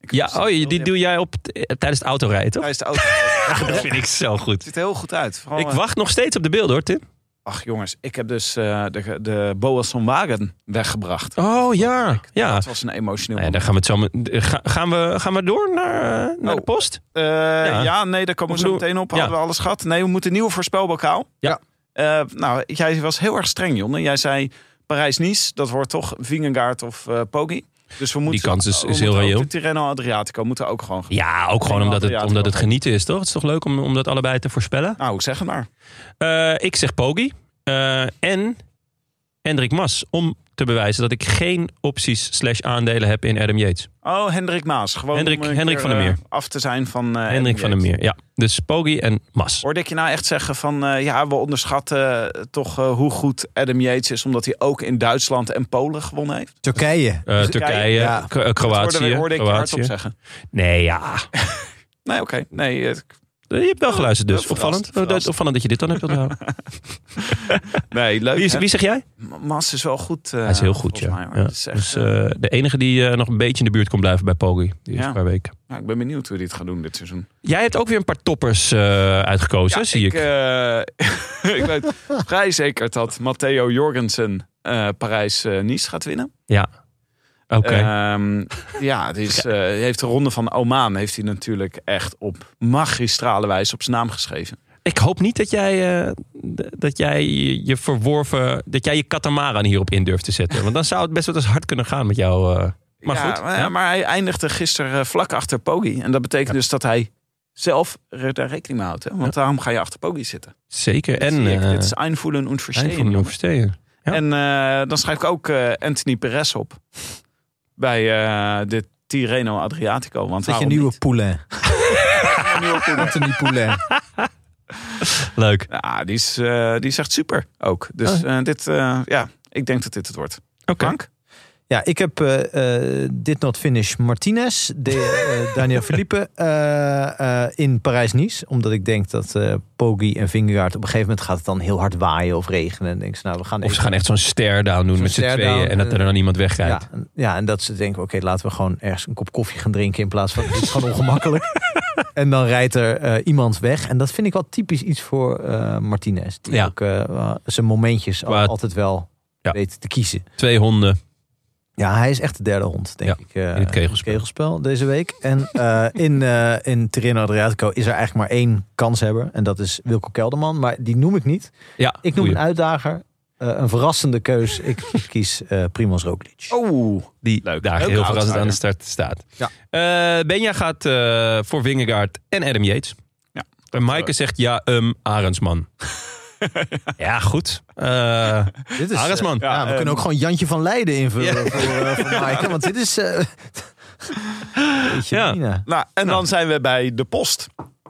Ja,
dus-
oh, je- die doe jij op, eh, tijdens het autorijden, toch?
Hij is de auto. Het
Dat vind ik zo goed.
ziet er heel goed uit. Vooral,
Ik
eh,
wacht nog steeds op de beelden, hoor, Tim.
Ach jongens, ik heb dus eh, de, de Boas van Wagen weggebracht.
Oh ja. Ja.
Dat was een emotioneel
Nou ja, dan gaan we het zo. met- Ga, gaan, we, gaan we door naar, eh, naar de
Oh.
post?
Eh,
Ja.
ja. nee, daar komen we
Of
zo
doen-
meteen op.
Ja.
Hadden we alles gehad? Nee, we moeten een nieuw voorspelbokaal.
Ja.
Eh, nou, jij was heel erg streng, Jon. En jij zei Parijs-Nice, dat wordt toch Vingegaard of eh Poggi. Dus we moeten,
kans is-
we
is heel
moeten ook
reëel.
De Tirreno Adriatico moeten ook gewoon.
Ja, ook gewoon
Ja,
omdat
ja,
het,
het
omdat het
kan.
genieten is, toch? Het is toch leuk om, om dat allebei te voorspellen?
Nou, zeg het maar.
Eh, ik zeg Pogi. eh, en Hendrik Mas. Om te bewijzen dat ik geen opties slash aandelen heb in Adam Yates.
Oh, Hendrik Maas. Gewoon
Hendrik-
om een
Hendrik
keer,
van der
eh,
Meer.
af te zijn van. eh,
Hendrik van der
Yates.
Meer. Ja, dus Pogi en Mas.
Hoorde ik je nou echt zeggen van eh, ja, we onderschatten eh, toch eh, hoe goed Adam Yates is, omdat hij ook in Duitsland en Polen gewonnen heeft?
Turkije.
Eh, Turkije,
Turkije,
ja.
K- eh,
Dat hoorde,
Kroatië.
hoorde ik je hardop
Kroatië.
zeggen.
Nee, ja.
Nee, oké. Nee, eh,
Je hebt wel geluisterd dus.
Wel verrast,
Opvallend.
verrast.
Opvallend dat je dit dan hebt onthouden.
nee leuk.
Wie, is-
hè?
wie zeg jij?
Mas is wel goed. eh,
Hij is heel goed,
volgens
ja.
mij, hoor.
Ja.
Het is echt,
Dus
eh,
eh, de enige die eh, nog een beetje in de buurt kon blijven bij Pogi. Die is
Ja.
een paar weken.
nou, ik ben benieuwd hoe hij dit gaat doen dit seizoen.
Jij hebt ook weer een paar toppers eh, uitgekozen, zie ik.
eh, ik weet vrij zeker dat Matteo Jorgensen eh, Parijs-Nice gaat winnen.
Oké.
Ehm, ja, die is, eh, heeft de ronde van Oman heeft hij natuurlijk echt op magistrale wijze op zijn naam geschreven.
Ik hoop niet dat jij, eh, d- dat jij je je verworven, dat jij je katamaran hierop in durft te zetten. Want dan zou het best wel eens hard kunnen gaan met jou. eh. Maar
Ja,
goed.
Maar,
ja.
maar hij eindigde gisteren eh, vlak achter Poggi. En dat betekent dus dat hij zelf er- daar rekening mee houdt. Hè? Want daarom ga je achter Poggi zitten.
Zeker.
En,
En eh,
het is einvoelen en
eind van
verstehen.
de oversteken. Ja.
En eh, dan schrijf ik ook eh, Anthony Perez op. Bij eh, de Tirreno Adriatico. Want
Dat je
waarom
nieuwe
niet?
Poulain. Anthony Poulain.
Leuk.
Ja, die is, eh, die is echt super ook. Dus eh, dit, eh, ja, ik denk dat dit het wordt.
Oh. Oké.
Frank?
Ja, ik heb eh, eh, Did Not Finish Martinez, de, eh, Daniel Felipe eh, eh, in Parijs-Nice. Omdat ik denk dat eh Poggi en Vingegaard op een gegeven moment gaat het dan heel hard waaien of regenen. En denk ze, nou, we gaan
Of ze
even-
gaan echt zo'n stare-down doen
Zo'n
met z'n
stare-down,
tweeën. En dat er
eh,
dan iemand wegrijdt.
ja, en- ja, en dat ze denken, oké, laten we gewoon ergens een kop koffie gaan drinken in plaats van, dit is gewoon ongemakkelijk. En dan rijdt er eh, iemand weg. En dat vind ik wel typisch iets voor eh, Martinez. Die
Ja.
ook eh, zijn momentjes al-
Qua-
altijd wel
Ja.
weet te kiezen.
Twee honden.
Ja, hij is echt de derde hond, denk
Ja,
ik. eh,
in het kegelspel.
deze week. En eh, in, eh in Tirreno Adriatico is er eigenlijk maar één kanshebber. En dat is Wilco Kelderman. Maar die noem ik niet.
Ja,
Ik noem
goeie.
een uitdager. eh, een verrassende keus. Ik kies eh Primoz Roglic.
Oh,
die
Leuk.
daar
Leuke
heel verrassend
outsider.
aan de start staat.
Ja.
Eh, Benja gaat eh, voor Wingegaard en Adam Yates.
Ja.
En Maaike zegt ja, um, Arendsman. ja, goed. Eh,
Dit is,
Arendsman.
eh, ja,
Ja,
we
eh,
kunnen ook gewoon Jantje van Leiden invullen
Ja.
voor, eh, voor Maaike. Want dit is... eh Jeetje,
Ja.
Mina.
Nou, en dan zijn we bij de post.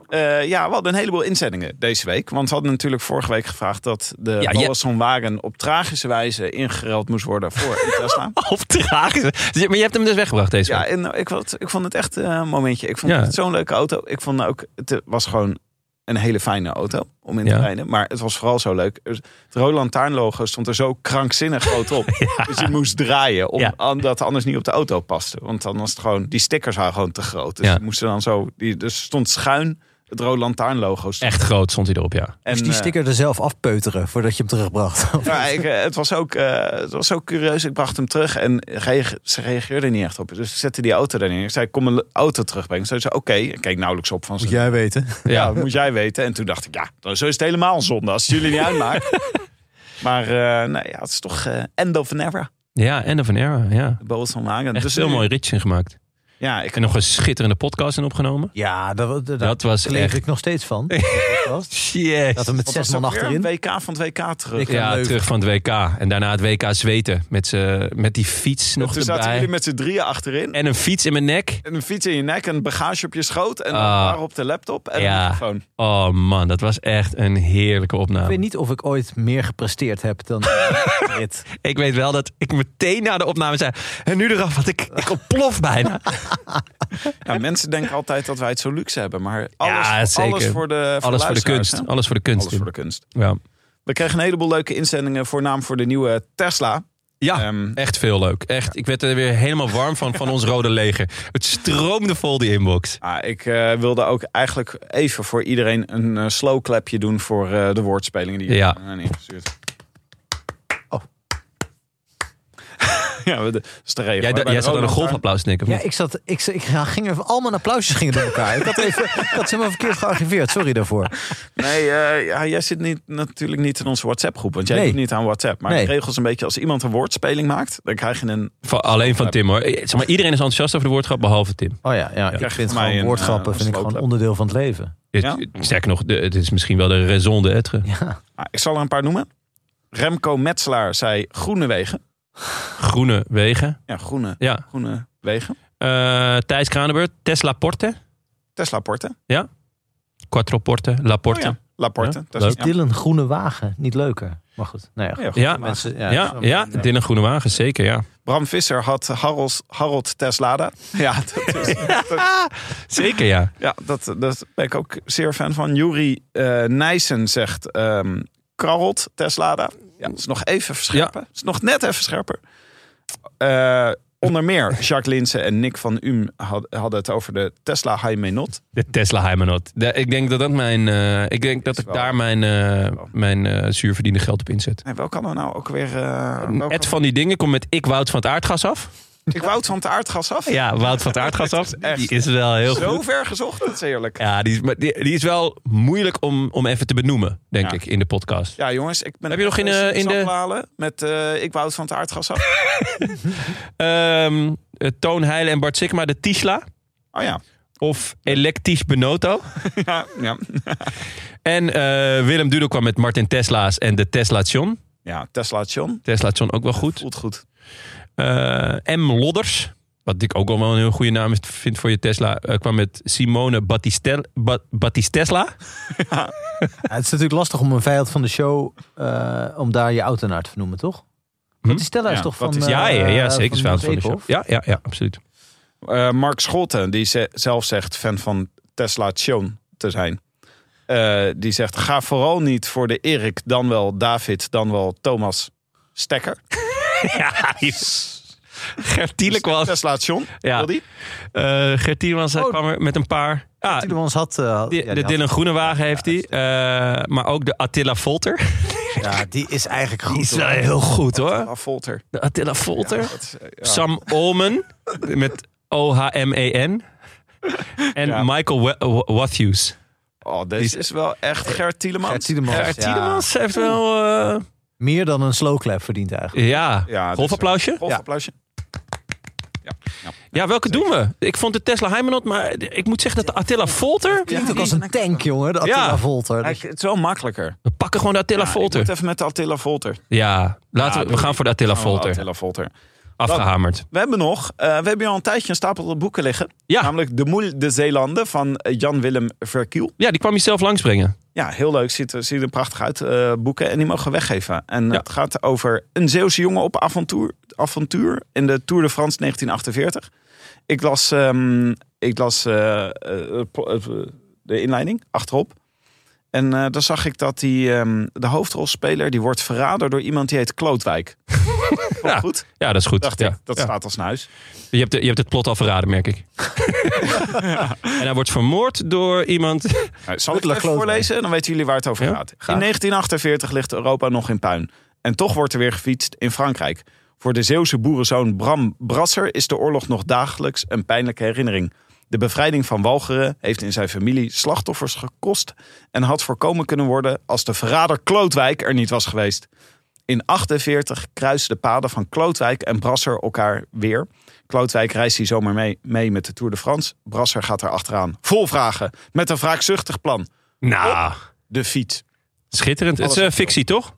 Eh, ja, we hadden een heleboel inzendingen deze week. Want we hadden natuurlijk vorige week gevraagd dat de
je-
ja, Wagen op tragische wijze ingeruild moest worden voor een Tesla.
Of traag. Maar je hebt hem dus weggebracht deze
Ja,
week.
en nou, ik, vond, ik vond het echt eh, een momentje. Ik vond
Ja.
het zo'n leuke auto. Ik vond ook, het eh, was gewoon een hele fijne auto om in te
Ja.
rijden. Maar het was vooral zo leuk. Het Roland Taarn logo stond er zo krankzinnig groot op. Dus je moest draaien, om,
Ja.
aan- dat anders niet op de auto paste. Want dan was het gewoon, die stickers waren gewoon te groot. Dus
Ja.
je moest er dan zo, die, dus stond schuin het Roland Taarn logo. stond.
Echt dus groot stond hij erop, ja.
En,
Moest die
eh,
sticker er zelf afpeuteren voordat je hem terugbracht.
maar ik, eh, het, was ook, eh, het was ook curieus. Ik bracht hem terug en reage- ze reageerde niet echt op. Dus ik zette die auto daar neer. Ik zei, kom mijn auto terugbrengen. Ze zei, oké. Ik keek nauwelijks op van ze.
Moet
Ja,
jij weten.
ja.
moet jij weten. En toen dacht ik, ja, dan- zo is het helemaal zonde als het jullie niet uitmaakt. maar eh, nee, ja, het is toch eh, end of an era.
Ja, End of an Era. Ja.
De Boas van Wagen.
Echt
Dus
heel
nu-
mooi ritje in gemaakt.
Ja, ik,
En nog een schitterende podcast in opgenomen.
Ja, dat, dat,
Dat was
kleef
echt-
ik nog steeds van. Dat
Yes.
we met
wat
zes
was
man
dat weer?
achterin.
WK van het WK terug. eh,
Ik-
Ja,
Leuven.
terug van het WK. En daarna het WK zweten. Met, z'n- met die fiets nog
dus toen zaten
erbij.
jullie met z'n drieën achterin.
En een fiets in mijn nek.
En een fiets in je nek, een bagage op je schoot. En
Ah.
daarop de laptop en
Ja.
een microfoon.
Oh man, dat was echt een heerlijke
Ik
opname.
weet niet of ik ooit meer gepresteerd heb dan dit.
Ik weet wel dat ik meteen na de opname zei... En nu eraf, want ik, ik ontplof bijna.
Ja, mensen denken altijd dat wij het zo luxe hebben, maar alles,
Ja, zeker.
alles voor de voor
Alles voor de
luisteraars,
kunst.
hè?
Alles voor de kunst.
Alles voor de kunst.
Ja.
We kregen een heleboel leuke inzendingen, voornaam voor de nieuwe Tesla.
Ja,
Ehm,
echt veel leuk. Echt, ik werd er weer helemaal warm van, van ons rode leger. Het stroomde vol die inbox.
ah, ik eh, wilde ook eigenlijk even voor iedereen een eh, slow clapje doen voor eh, de woordspelingen die Ah, je
Ja.
aan ingestuurd.
Oh.
ja, we- dat is de regel.
Jij,
hè,
jij
bij de
zat aan een
Roland Lantaarn.
golfapplaus, Nick. of
Ja,
niet?
ik zat, ik, ik ging even, allemaal applausjes gingen door elkaar. Ik had, even, ik had ze helemaal verkeerd gearchiveerd, sorry daarvoor.
Nee, eh, ja, jij zit niet, natuurlijk niet in onze WhatsApp-groep, want jij
Nee.
doet niet aan WhatsApp. Maar
Nee.
de regels een beetje, als iemand een woordspeling maakt, dan krijg je een...
Van- alleen van Tim hoor. Eh, Zeg maar, iedereen is enthousiast over de woordgrap, behalve Tim.
Oh ja, ja, ik
Krijg
vind
van mij
gewoon
een,
woordgrappen
eh,
vind ik gewoon
sloopklep.
onderdeel van het leven.
Het,
Ja.
Sterker nog, de- het is misschien wel de raison de être.
Ja.
Ah, ik zal er een paar noemen. Remco Metselaar zei groene wegen.
Groene wegen.
Ja, groene,
Ja.
groene wegen.
Eh, Thijs Kranenburg, Tesla Porte.
Tesla Porte.
Quattro Porte, La Porte.
Oh ja, Laporte.
Ja,
Tesla-
leuk.
ja.
Dylan Groene Wagen, niet leuker. Maar goed, nou ja, goed.
Ja, goed.
Ja.
Mensen,
ja,
ja,
ja,
eh,
Dylan Groene Wagen, zeker ja.
Bram Visser had Harold, Harold Teslada. Ja, dat, is-
Zeker ja.
ja dat, dat ben ik ook zeer fan van. Juri eh Nijssen zegt ehm Karold Teslada. Ja, dat is nog even verscherpen. Dat is nog net even scherper. Eh, onder meer Jacques Linsen en Nick van Um had- hadden het over de Tesla Hymenot.
De Tesla Heimanot. ik denk dat, dat, mijn, eh, ik, denk dat
Is
ik
wel-
daar mijn, eh,
wel.
mijn eh, zuurverdiende geld op inzet.
Nee, welke hadden we nou ook weer? eh, welke-
Ed van die dingen komt met ik Wout van het aardgas af.
Ik woud van het aardgas af.
Ja, Wout van het aardgas af. Die is wel heel
Zo
goed.
ver gezocht, dat is eerlijk.
Ja, die is, maar die, die is wel moeilijk om, om even te benoemen, denk
Ja.
ik, in de podcast.
Ja, jongens, ik ben
Heb je nog in, eh, in de-
Sappelen met eh, ik woud van het aardgas af.
Ehm, eh, Toon Heijlen en Bart Sikma, de Tisla.
Oh ja,
Of elektrisch Benoto.
ja, ja.
En eh, Willem Dudel kwam met Martin Tesla's en de Teslation.
Ja, Tesla John.
Teslation ook wel goed.
Voelt goed.
Eh, M. Lodders, wat ik ook al wel een heel goede naam vind voor je Tesla, eh, kwam met Simone Battistel, Ba- Battistesla.
Ja, het is natuurlijk lastig om een vijand van de show, eh, om daar je auto naar te vernoemen, toch? Want die Stella is
Ja,
toch van...
wat is-
Hm? ja,
eh,
ja, ja, zeker.
Van
Van van de show.
Zeephof?
Ja, ja, ja, absoluut.
Eh, Mark Scholten, die ze- zelf zegt fan van Tesla John te zijn. Eh, die zegt, ga vooral niet voor de Erik, dan wel David, dan wel Thomas Stekker.
Ja, die- Gert Tielek was.
Dus Tesla John,
Ja.
wil die?
eh, Gert Tielek was, hij
Oh.
kwam er met een paar. Ah,
Die ons had... eh, ja,
de,
die
de
had-
Dylan Groenewagen heeft hij. eh, maar ook de Attila Volter.
Ja, die is eigenlijk goed.
Die is wel
hoor.
heel goed hoor.
Ah, Volter.
De Attila Volter.
Ja, dat is, eh, ja.
Sam Olmen met O-H-M-E-N. E En
Ja.
Michael Wa- Wa- Watthews.
Oh, deze is wel echt Gert Tielemans.
Eh, Gert Tiedemans,
Gert
ja.
Tiedemans heeft wel... eh,
Meer dan een slow clap verdient eigenlijk.
ja,
Ja, dus- dit
golfapplausje.
Golf, applausje.
Ja, welke doen we? Ik vond de Tesla Heimanot, maar ik moet zeggen dat de Attila Volter...
Klinkt ook als een tank, jongen, de Attila
Ja.
Volter.
Kijk, het is wel makkelijker.
We pakken gewoon de Attila
Ja, ik
Volter.
moet even met de Attila Volter.
Ja, laten
Ja,
we, we gaan voor de Attila
Gaan we
Volter.
Attila Volter.
Afgehamerd.
We hebben nog, eh, we hebben hier al een tijdje een stapel boeken liggen.
Ja.
Namelijk De Moel de Zeelanden van eh, Jan-Willem Verkiel.
Ja, die kwam je zelf langsbrengen.
Ja, heel leuk. Ziet, er- ziet er prachtig uit. eh, boeken en die mogen we weggeven. En
Ja.
het gaat over een Zeeuwse jongen op avontuur, avontuur in de Tour de France 1948. Ik las, ehm, ik las eh, eh, po- eh, de inleiding achterop. En eh dan zag ik dat die, ehm, de hoofdrolspeler die wordt verraden door iemand die heet Klootwijk. Vond ik
Ja.
Goed,
Ja, dat is goed.
dacht
ja.
ik. Dat
Ja.
staat als een huis.
Je, hebt de- je hebt het plot al verraden, merk ik. En hij wordt vermoord door iemand.
Nou, Zal ik het
Butler
even
Klootwijk.
voorlezen? Dan weten jullie waar het over
Ja,
gaat. In 1948 ligt Europa nog in puin. En toch wordt er weer gefietst in Frankrijk. Voor de Zeeuwse boerenzoon Bram Brasser is de oorlog nog dagelijks een pijnlijke herinnering. De bevrijding van Walcheren heeft in zijn familie slachtoffers gekost... en had voorkomen kunnen worden als de verrader Klootwijk er niet was geweest. In 48 kruisen de paden van Klootwijk en Brasser elkaar weer. Klootwijk reist hier zomaar mee, mee met de Tour de France. Brasser gaat er achteraan. Vol vragen, met een wraakzuchtig plan.
Nou,
De fiets.
schitterend. Het is eh, fictie, toch?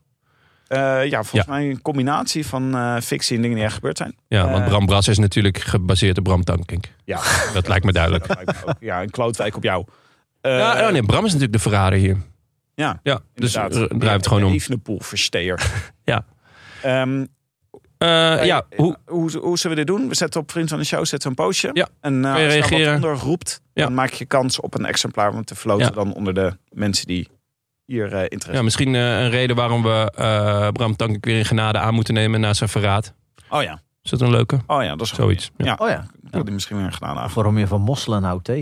Eh, ja, volgens
Ja.
mij een combinatie van eh, fictie en dingen die echt gebeurd zijn.
Ja, want
Eh.
Bram Brass is natuurlijk gebaseerd op Bram Tankink.
Ja,
Dat lijkt me duidelijk.
dat lijkt me ook. Ja, een Klootwijk op jou. Eh,
ja, oh nee, Bram is natuurlijk de verrader hier.
Ja,
Ja, dus eh,
inderdaad.
draait het gewoon om.
Evenepoel, versteer.
Ja.
Ehm,
Eh, ja, hoe,
hoe, hoe zullen we dit doen? We zetten op Vriend van de Show zetten een postje.
Ja.
En eh,
Kan je
als je daar wat
reageren?
onder roept,
Ja.
dan maak je kans op een exemplaar. Want te verloten
Ja.
dan onder de mensen die hier eh, interesse.
Ja, misschien eh, een reden waarom we eh, Bram Tankink weer in genade aan moeten nemen na zijn verraad.
Oh ja,
Is dat een leuke?
oh ja, dat is een
Zoiets,
goeie. Ja,
Oh ja.
ik wil die misschien weer gedaan
Of
af.
waarom je van mosselen nou houdt, hé.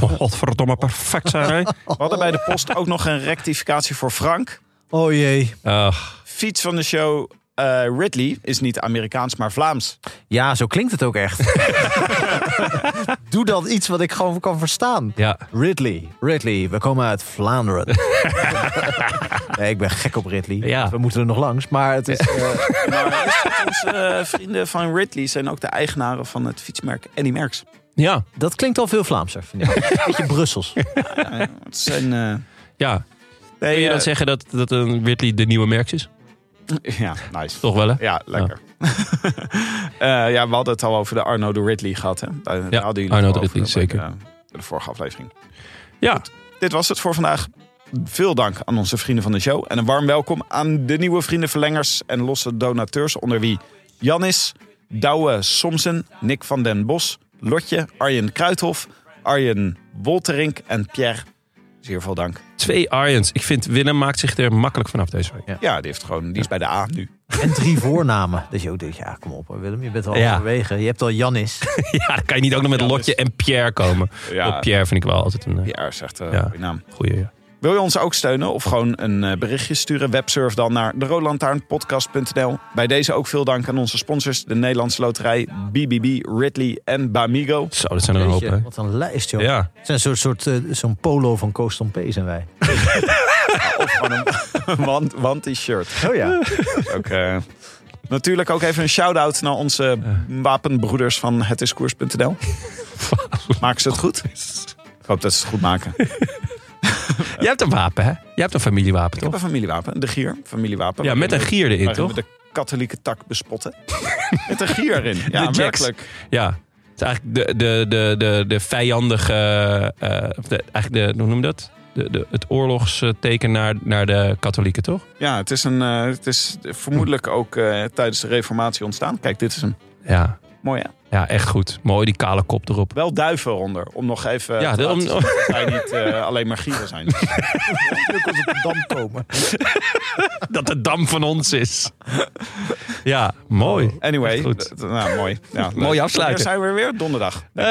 Oh, godverdomme, perfect zijn wij.
We hadden bij de post ook nog een rectificatie voor Frank.
Oh jee.
Ach,
Fiets van de show eh, Ridley is niet Amerikaans, maar Vlaams.
Ja, zo klinkt het ook echt. Doe dan iets wat ik gewoon kan verstaan.
ja.
Ridley, Ridley, we komen uit Vlaanderen. nee, ik ben gek op Ridley.
Ja.
We moeten er nog langs, maar het is... eh,
Maar is dat onze eh, vrienden van Ridley zijn ook de eigenaren van het fietsmerk Annie Merks.
Ja,
Dat klinkt al veel Vlaamser, vind ik. Een beetje Brussels.
Het zijn... eh
ja.
nee,
Kun je
eh,
dan zeggen dat, dat een Whitley de nieuwe merks is?
Ja, nice.
Toch wel, hè?
Ja, lekker. Eh, ja, we hadden het al over de Arno de Ridley gehad. Hè? Daar, daar hadden jullie
Arno de
het al over
Ridley,
bij de-
zeker.
bij de vorige aflevering.
Ja,
Dit was het voor vandaag. Veel dank aan onze vrienden van de show. En een warm welkom aan de nieuwe vriendenverlengers en losse donateurs. Onder wie Janis, Douwe Somsen, Nick van den Bos, Lotje, Arjen Kruithof, Arjen Wolterink en Pierre. Zeer veel dank.
twee Arjens. Ik vind Willem maakt zich er makkelijk vanaf deze week.
Ja, die, heeft gewoon, die is bij de A nu.
En drie voornamen. Dus je ook denkt, ja, kom op hoor, Willem, je bent al
Ja.
halverwege. Je hebt al Janis.
Ja, dan kan je niet ook nog met Lotje en Pierre komen.
dus- Ja.
Want Pierre vind ik wel altijd een eh,
Pierre zegt eh
Ja.
goeie naam.
goeie. Ja.
Wil je ons ook steunen of gewoon een eh, berichtje sturen? Websurf dan naar deroodlantaarnpodcast.nl. Bij deze ook veel dank aan onze sponsors, de Nederlandse Loterij, BBB, Ridley en Bamigo.
Zo, dat zijn er een hoop, hè?
Jeetje, Wat een lijst, joh.
Ja,
Het zijn een soort, soort eh, zo'n polo van Koos Tom P. zijn wij.
Gewoon een want, want die shirt.
Oh ja.
Ook, eh, natuurlijk ook even een shout-out naar onze wapenbroeders van hetiskoers.nl. Maken ze het goed? Ik hoop dat ze het goed maken. Ik
jij hebt een wapen, hè? Jij hebt een familiewapen,
heb
toch?
een familiewapen, de gier, familiewapen.
Ja, met een gier erin,
Waarin
toch?
we de katholieke tak bespotten. met een gier erin. Ja,
jacks.
werkelijk.
Ja. Het is eigenlijk de, de, de, de, de vijandige. eh, of de, eigenlijk de, hoe noem je dat? De, de, het oorlogsteken naar, naar de katholieken, toch?
Ja, het is, een, eh, het is vermoedelijk ook eh, tijdens de reformatie ontstaan. Kijk, dit is hem.
Ja.
Mooi hè?
ja, echt goed. Mooi, die kale kop erop.
Wel duiven onder, om nog even
Ja,
te
de-
laten
om-
zien dat wij niet eh, alleen maar gieren zijn.
Natuurlijk als op dam komen.
Dat de dam van ons is. Ja, mooi.
Anyway,
Echt goed.
d- d- nou, mooi. Ja, leuk.
Mooi afsluiten.
Hier zijn we weer, donderdag.
Eh,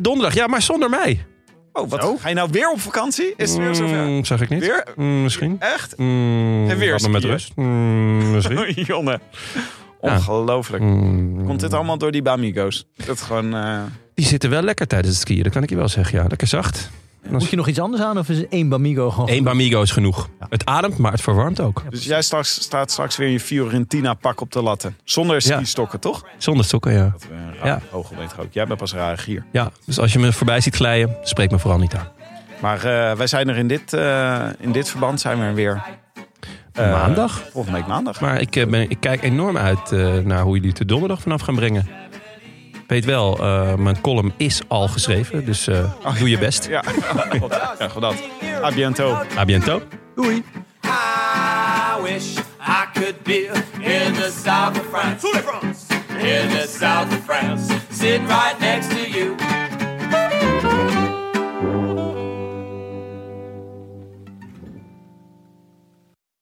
donderdag, ja, maar zonder mij.
Oh, wat? Ga je nou weer op vakantie? Is het weer zover?
Mm, zag ik niet.
Weer?
Mm, misschien.
Echt?
Mm,
En weer
laat me met
skiën.
rust. Mm, misschien.
Jonne. Oh, Ongelooflijk.
Mm.
Komt dit allemaal door die Bamigo's? Dat gewoon... eh,
Die zitten wel lekker tijdens het skiën, dat kan ik je wel zeggen. Ja, lekker zacht.
Moet je nog iets anders aan of is één Bamigo gewoon...
Eén Bamigo is genoeg.
Ja.
Het ademt, maar het verwarmt ook.
Dus jij straks, staat straks weer in je Fiorentina-pak op de latten. Zonder
Ja.
ski-stokken, toch?
Zonder sokken, ja.
Dat we een
Ja.
raar hooggeleid ook. Jij bent pas een rare gier.
Ja, dus als je me voorbij ziet glijden, spreek me vooral niet aan.
Maar eh, wij zijn er in dit, eh, in dit verband zijn we er weer. eh,
Maandag?
Volgende week maandag.
Maar ik, eh, ben, ik kijk enorm uit eh, naar hoe jullie het er donderdag vanaf gaan brengen. Weet wel, eh, mijn column is al geschreven, dus eh, doe je best.
Ja, goed. Ja, goed dat. A bientôt.
A bientôt.
Doei.
I wish I could be in the south of France. In the south of France. Sitting right next to you.